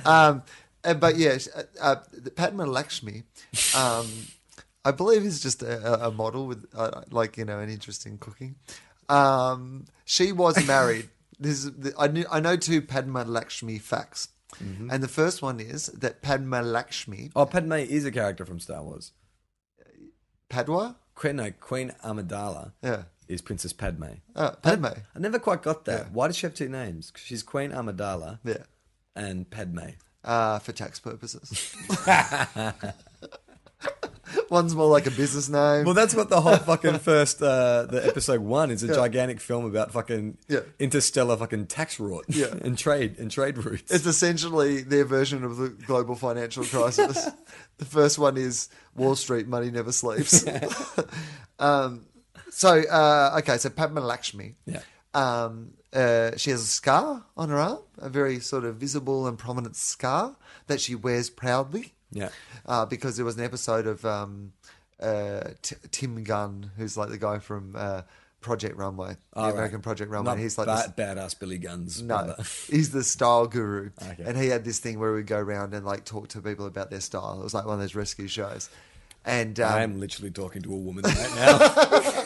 S2: Um, uh, but yes, uh, uh, Padma Lakshmi, um, I believe, is just a, a- a model with, uh, like, you know, an interest in cooking. Um, she was married. this is the, I, knew, I know two Padma Lakshmi facts. And the first one is that Padma Lakshmi,
S1: Oh, Padme is a character from Star Wars.
S2: Padwa?
S1: Queen, no, Queen Amidala
S2: Yeah.
S1: is Princess Padme.
S2: Uh, Padme.
S1: I never quite got that.
S2: Yeah.
S1: Why does she have two names? 'Cause she's Queen Amidala
S2: Yeah.
S1: and Padme.
S2: Uh, for tax purposes. One's more like a business name.
S1: Well, that's what the whole fucking first uh, the episode one is a gigantic film about fucking
S2: Yeah.
S1: interstellar fucking tax rot
S2: Yeah.
S1: and trade and trade routes.
S2: It's essentially their version of the global financial crisis. the first one is Wall Street money never sleeps. um, So uh, okay, so Padma Lakshmi.
S1: Yeah.
S2: Um, uh, she has a scar on her arm, a very sort of visible and prominent scar that she wears proudly.
S1: Yeah.
S2: Uh, because there was an episode of um, uh, T- Tim Gunn, who's like the guy from uh, Project Runway, the
S1: All right.
S2: American Project Runway.
S1: Oh, Not
S2: and he's like this-
S1: ba- badass Billy Guns.
S2: no,
S1: brother.
S2: he's the style guru.
S1: Okay.
S2: And he had this thing where we'd go around and like talk to people about their style. It was like one of those rescue shows. And um,
S1: I am literally talking to a woman right now.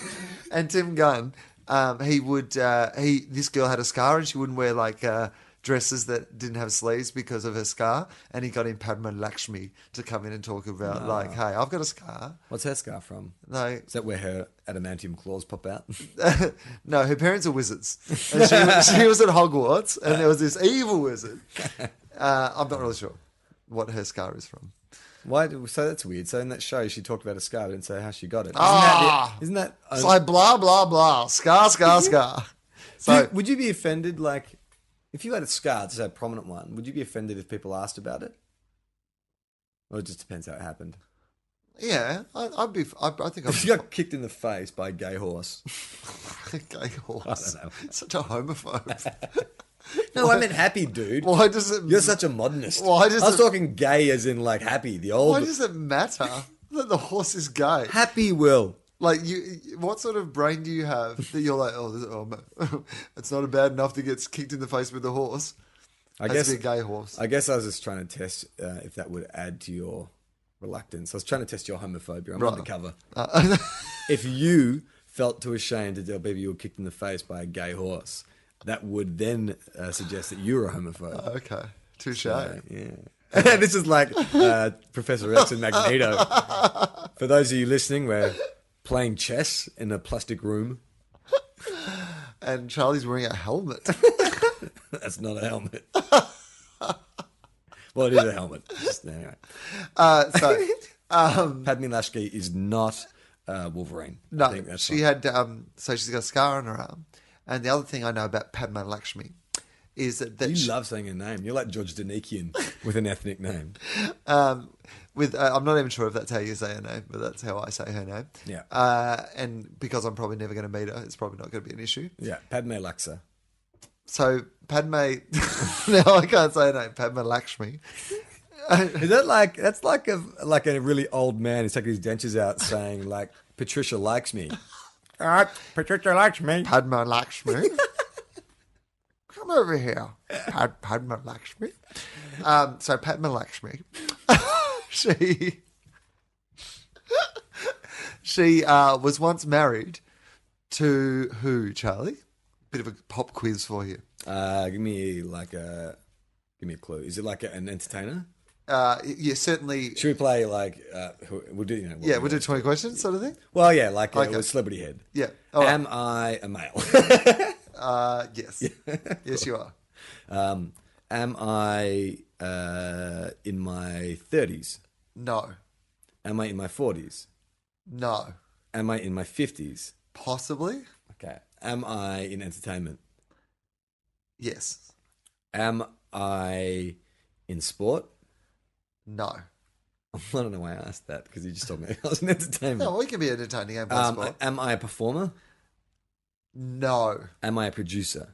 S2: and Tim Gunn, um, he would uh, he this girl had a scar and she wouldn't wear like uh, dresses that didn't have sleeves because of her scar. And he got in Padma Lakshmi to come in and talk about like, hey, I've got a scar.
S1: What's her scar from?
S2: No,
S1: Is that where her adamantium claws pop out?
S2: no, her parents are wizards, and she, was- she was at Hogwarts, and there was this evil wizard. Uh, I'm not really sure what her scar is from.
S1: Why? Do, so that's weird. So in that show, she talked about a scar and say how she got it. Isn't
S2: Ah!
S1: that? The, isn't that? uh,
S2: It's like blah blah blah, scar
S1: Mhm.
S2: scar scar.
S1: so,
S2: So
S1: would you be offended? Like, if you had a scar, just a prominent one, would you be offended if people asked about it? Or it just depends how it happened.
S2: yeah, I, I'd be. I, I think I'd
S1: If
S2: be
S1: you got kicked in the face by a gay horse.
S2: gay horse.
S1: I don't know.
S2: Such a homophobe.
S1: No, I meant happy, dude.
S2: Why does it?
S1: You're such a modernist.
S2: Why does
S1: I was
S2: it-
S1: talking gay as in like happy, the old
S2: why does it matter that the horse is gay?
S1: happy will.
S2: Like you, what sort of brain do you have that you're like, oh, this, oh ma- it's not bad enough to get kicked in the face with a horse.
S1: I
S2: Has
S1: guess
S2: to be a gay horse.
S1: I guess I was just trying to test uh, if that would add to your reluctance. I was trying to test your homophobia. I'm
S2: Right.
S1: undercover.
S2: Uh,
S1: If you felt too ashamed to tell people you were kicked in the face by a gay horse, that would then uh, suggest that you're a homophobe.
S2: okay, touche.
S1: Uh, yeah. this is like uh, Professor X and Magneto. For those of you listening, we're playing chess in a plastic room.
S2: And Charlie's wearing a helmet.
S1: That's not a helmet. well, it is a helmet. Just, anyway.
S2: Uh, so
S1: Padme Lashki is not uh, Wolverine. I
S2: no,
S1: think that's
S2: she
S1: fine.
S2: had. Um, so she's got a scar on her arm. And the other thing I know about Padma Lakshmi is that, that
S1: You
S2: she-
S1: love saying a name. You're like George Danikian with an ethnic name.
S2: um, with uh, I'm not even sure if that's how you say her name, but that's how I say her name.
S1: Yeah.
S2: Uh, and because I'm probably never going to meet her, it's probably not going to be an issue.
S1: Yeah, Padme Laksa.
S2: So Padme, now I can't say her name. Padma Lakshmi.
S1: Is that like that's like a like a really old man who's taking his dentures out saying like Patricia likes me. All
S2: Uh,
S1: right, Patricia likes me.
S2: Padma Lakshmi. Come over here, Pad, Padma Lakshmi. Um, so Padma Lakshmi, she she uh, was once married to who? Charlie. Bit of a pop quiz for you.
S1: Uh, give me like a give me a clue. Is it like a, an entertainer?
S2: Uh, yeah, certainly.
S1: Should we play like uh, who, we'll do you know?
S2: Yeah, we'll do twenty questions, sort of thing.
S1: Well, yeah, like uh,
S2: Okay.
S1: with celebrity head.
S2: Yeah. All right.
S1: Am I a male?
S2: Uh, yes. yes, you are.
S1: um, am I uh, in my thirties?
S2: No.
S1: Am I in my forties?
S2: No.
S1: Am I in my fifties?
S2: Possibly.
S1: Okay. Am I in entertainment?
S2: Yes.
S1: Am I in sport?
S2: No.
S1: I don't know why I asked that because you just told me I was in entertainment.
S2: No, we can be entertaining and possible.
S1: Um, am I a performer?
S2: no.
S1: Am I a producer?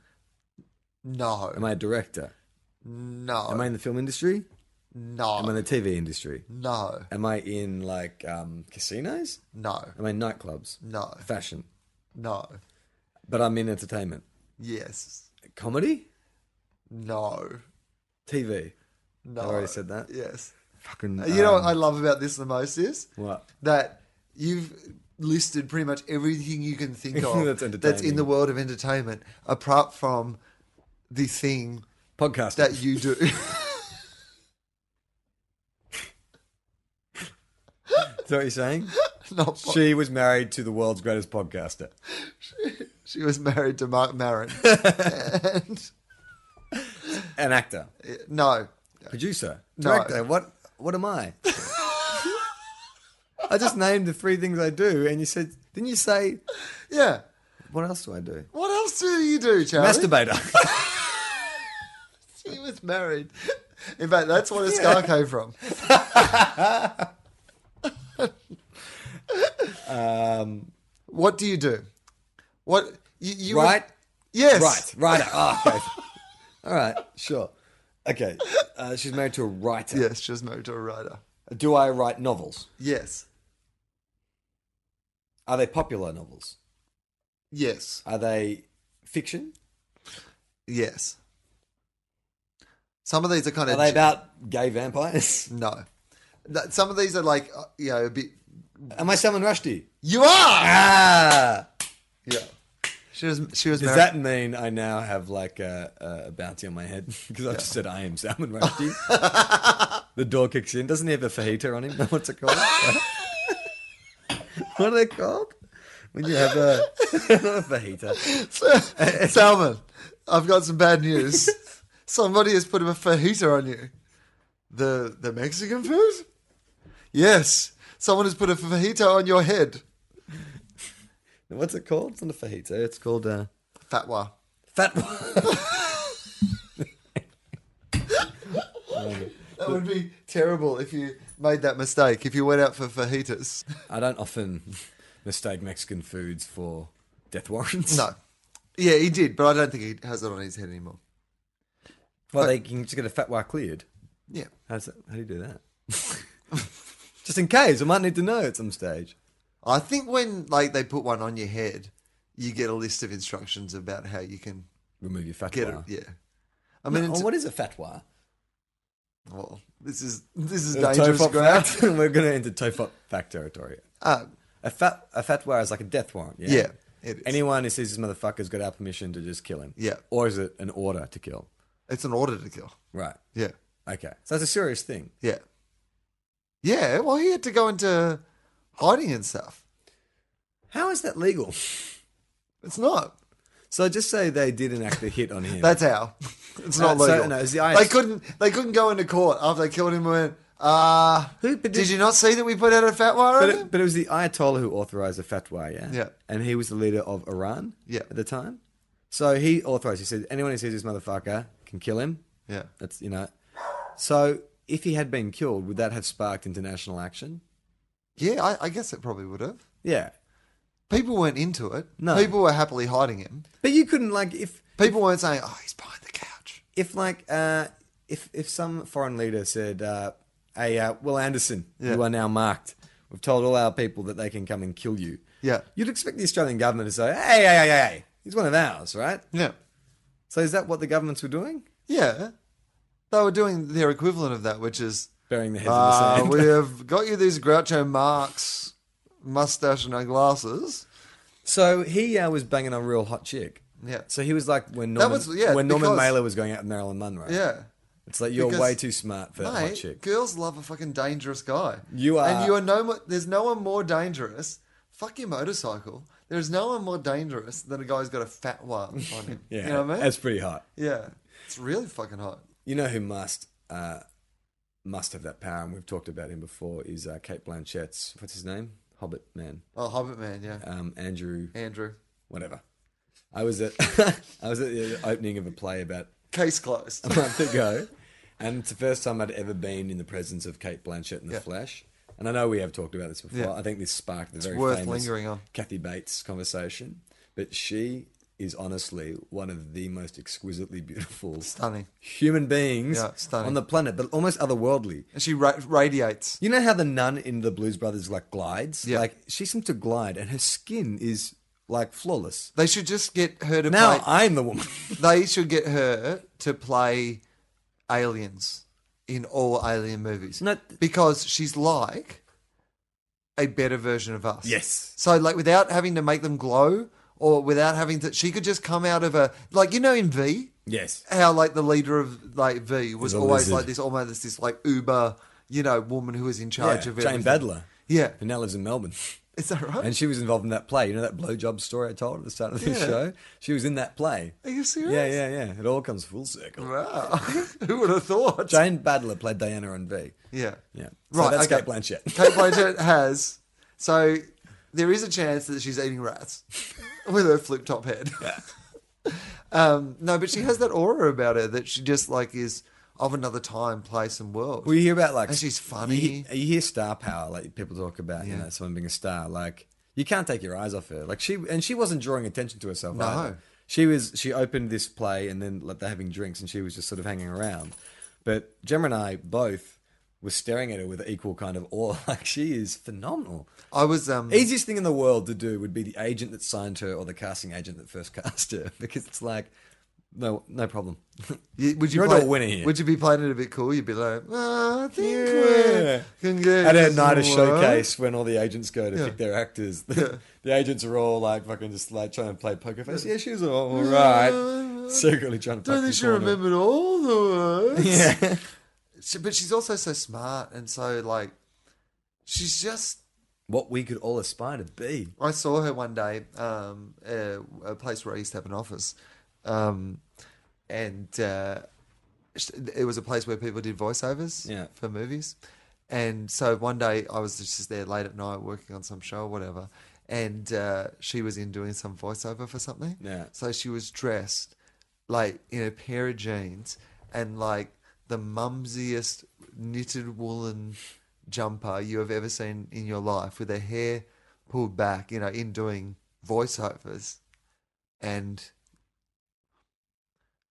S2: No.
S1: Am I a director?
S2: no.
S1: Am I in the film industry?
S2: no.
S1: Am I in the TV industry?
S2: no.
S1: Am I in like um, casinos?
S2: No.
S1: Am I in nightclubs?
S2: No.
S1: Fashion.
S2: No.
S1: But I'm in entertainment.
S2: Yes.
S1: Comedy?
S2: No.
S1: TV?
S2: No.
S1: I already said that.
S2: Yes.
S1: Fucking.
S2: Uh, you know what
S1: um,
S2: I love about this the most is
S1: What?
S2: that you've listed pretty much everything you can think of
S1: That's
S2: in
S1: entertaining.
S2: the world of entertainment, apart from the thing
S1: Podcast.
S2: that you do.
S1: Is that what you're saying?
S2: Not po-
S1: she was married to the world's greatest podcaster.
S2: she was married to Mark Maron. and,
S1: An actor.
S2: no,
S1: Producer.
S2: No.
S1: Director. What what am I? I just named the three things I do and you said didn't you say
S2: yeah.
S1: what else do I do?
S2: What else do you do, Charlie?
S1: Masturbator.
S2: She was married. In fact, that's where the scar came from.
S1: um
S2: What do you do? What you, you
S1: Right?
S2: Yes.
S1: Right, writer. Oh, okay. All right, sure. Okay. Uh, she's married to a writer.
S2: Yes, she was married to a writer.
S1: Do I write novels?
S2: Yes.
S1: Are they popular novels?
S2: Yes.
S1: Are they fiction?
S2: Yes. Some of these are kind
S1: Are
S2: of
S1: they about gay vampires?
S2: no. That- Some of these are like uh, you know a bit.
S1: Am I Salman Rushdie?
S2: You are.
S1: Ah!
S2: Yeah. She was. She was.
S1: Does
S2: married.
S1: that mean I now have like a, a bounty on my head? Because I just said I am Salman Rushdie. the door kicks in. Doesn't he have a fajita on him? What's it called? what are they called? When you have a, not a fajita.
S2: Salmon, I've got some bad news. Somebody has put a fajita on you. The the Mexican food? Yes. Someone has put a fajita on your head.
S1: What's it called? It's not a fajita. It's called uh,
S2: Fatwa.
S1: fat.
S2: That would be terrible if you made that mistake, if you went out for fajitas.
S1: I don't often mistake Mexican foods for death warrants.
S2: No. Yeah, he did, but I don't think he has it on his head anymore.
S1: Well, they can just get a fatwa cleared.
S2: Yeah.
S1: How, does that, how do you do that? just in case, I might need to know at some stage.
S2: I think when like they put one on your head, you get a list of instructions about how you can
S1: Remove your fatwa.
S2: get it. Yeah. I mean, it's,
S1: what is a fatwa?
S2: well, this is this is
S1: A
S2: dangerous
S1: tofop
S2: ground.
S1: fact. We're going to enter tofop fact territory.
S2: Uh,
S1: A fat a fatwa is like a death warrant. Yeah.
S2: Yeah, it is.
S1: Anyone who sees this motherfucker's got our permission to just kill him.
S2: Yeah.
S1: Or is it an order to kill?
S2: It's an order to kill.
S1: Right.
S2: Yeah.
S1: Okay. So that's a serious thing.
S2: Yeah. Yeah. Well, he had to go into hiding and stuff.
S1: How is that legal?
S2: It's not.
S1: So just say they did enact a hit on him.
S2: That's how. It's
S1: Uh,
S2: not
S1: so,
S2: legal.
S1: no, it's the
S2: they
S1: IS.
S2: couldn't. They couldn't go into court after they killed him. And went. Uh,
S1: Who- but
S2: did,
S1: did-
S2: you not see that we put out a fatwa?
S1: But
S2: on
S1: it,
S2: him?
S1: but it was the Ayatollah who authorized the fatwa, yeah?
S2: Yeah.
S1: And he was the leader of Iran
S2: Yeah.
S1: at the time. So he authorized, he said, anyone who sees this motherfucker can kill him.
S2: Yeah.
S1: That's, you know. So if he had been killed, would that have sparked international action?
S2: Yeah. I, I guess it probably would have.
S1: Yeah.
S2: People weren't into it.
S1: No.
S2: People were happily hiding him.
S1: But you couldn't, like, if,
S2: People weren't saying, "Oh, he's behind the couch."
S1: if like, uh, if, if some foreign leader said, uh, hey, uh, Will Anderson,
S2: Yeah.
S1: you are now marked. We've told all our people that they can come and kill you.
S2: Yeah.
S1: You'd expect the Australian government to say, hey, hey, hey, hey, hey, he's one of ours, right?
S2: Yeah.
S1: So is that what the governments were doing?
S2: Yeah. They were doing their equivalent of that, which is
S1: Burying the heads
S2: Uh,
S1: in the
S2: we
S1: sand.
S2: have got you these Groucho Marx mustache and no glasses.
S1: So he uh, was banging a real hot chick.
S2: Yeah.
S1: So he was like when Norman,
S2: was- yeah,
S1: when Norman
S2: because-
S1: Mailer was going out with Marilyn Monroe.
S2: Yeah.
S1: It's like you're
S2: Because-
S1: way too smart for that hot
S2: Mate,
S1: chick.
S2: girls love a fucking dangerous guy.
S1: You are-
S2: and you are no. More, there's no one more dangerous. Fuck your motorcycle. There's no one more dangerous than a guy who's got a fat one on him.
S1: Yeah.
S2: you know what I mean?
S1: That's pretty hot.
S2: Yeah, it's really fucking hot.
S1: You know who must uh, must have that power, and we've talked about him before, is uh, Kate Blanchett's what's his name? Hobbit man.
S2: Oh, Hobbit man, yeah,
S1: Um, Andrew
S2: Andrew.
S1: whatever. I was at I was at the opening of a play about
S2: Case closed.
S1: a month ago, and it's the first time I'd ever been in the presence of Kate Blanchett in the
S2: Yeah.
S1: flesh. And I know we have talked about this before.
S2: Yeah.
S1: I think this sparked the very
S2: worth
S1: famous
S2: lingering on.
S1: Kathy Bates conversation. But she is honestly one of the most exquisitely beautiful,
S2: Stunning.
S1: human beings
S2: Yeah, stunning.
S1: on the planet, but almost otherworldly.
S2: And she ra- radiates.
S1: You know how the nun in the Blues Brothers like glides?
S2: Yeah.
S1: Like she seems to glide, and her skin is like flawless.
S2: They should just get her to
S1: Now
S2: play.
S1: I'm the woman.
S2: They should get her to play aliens in all alien movies.
S1: No, th-
S2: because she's like a better version of us.
S1: Yes.
S2: So like without having to make them glow or without having to she could just come out of a like you know in V
S1: yes.
S2: how like the leader of like V was
S1: The
S2: always
S1: lizard.
S2: like this almost this like uber you know woman who was in charge
S1: Yeah,
S2: of everything.
S1: Jane Badler,
S2: Yeah.
S1: who now lives in Melbourne.
S2: Is that right?
S1: And she was involved in that play. You know that blowjob story I told at the start of this
S2: Yeah.
S1: show? She was in that play.
S2: Are you serious?
S1: Yeah, yeah, yeah. It all comes full circle.
S2: Wow. who would have thought?
S1: Jane Badler played Diana on V.
S2: Yeah.
S1: Yeah. So
S2: Right,
S1: that's
S2: okay.
S1: Kate Blanchett.
S2: Kate Blanchett has. So there is a chance that she's eating rats with her flip top head. um, no, but she has that aura about her that she just like is of another time, place, and world.
S1: Well, you hear about like
S2: And she's funny.
S1: You hear, you hear star power, like people talk about, you
S2: Yeah.
S1: know, someone being a star. Like You can't take your eyes off her. Like she and she wasn't drawing attention to herself.
S2: No.
S1: either. she was. She opened this play and then like, they're having drinks and she was just sort of hanging around. But Gemma and I both were staring at her with equal kind of awe. Like she is phenomenal.
S2: I was um,
S1: Easiest thing in the world to do would be the agent that signed her or the casting agent that first cast her because it's like, no, no problem.
S2: You- would you
S1: You're
S2: play,
S1: the winner here.
S2: Would you be playing it a bit cool? You'd be like, "Ah, I think
S1: Yeah.
S2: we can get
S1: At a
S2: this
S1: night of
S2: work."
S1: showcase when all the agents go to
S2: Yeah.
S1: pick their actors, the, the agents are all like fucking just like trying to play poker face. Yeah, she was all, all
S2: Yeah.
S1: right. Secretly trying to.
S2: Don't
S1: fucking
S2: think she
S1: corner.
S2: remembered all the words.
S1: Yeah.
S2: She- but she's also so smart and so like, she's just
S1: what we could all aspire to be.
S2: I saw her one day um, at a place where I used to have an office, um, and uh, sh- it was a place where people did voiceovers
S1: Yeah.
S2: for movies. And so one day I was just there late at night working on some show or whatever, and uh, she was in doing some voiceover for something.
S1: Yeah.
S2: So she was dressed like in a pair of jeans and like the mumsiest knitted woolen jumper you have ever seen in your life with her hair pulled back, you know, in doing voiceovers. And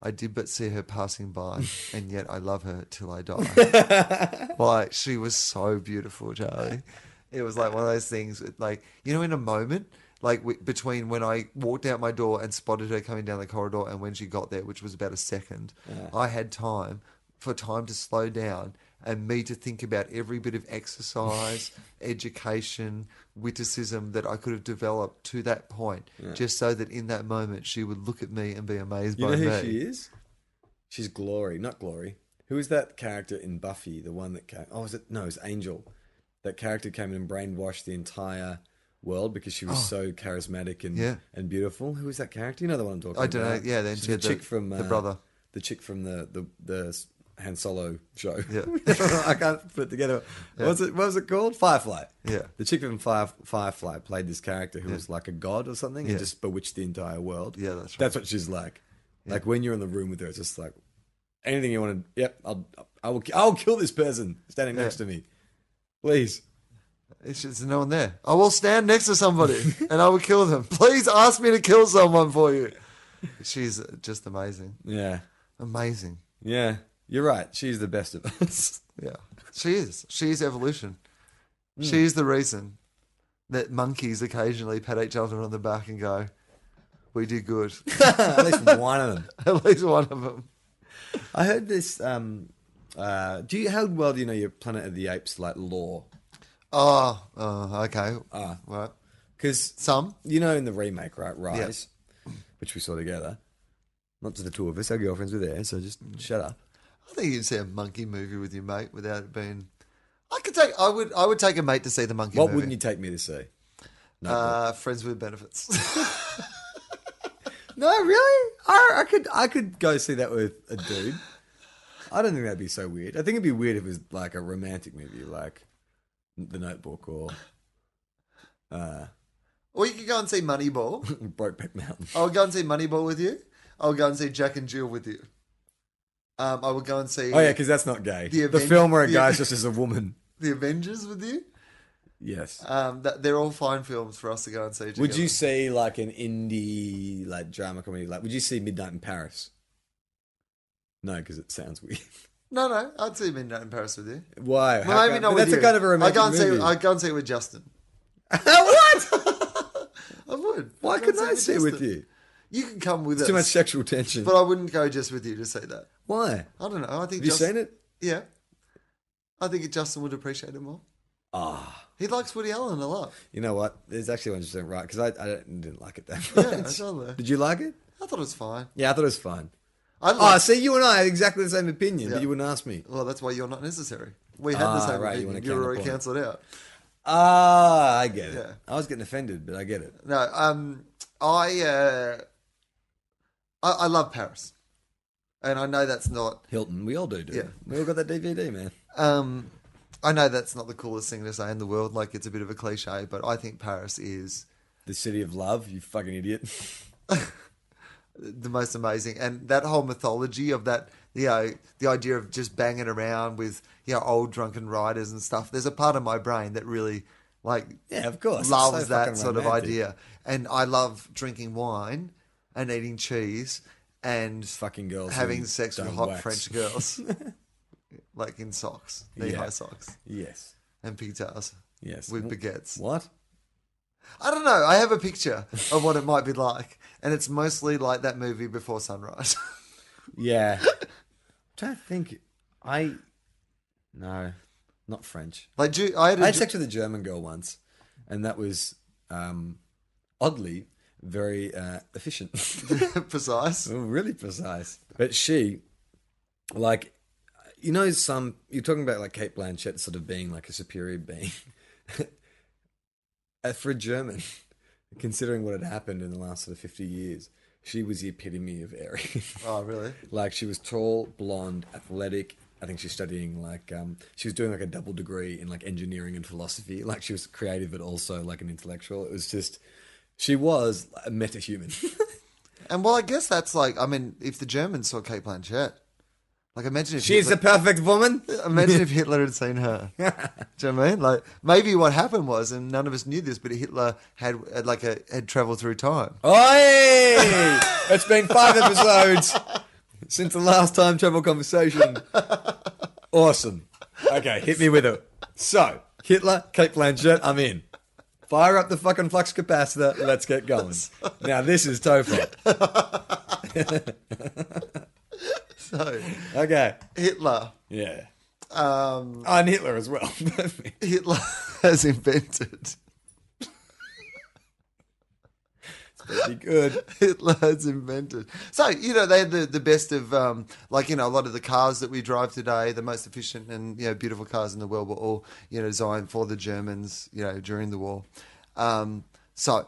S2: I did but see her passing by, and yet I love her till I die. like, she was so beautiful, Charlie. It was like one of those things, with, like, you know, in a moment, like w- between when I walked out my door and spotted her coming down the corridor and when she got there, which was about a second, I had time for time to slow down and me to think about every bit of exercise, education, witticism that I could have developed to that point, just so that in that moment she would look at me and be amazed
S1: You
S2: by
S1: know who
S2: me.
S1: she is? She's Glory, not Glory. Who is that character in Buffy? The one that came? Oh, is it? No, it's Angel. That character came in and brainwashed the entire world because she was so charismatic and
S2: Oh. Yeah.
S1: and beautiful. Who is that character? You know the one I'm talking
S2: I
S1: about.
S2: don't know. Yeah, then
S1: She's
S2: she had the- the brother.
S1: uh, the chick from the the the Han Solo show.
S2: Yeah.
S1: I can't put it together. What's it? What was it called? Firefly.
S2: Yeah.
S1: the chick from Fire, Firefly played this character who was like a god or something
S2: Yeah.
S1: and just bewitched the entire world.
S2: Yeah, that's right.
S1: That's what she's like. Like when you're in the room with her, it's just like anything you want to. Yep, I'll I will I'll kill this person standing next to me. Please.
S2: It's just no one there. I will stand next to somebody and I will kill them. Please ask me to kill someone for you. She's just amazing.
S1: Yeah,
S2: Amazing.
S1: yeah. You're right. She's the best of us.
S2: Yeah. She is. She is evolution.
S1: Hmm.
S2: She is the reason that monkeys occasionally pat each other on the back and go, We did good.
S1: At least one of them.
S2: At least one of them.
S1: I heard this. Um, uh, do you how well do you know your Planet of the Apes like lore?
S2: Oh, oh okay.
S1: Ah.
S2: Uh, right.
S1: Because
S2: Some.
S1: you know in the remake, right? Rise, which we saw together. Not to the two of us. Our girlfriends were there, so just shut up.
S2: I think you can see a monkey movie with your mate without it being. I could take. I would. I would take a mate to see the monkey
S1: What
S2: movie.
S1: wouldn't you take me to see?
S2: Uh, friends with benefits.
S1: No, really? I, I could I could go see that with a dude. I don't think that'd be so weird. I think it'd be weird if it was like a romantic movie, like The Notebook or
S2: or you could go and see Moneyball.
S1: Brokeback Mountain.
S2: I'll go and see Moneyball with you. I'll go and see Jack and Jill with you. Um, I will go and see
S1: Oh yeah, because that's not gay.
S2: The
S1: The,
S2: Aven-
S1: film where a
S2: the-
S1: guy's just as a woman.
S2: the Avengers with you.
S1: Yes.
S2: Um, that, they're all fine films for us to go and see. Together.
S1: Would you see like an indie like drama comedy? Like, would you see Midnight in Paris? No, because it sounds weird.
S2: No, no. I'd see Midnight in Paris with you.
S1: Why? How
S2: Well, maybe
S1: come-
S2: not
S1: but
S2: with
S1: that's
S2: you.
S1: a kind of a romantic
S2: I go and
S1: movie.
S2: see. I go and see it with Justin.
S1: what?
S2: I would.
S1: Why
S2: I'd go and
S1: couldn't I see it with
S2: Justin.
S1: you?
S2: You can come with
S1: It's
S2: us.
S1: too much sexual tension.
S2: But I wouldn't go just with you to see that.
S1: Why?
S2: I don't know. I think
S1: Have you
S2: Justin,
S1: seen it?
S2: Yeah, I think Justin would appreciate it more.
S1: Ah.
S2: He likes Woody Allen a lot.
S1: You know what? There's actually one just went right because I, I don't- didn't like it that much.
S2: Yeah, I saw that.
S1: Did you like it?
S2: I thought it was fine.
S1: Yeah, I thought it was fine.
S2: I
S1: Oh,
S2: like,
S1: see, you and I had exactly the same opinion,
S2: Yeah.
S1: but you wouldn't ask me.
S2: well, that's why you're not necessary. We had the
S1: Ah,
S2: same
S1: right, you wanna
S2: opinion. You, were
S1: counterpoint.
S2: already cancelled out.
S1: Ah, I get it.
S2: Yeah.
S1: I was getting offended, but I get it.
S2: No, um, I, uh, I I love Paris, and I know that's not.
S1: Hilton, we all do, do.
S2: Yeah.
S1: We all got that DVD, man.
S2: Um, I know that's not the coolest thing to say in the world. Like it's a bit of a cliche, but I think Paris is
S1: The City of Love, you fucking idiot.
S2: the most amazing. And that whole mythology of that, you know, the idea of just banging around with, you know, old drunken riders and stuff. There's a part of my brain that really Like,
S1: Yeah, of course. It's
S2: loves
S1: so
S2: that
S1: fucking
S2: sort of
S1: romantic.
S2: idea. And I love drinking wine and eating cheese and
S1: Fucking girls
S2: having
S1: who
S2: sex with
S1: don't
S2: hot
S1: wax.
S2: French girls, like in socks, knee high
S1: Yeah.
S2: socks,
S1: Yes.
S2: and pigtails
S1: Yes.
S2: with
S1: W-
S2: baguettes.
S1: What?
S2: I don't know. I have a picture of what it might be like, and it's mostly like that movie Before Sunrise.
S1: Yeah. I'm trying to think. I. No. Not French.
S2: like, do, I had a
S1: I had
S2: dr-
S1: sex with a German girl once, and that was um, oddly very uh, efficient.
S2: precise.
S1: Oh, really precise. But she, like, you know, some you're talking about like Kate Blanchett sort of being like a superior being. Uh, For a German, considering what had happened in the last sort of fifty years, she was the epitome of Aryan.
S2: Oh, really?
S1: like, she was tall, blonde, athletic. I think she's studying like um, she was doing like a double degree in like engineering and philosophy. Like she was creative, but also like an intellectual. It was just she was a meta human.
S2: And well, I guess that's like, I mean, if the Germans saw Kate Blanchett, like, imagine if
S1: She's the
S2: Hitler,
S1: perfect woman.
S2: imagine if Hitler had seen her. do you know what I mean? Like, maybe what happened was, and none of us knew this, but Hitler had, had like a had traveled through time.
S1: Oi! it's been five episodes since the last time travel conversation. Awesome. Okay, hit me with it. So, Hitler, Kate Blanchett, I'm in. Fire up the fucking flux capacitor. Let's get going. Now, this is TOEFL.
S2: So
S1: Okay.
S2: Hitler,
S1: Yeah.
S2: um,
S1: Oh, and Hitler as well.
S2: Hitler has invented.
S1: Pretty good.
S2: Hitler has invented. So you know they had the, the best of um, like you know a lot of the cars that we drive today, the most efficient and you know beautiful cars in the world were all you know designed for the Germans you know during the war. Um, so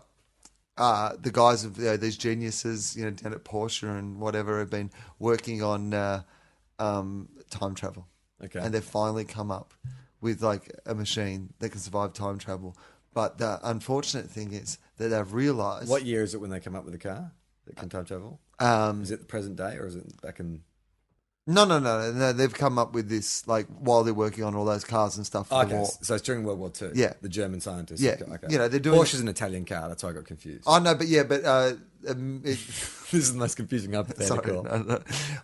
S2: uh, the guys of you know, these geniuses you know down at Porsche and whatever have been working on uh, um, time travel.
S1: Okay.
S2: and they've finally come up with like a machine that can survive time travel. But the unfortunate thing is that they've realised
S1: What year is it when they come up with a car that can time travel?
S2: Um,
S1: Is it the present day or is it back in.
S2: No, no, no, no. They've come up with this like while they're working on all those cars and stuff for the
S1: Okay,
S2: war.
S1: so it's during World War Two.
S2: Yeah.
S1: the German scientists.
S2: Yeah,
S1: okay, okay.
S2: you know, they're doing-
S1: Porsche is an Italian car. That's why I got confused.
S2: Oh no, but yeah, but uh, um, it,
S1: this is the most confusing
S2: sorry,
S1: hypothetical.
S2: no, no.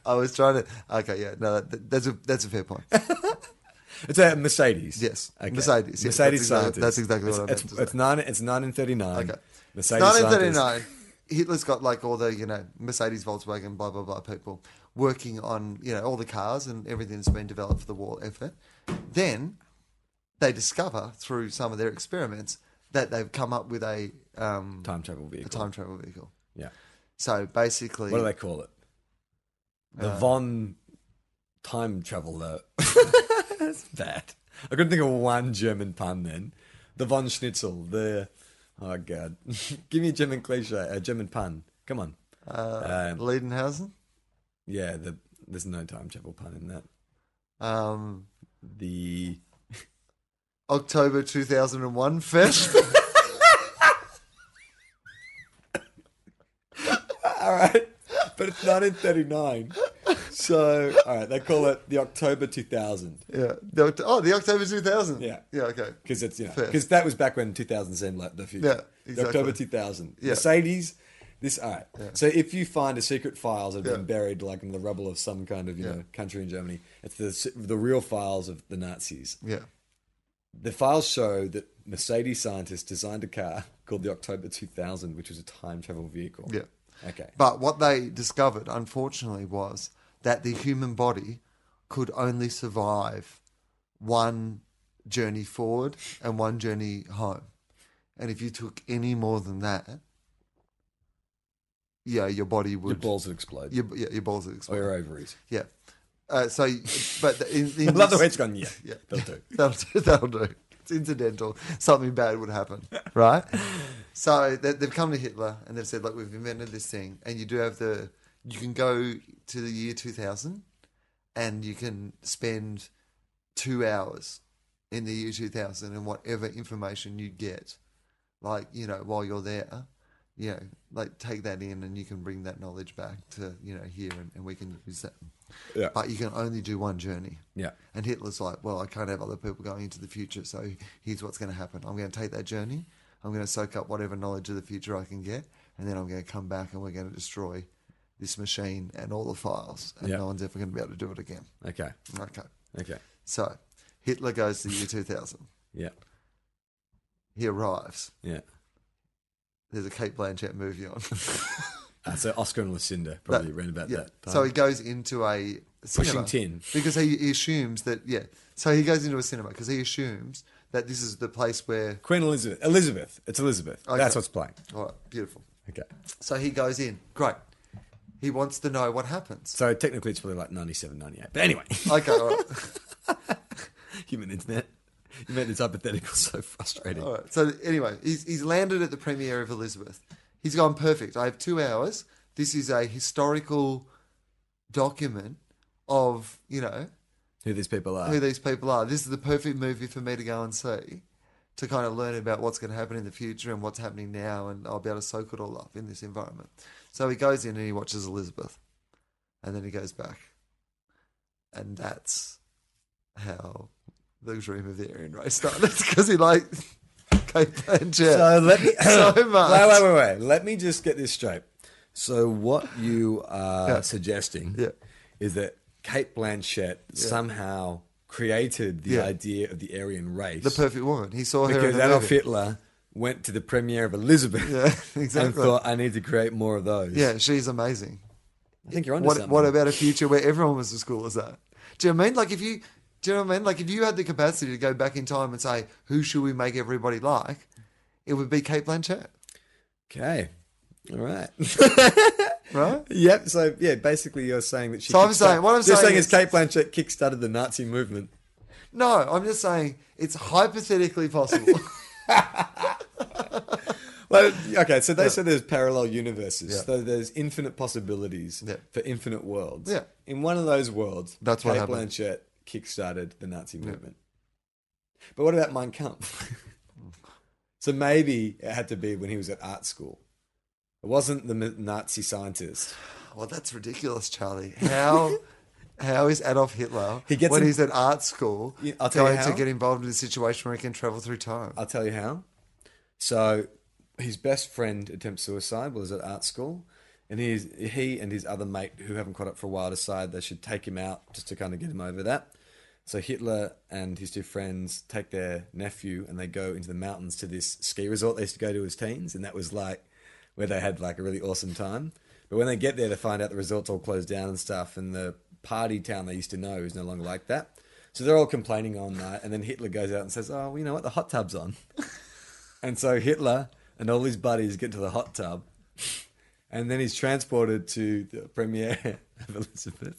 S2: I was trying to. Okay, yeah, no, that, that's a that's a fair point.
S1: It's a Mercedes.
S2: Yes,
S1: Okay.
S2: Mercedes, yes,
S1: Mercedes
S2: that's exactly-
S1: scientist.
S2: that's exactly what
S1: it's,
S2: I meant
S1: It's,
S2: to
S1: it's nine. It's nine and thirty-nine.
S2: Okay.
S1: Mercedes. 1939.
S2: 1939. Hitler's got like all the you know Mercedes, Volkswagen, blah blah blah people working on you know all the cars and everything that's been developed for the war effort. Then they discover through some of their experiments that they've come up with a um,
S1: Time travel vehicle.
S2: a time travel vehicle.
S1: yeah.
S2: So basically,
S1: What do they call it? The von time traveler. That's bad. I couldn't think of one German pun then. The von Schnitzel. The oh god, give me a German cliche, a German pun. Come on.
S2: uh,
S1: Um,
S2: Leidenhausen.
S1: Yeah, the, there's no time travel pun in that.
S2: Um,
S1: The
S2: October 2001 Fest.
S1: all right, but it's 1939, so all right, they call it the October 2000
S2: yeah. The, Oct- oh, the October 2000.
S1: Yeah.
S2: Yeah, okay.
S1: because it's you know
S2: Fair.
S1: because that was back when 2000 seemed like the future.
S2: Yeah,
S1: The
S2: exactly.
S1: October 2000,
S2: Yeah.
S1: Mercedes. This all right. So if you find a secret files that have been
S2: Yeah.
S1: buried like in the rubble of some kind of you
S2: Yeah.
S1: know country in Germany, it's the s- the real files of the Nazis.
S2: Yeah.
S1: The files show that Mercedes scientists designed a car called the October 2000, which was a time travel vehicle.
S2: Yeah.
S1: Okay.
S2: But what they discovered, unfortunately, was that the human body could only survive one journey forward and one journey home. And if you took any more than that, yeah, your body
S1: Your
S2: would.
S1: balls Oh, would explode.
S2: Your, yeah, your balls would
S1: or
S2: explode.
S1: your ovaries.
S2: Yeah. Uh, so, but in, in
S1: I love the
S2: this-
S1: way it's gone. Yeah.
S2: Yeah.
S1: They'll do.
S2: That'll do. That'll do. It's incidental. Something bad would happen, right? so they, they've come to Hitler and they've said, "Look, we've invented this thing, and you do have the. You can go to the year 2000, and you can spend two hours in the year 2000, and whatever information you get, like you know, while you're there, you know, like take that in and you can bring that knowledge back to, you know, here and, and we can use that.
S1: Yeah.
S2: But you can only do one journey.
S1: Yeah.
S2: And Hitler's like, well, I can't have other people going into the future. So here's what's going to happen. I'm going to take that journey. I'm going to soak up whatever knowledge of the future I can get. And then I'm going to come back and we're going to destroy this machine and all the files. And
S1: Yeah.
S2: no one's ever going to be able to do it again.
S1: Okay.
S2: Okay.
S1: Okay.
S2: So Hitler goes to the year 2000.
S1: Yeah.
S2: He arrives.
S1: Yeah.
S2: There's a Kate Blanchett movie on.
S1: Uh, so Oscar and Lucinda probably ran about
S2: yeah.
S1: that.
S2: So he goes into a cinema
S1: tin.
S2: because he, he assumes that yeah. So he goes into a cinema because he assumes that this is the place where.
S1: Queen Elizabeth. Elizabeth. It's Elizabeth.
S2: Okay.
S1: That's what's playing.
S2: All right, beautiful.
S1: Okay.
S2: So he goes in. Great. He wants to know what happens.
S1: So technically, it's probably like 97, 98. But anyway,
S2: Okay, all right.
S1: human internet. You made this hypothetical so frustrating.
S2: All right. So anyway, he's, he's landed at the premiere of Elizabeth. He's gone perfect. I have two hours. This is a historical document of you know
S1: Who these people are.
S2: who these people are. This is the perfect movie for me to go and see to kind of learn about what's going to happen in the future and what's happening now, and I'll be able to soak it all up in this environment. So he goes in and he watches Elizabeth, and then he goes back, and that's how the dream of the Aryan race started because he like Kate Blanchett.
S1: So let me
S2: So much.
S1: Wait, wait, wait, wait. Let me just get this straight. So what you are
S2: Yeah.
S1: suggesting
S2: Yeah.
S1: is that Kate Blanchett somehow created the
S2: Yeah.
S1: idea of the Aryan race.
S2: the perfect woman. He saw her in
S1: because
S2: the
S1: Adolf
S2: movie.
S1: Hitler went to the premiere of Elizabeth
S2: Yeah,
S1: and
S2: exactly.
S1: thought, "I need to create more of those."
S2: Yeah, she's amazing.
S1: I think you're onto
S2: what,
S1: something.
S2: what about a future where everyone was as cool as that? Do you know what I mean? Like if you, do you know what I mean? Like if you had the capacity to go back in time and say, who should we make everybody like? It would be Kate Blanchett,
S1: okay, all right.
S2: right?
S1: yep. So yeah, basically, you're saying that she.
S2: So I'm
S1: kickstart-
S2: saying- what I'm
S1: you're
S2: saying
S1: is,
S2: is-
S1: Kate Blanchett kickstarted the Nazi movement.
S2: No, I'm just saying it's hypothetically possible.
S1: Well, okay, so they said there's parallel universes,
S2: Yeah.
S1: so there's infinite possibilities
S2: Yeah.
S1: for infinite worlds.
S2: Yeah.
S1: In one of those worlds,
S2: That's
S1: Kate
S2: what happened.
S1: Blanchett kickstarted the Nazi movement. But what about Mein Kampf? so maybe it had to be when he was at art school. It wasn't the m- Nazi scientist.
S2: well, that's ridiculous, Charlie. How how is Adolf Hitler
S1: He gets
S2: when
S1: in-
S2: he's at art school
S1: Yeah, I'll tell you
S2: going
S1: how.
S2: to get involved in a situation where he can travel through time?
S1: I'll tell you how. So his best friend attempts suicide was at art school, and he's, he and his other mate, who haven't caught up for a while, decide they should take him out just to kind of get him over that. So Hitler and his two friends take their nephew and they go into the mountains to this ski resort they used to go to as teens, and that was like where they had like a really awesome time. But when they get there, they find out the resort's all closed down and stuff, and the party town they used to know is no longer like that. So they're all complaining all night, and then Hitler goes out and says, "Oh, well, you know what? The hot tub's on." and so Hitler and all his buddies get to the hot tub, and then he's transported to the premiere of Elizabeth.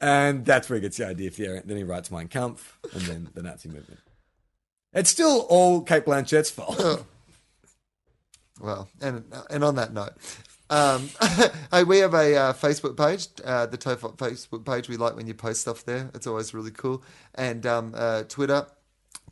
S1: And that's where he gets the idea for the Aryan. Then he writes Mein Kampf, and then the Nazi movement. It's still all Kate Blanchett's fault.
S2: Well, and and on that note, um, hey, we have a uh, Facebook page, uh, the TOEFOP Facebook page. We like when you post stuff there; it's always really cool. And um, uh, Twitter,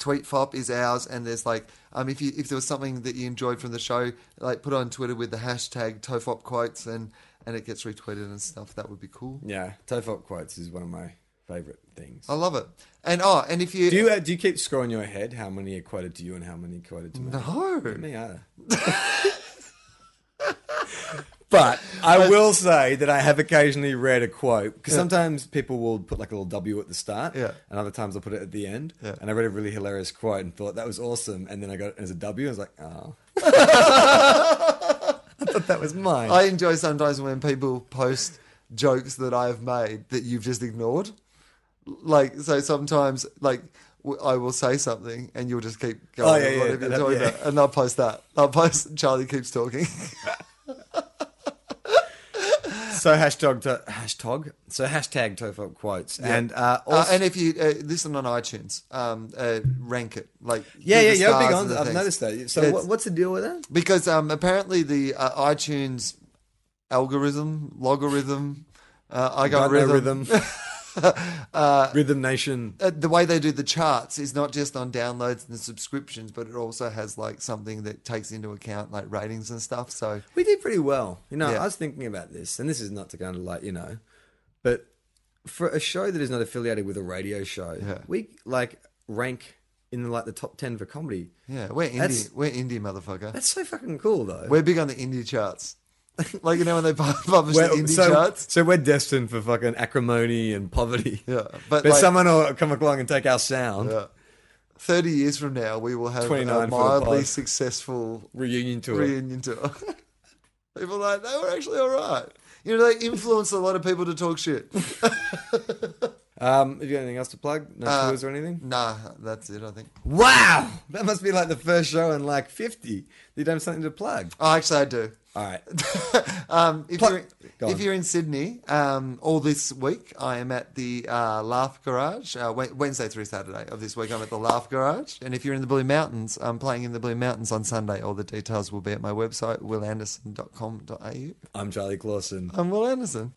S2: TweetFop is ours. And there's like, um, if you if there was something that you enjoyed from the show, like put it on Twitter with the hashtag TOEFOP quotes, and and it gets retweeted and stuff. That would be cool.
S1: Yeah, Tofop quotes is one of my favorite things.
S2: I love it. And oh, and if you
S1: Do you uh, do you keep scoring your head how many are quoted to you and how many are quoted to me?
S2: no,
S1: Me eh? either. but I will say that I have occasionally read a quote because sometimes people will put like a little W at the start,
S2: Yeah.
S1: and other times they'll put it at the end.
S2: Yeah.
S1: And I read a really hilarious quote and thought that was awesome, and then I got it as a W. I was like, oh, I thought that was mine.
S2: I enjoy sometimes when people post jokes that I've made that you've just ignored. Like, so sometimes, like, w- I will say something and you'll just keep going.
S1: Oh, yeah,
S2: with
S1: yeah,
S2: whatever
S1: that-
S2: you're talking
S1: yeah.
S2: about. And I'll post that. I'll post Charlie keeps talking. Uh,
S1: so hashtag to, hashtag so hashtag Tofop quotes and uh,
S2: Uh,
S1: also,
S2: and if you uh, listen on iTunes, um, uh, rank it. Like,
S1: Yeah,
S2: give
S1: yeah,
S2: the
S1: you're big
S2: stars
S1: on.
S2: and the
S1: I've
S2: things.
S1: noticed that. So,
S2: It's-
S1: what, what's the deal with that?
S2: Because um, apparently the uh, iTunes algorithm, logarithm, uh, I got rhythm.
S1: rhythm. Rhythm Nation.
S2: uh, the way they do the charts is not just on downloads and subscriptions, but it also has like something that takes into account like ratings and stuff. So
S1: We did pretty well. You know,
S2: Yeah.
S1: I was thinking about this, and this is not to kind of like, you know, but for a show that is not affiliated with a radio show,
S2: Yeah.
S1: we like rank in like the top 10 for comedy.
S2: yeah, we're
S1: That's-
S2: indie, we're indie, motherfucker.
S1: That's so fucking cool, though.
S2: We're big on the indie charts. Like you know when they pu- publish
S1: We're-
S2: the indie
S1: so,
S2: charts.
S1: so we're destined for fucking acrimony and poverty.
S2: Yeah, but
S1: But,
S2: like-
S1: someone will come along and take our sound.
S2: Yeah. Thirty years from now, we will have
S1: 29 for
S2: a
S1: the
S2: mildly
S1: pod.
S2: successful
S1: Reunion tour.
S2: reunion tour. people are like they were actually all right. You know they influenced a lot of people to talk shit.
S1: Um, have you got anything else to plug? No
S2: Uh,
S1: tours or anything?
S2: Nah, that's it. I think.
S1: Wow! That must be like the first show in like 50. You don't have something to plug.
S2: Oh, actually, I do.
S1: All right.
S2: um, if,
S1: Pl-
S2: you're,
S1: Go
S2: if
S1: on.
S2: you're in Sydney, um, all this week I am at the uh, Laugh Garage, uh, Wed- Wednesday through Saturday of this week. I'm at the Laugh Garage. And if you're in the Blue Mountains, I'm playing in the Blue Mountains on Sunday. All the details will be at my website, willanderson.com.au.
S1: I'm Charlie Clausen.
S2: I'm Will Anderson.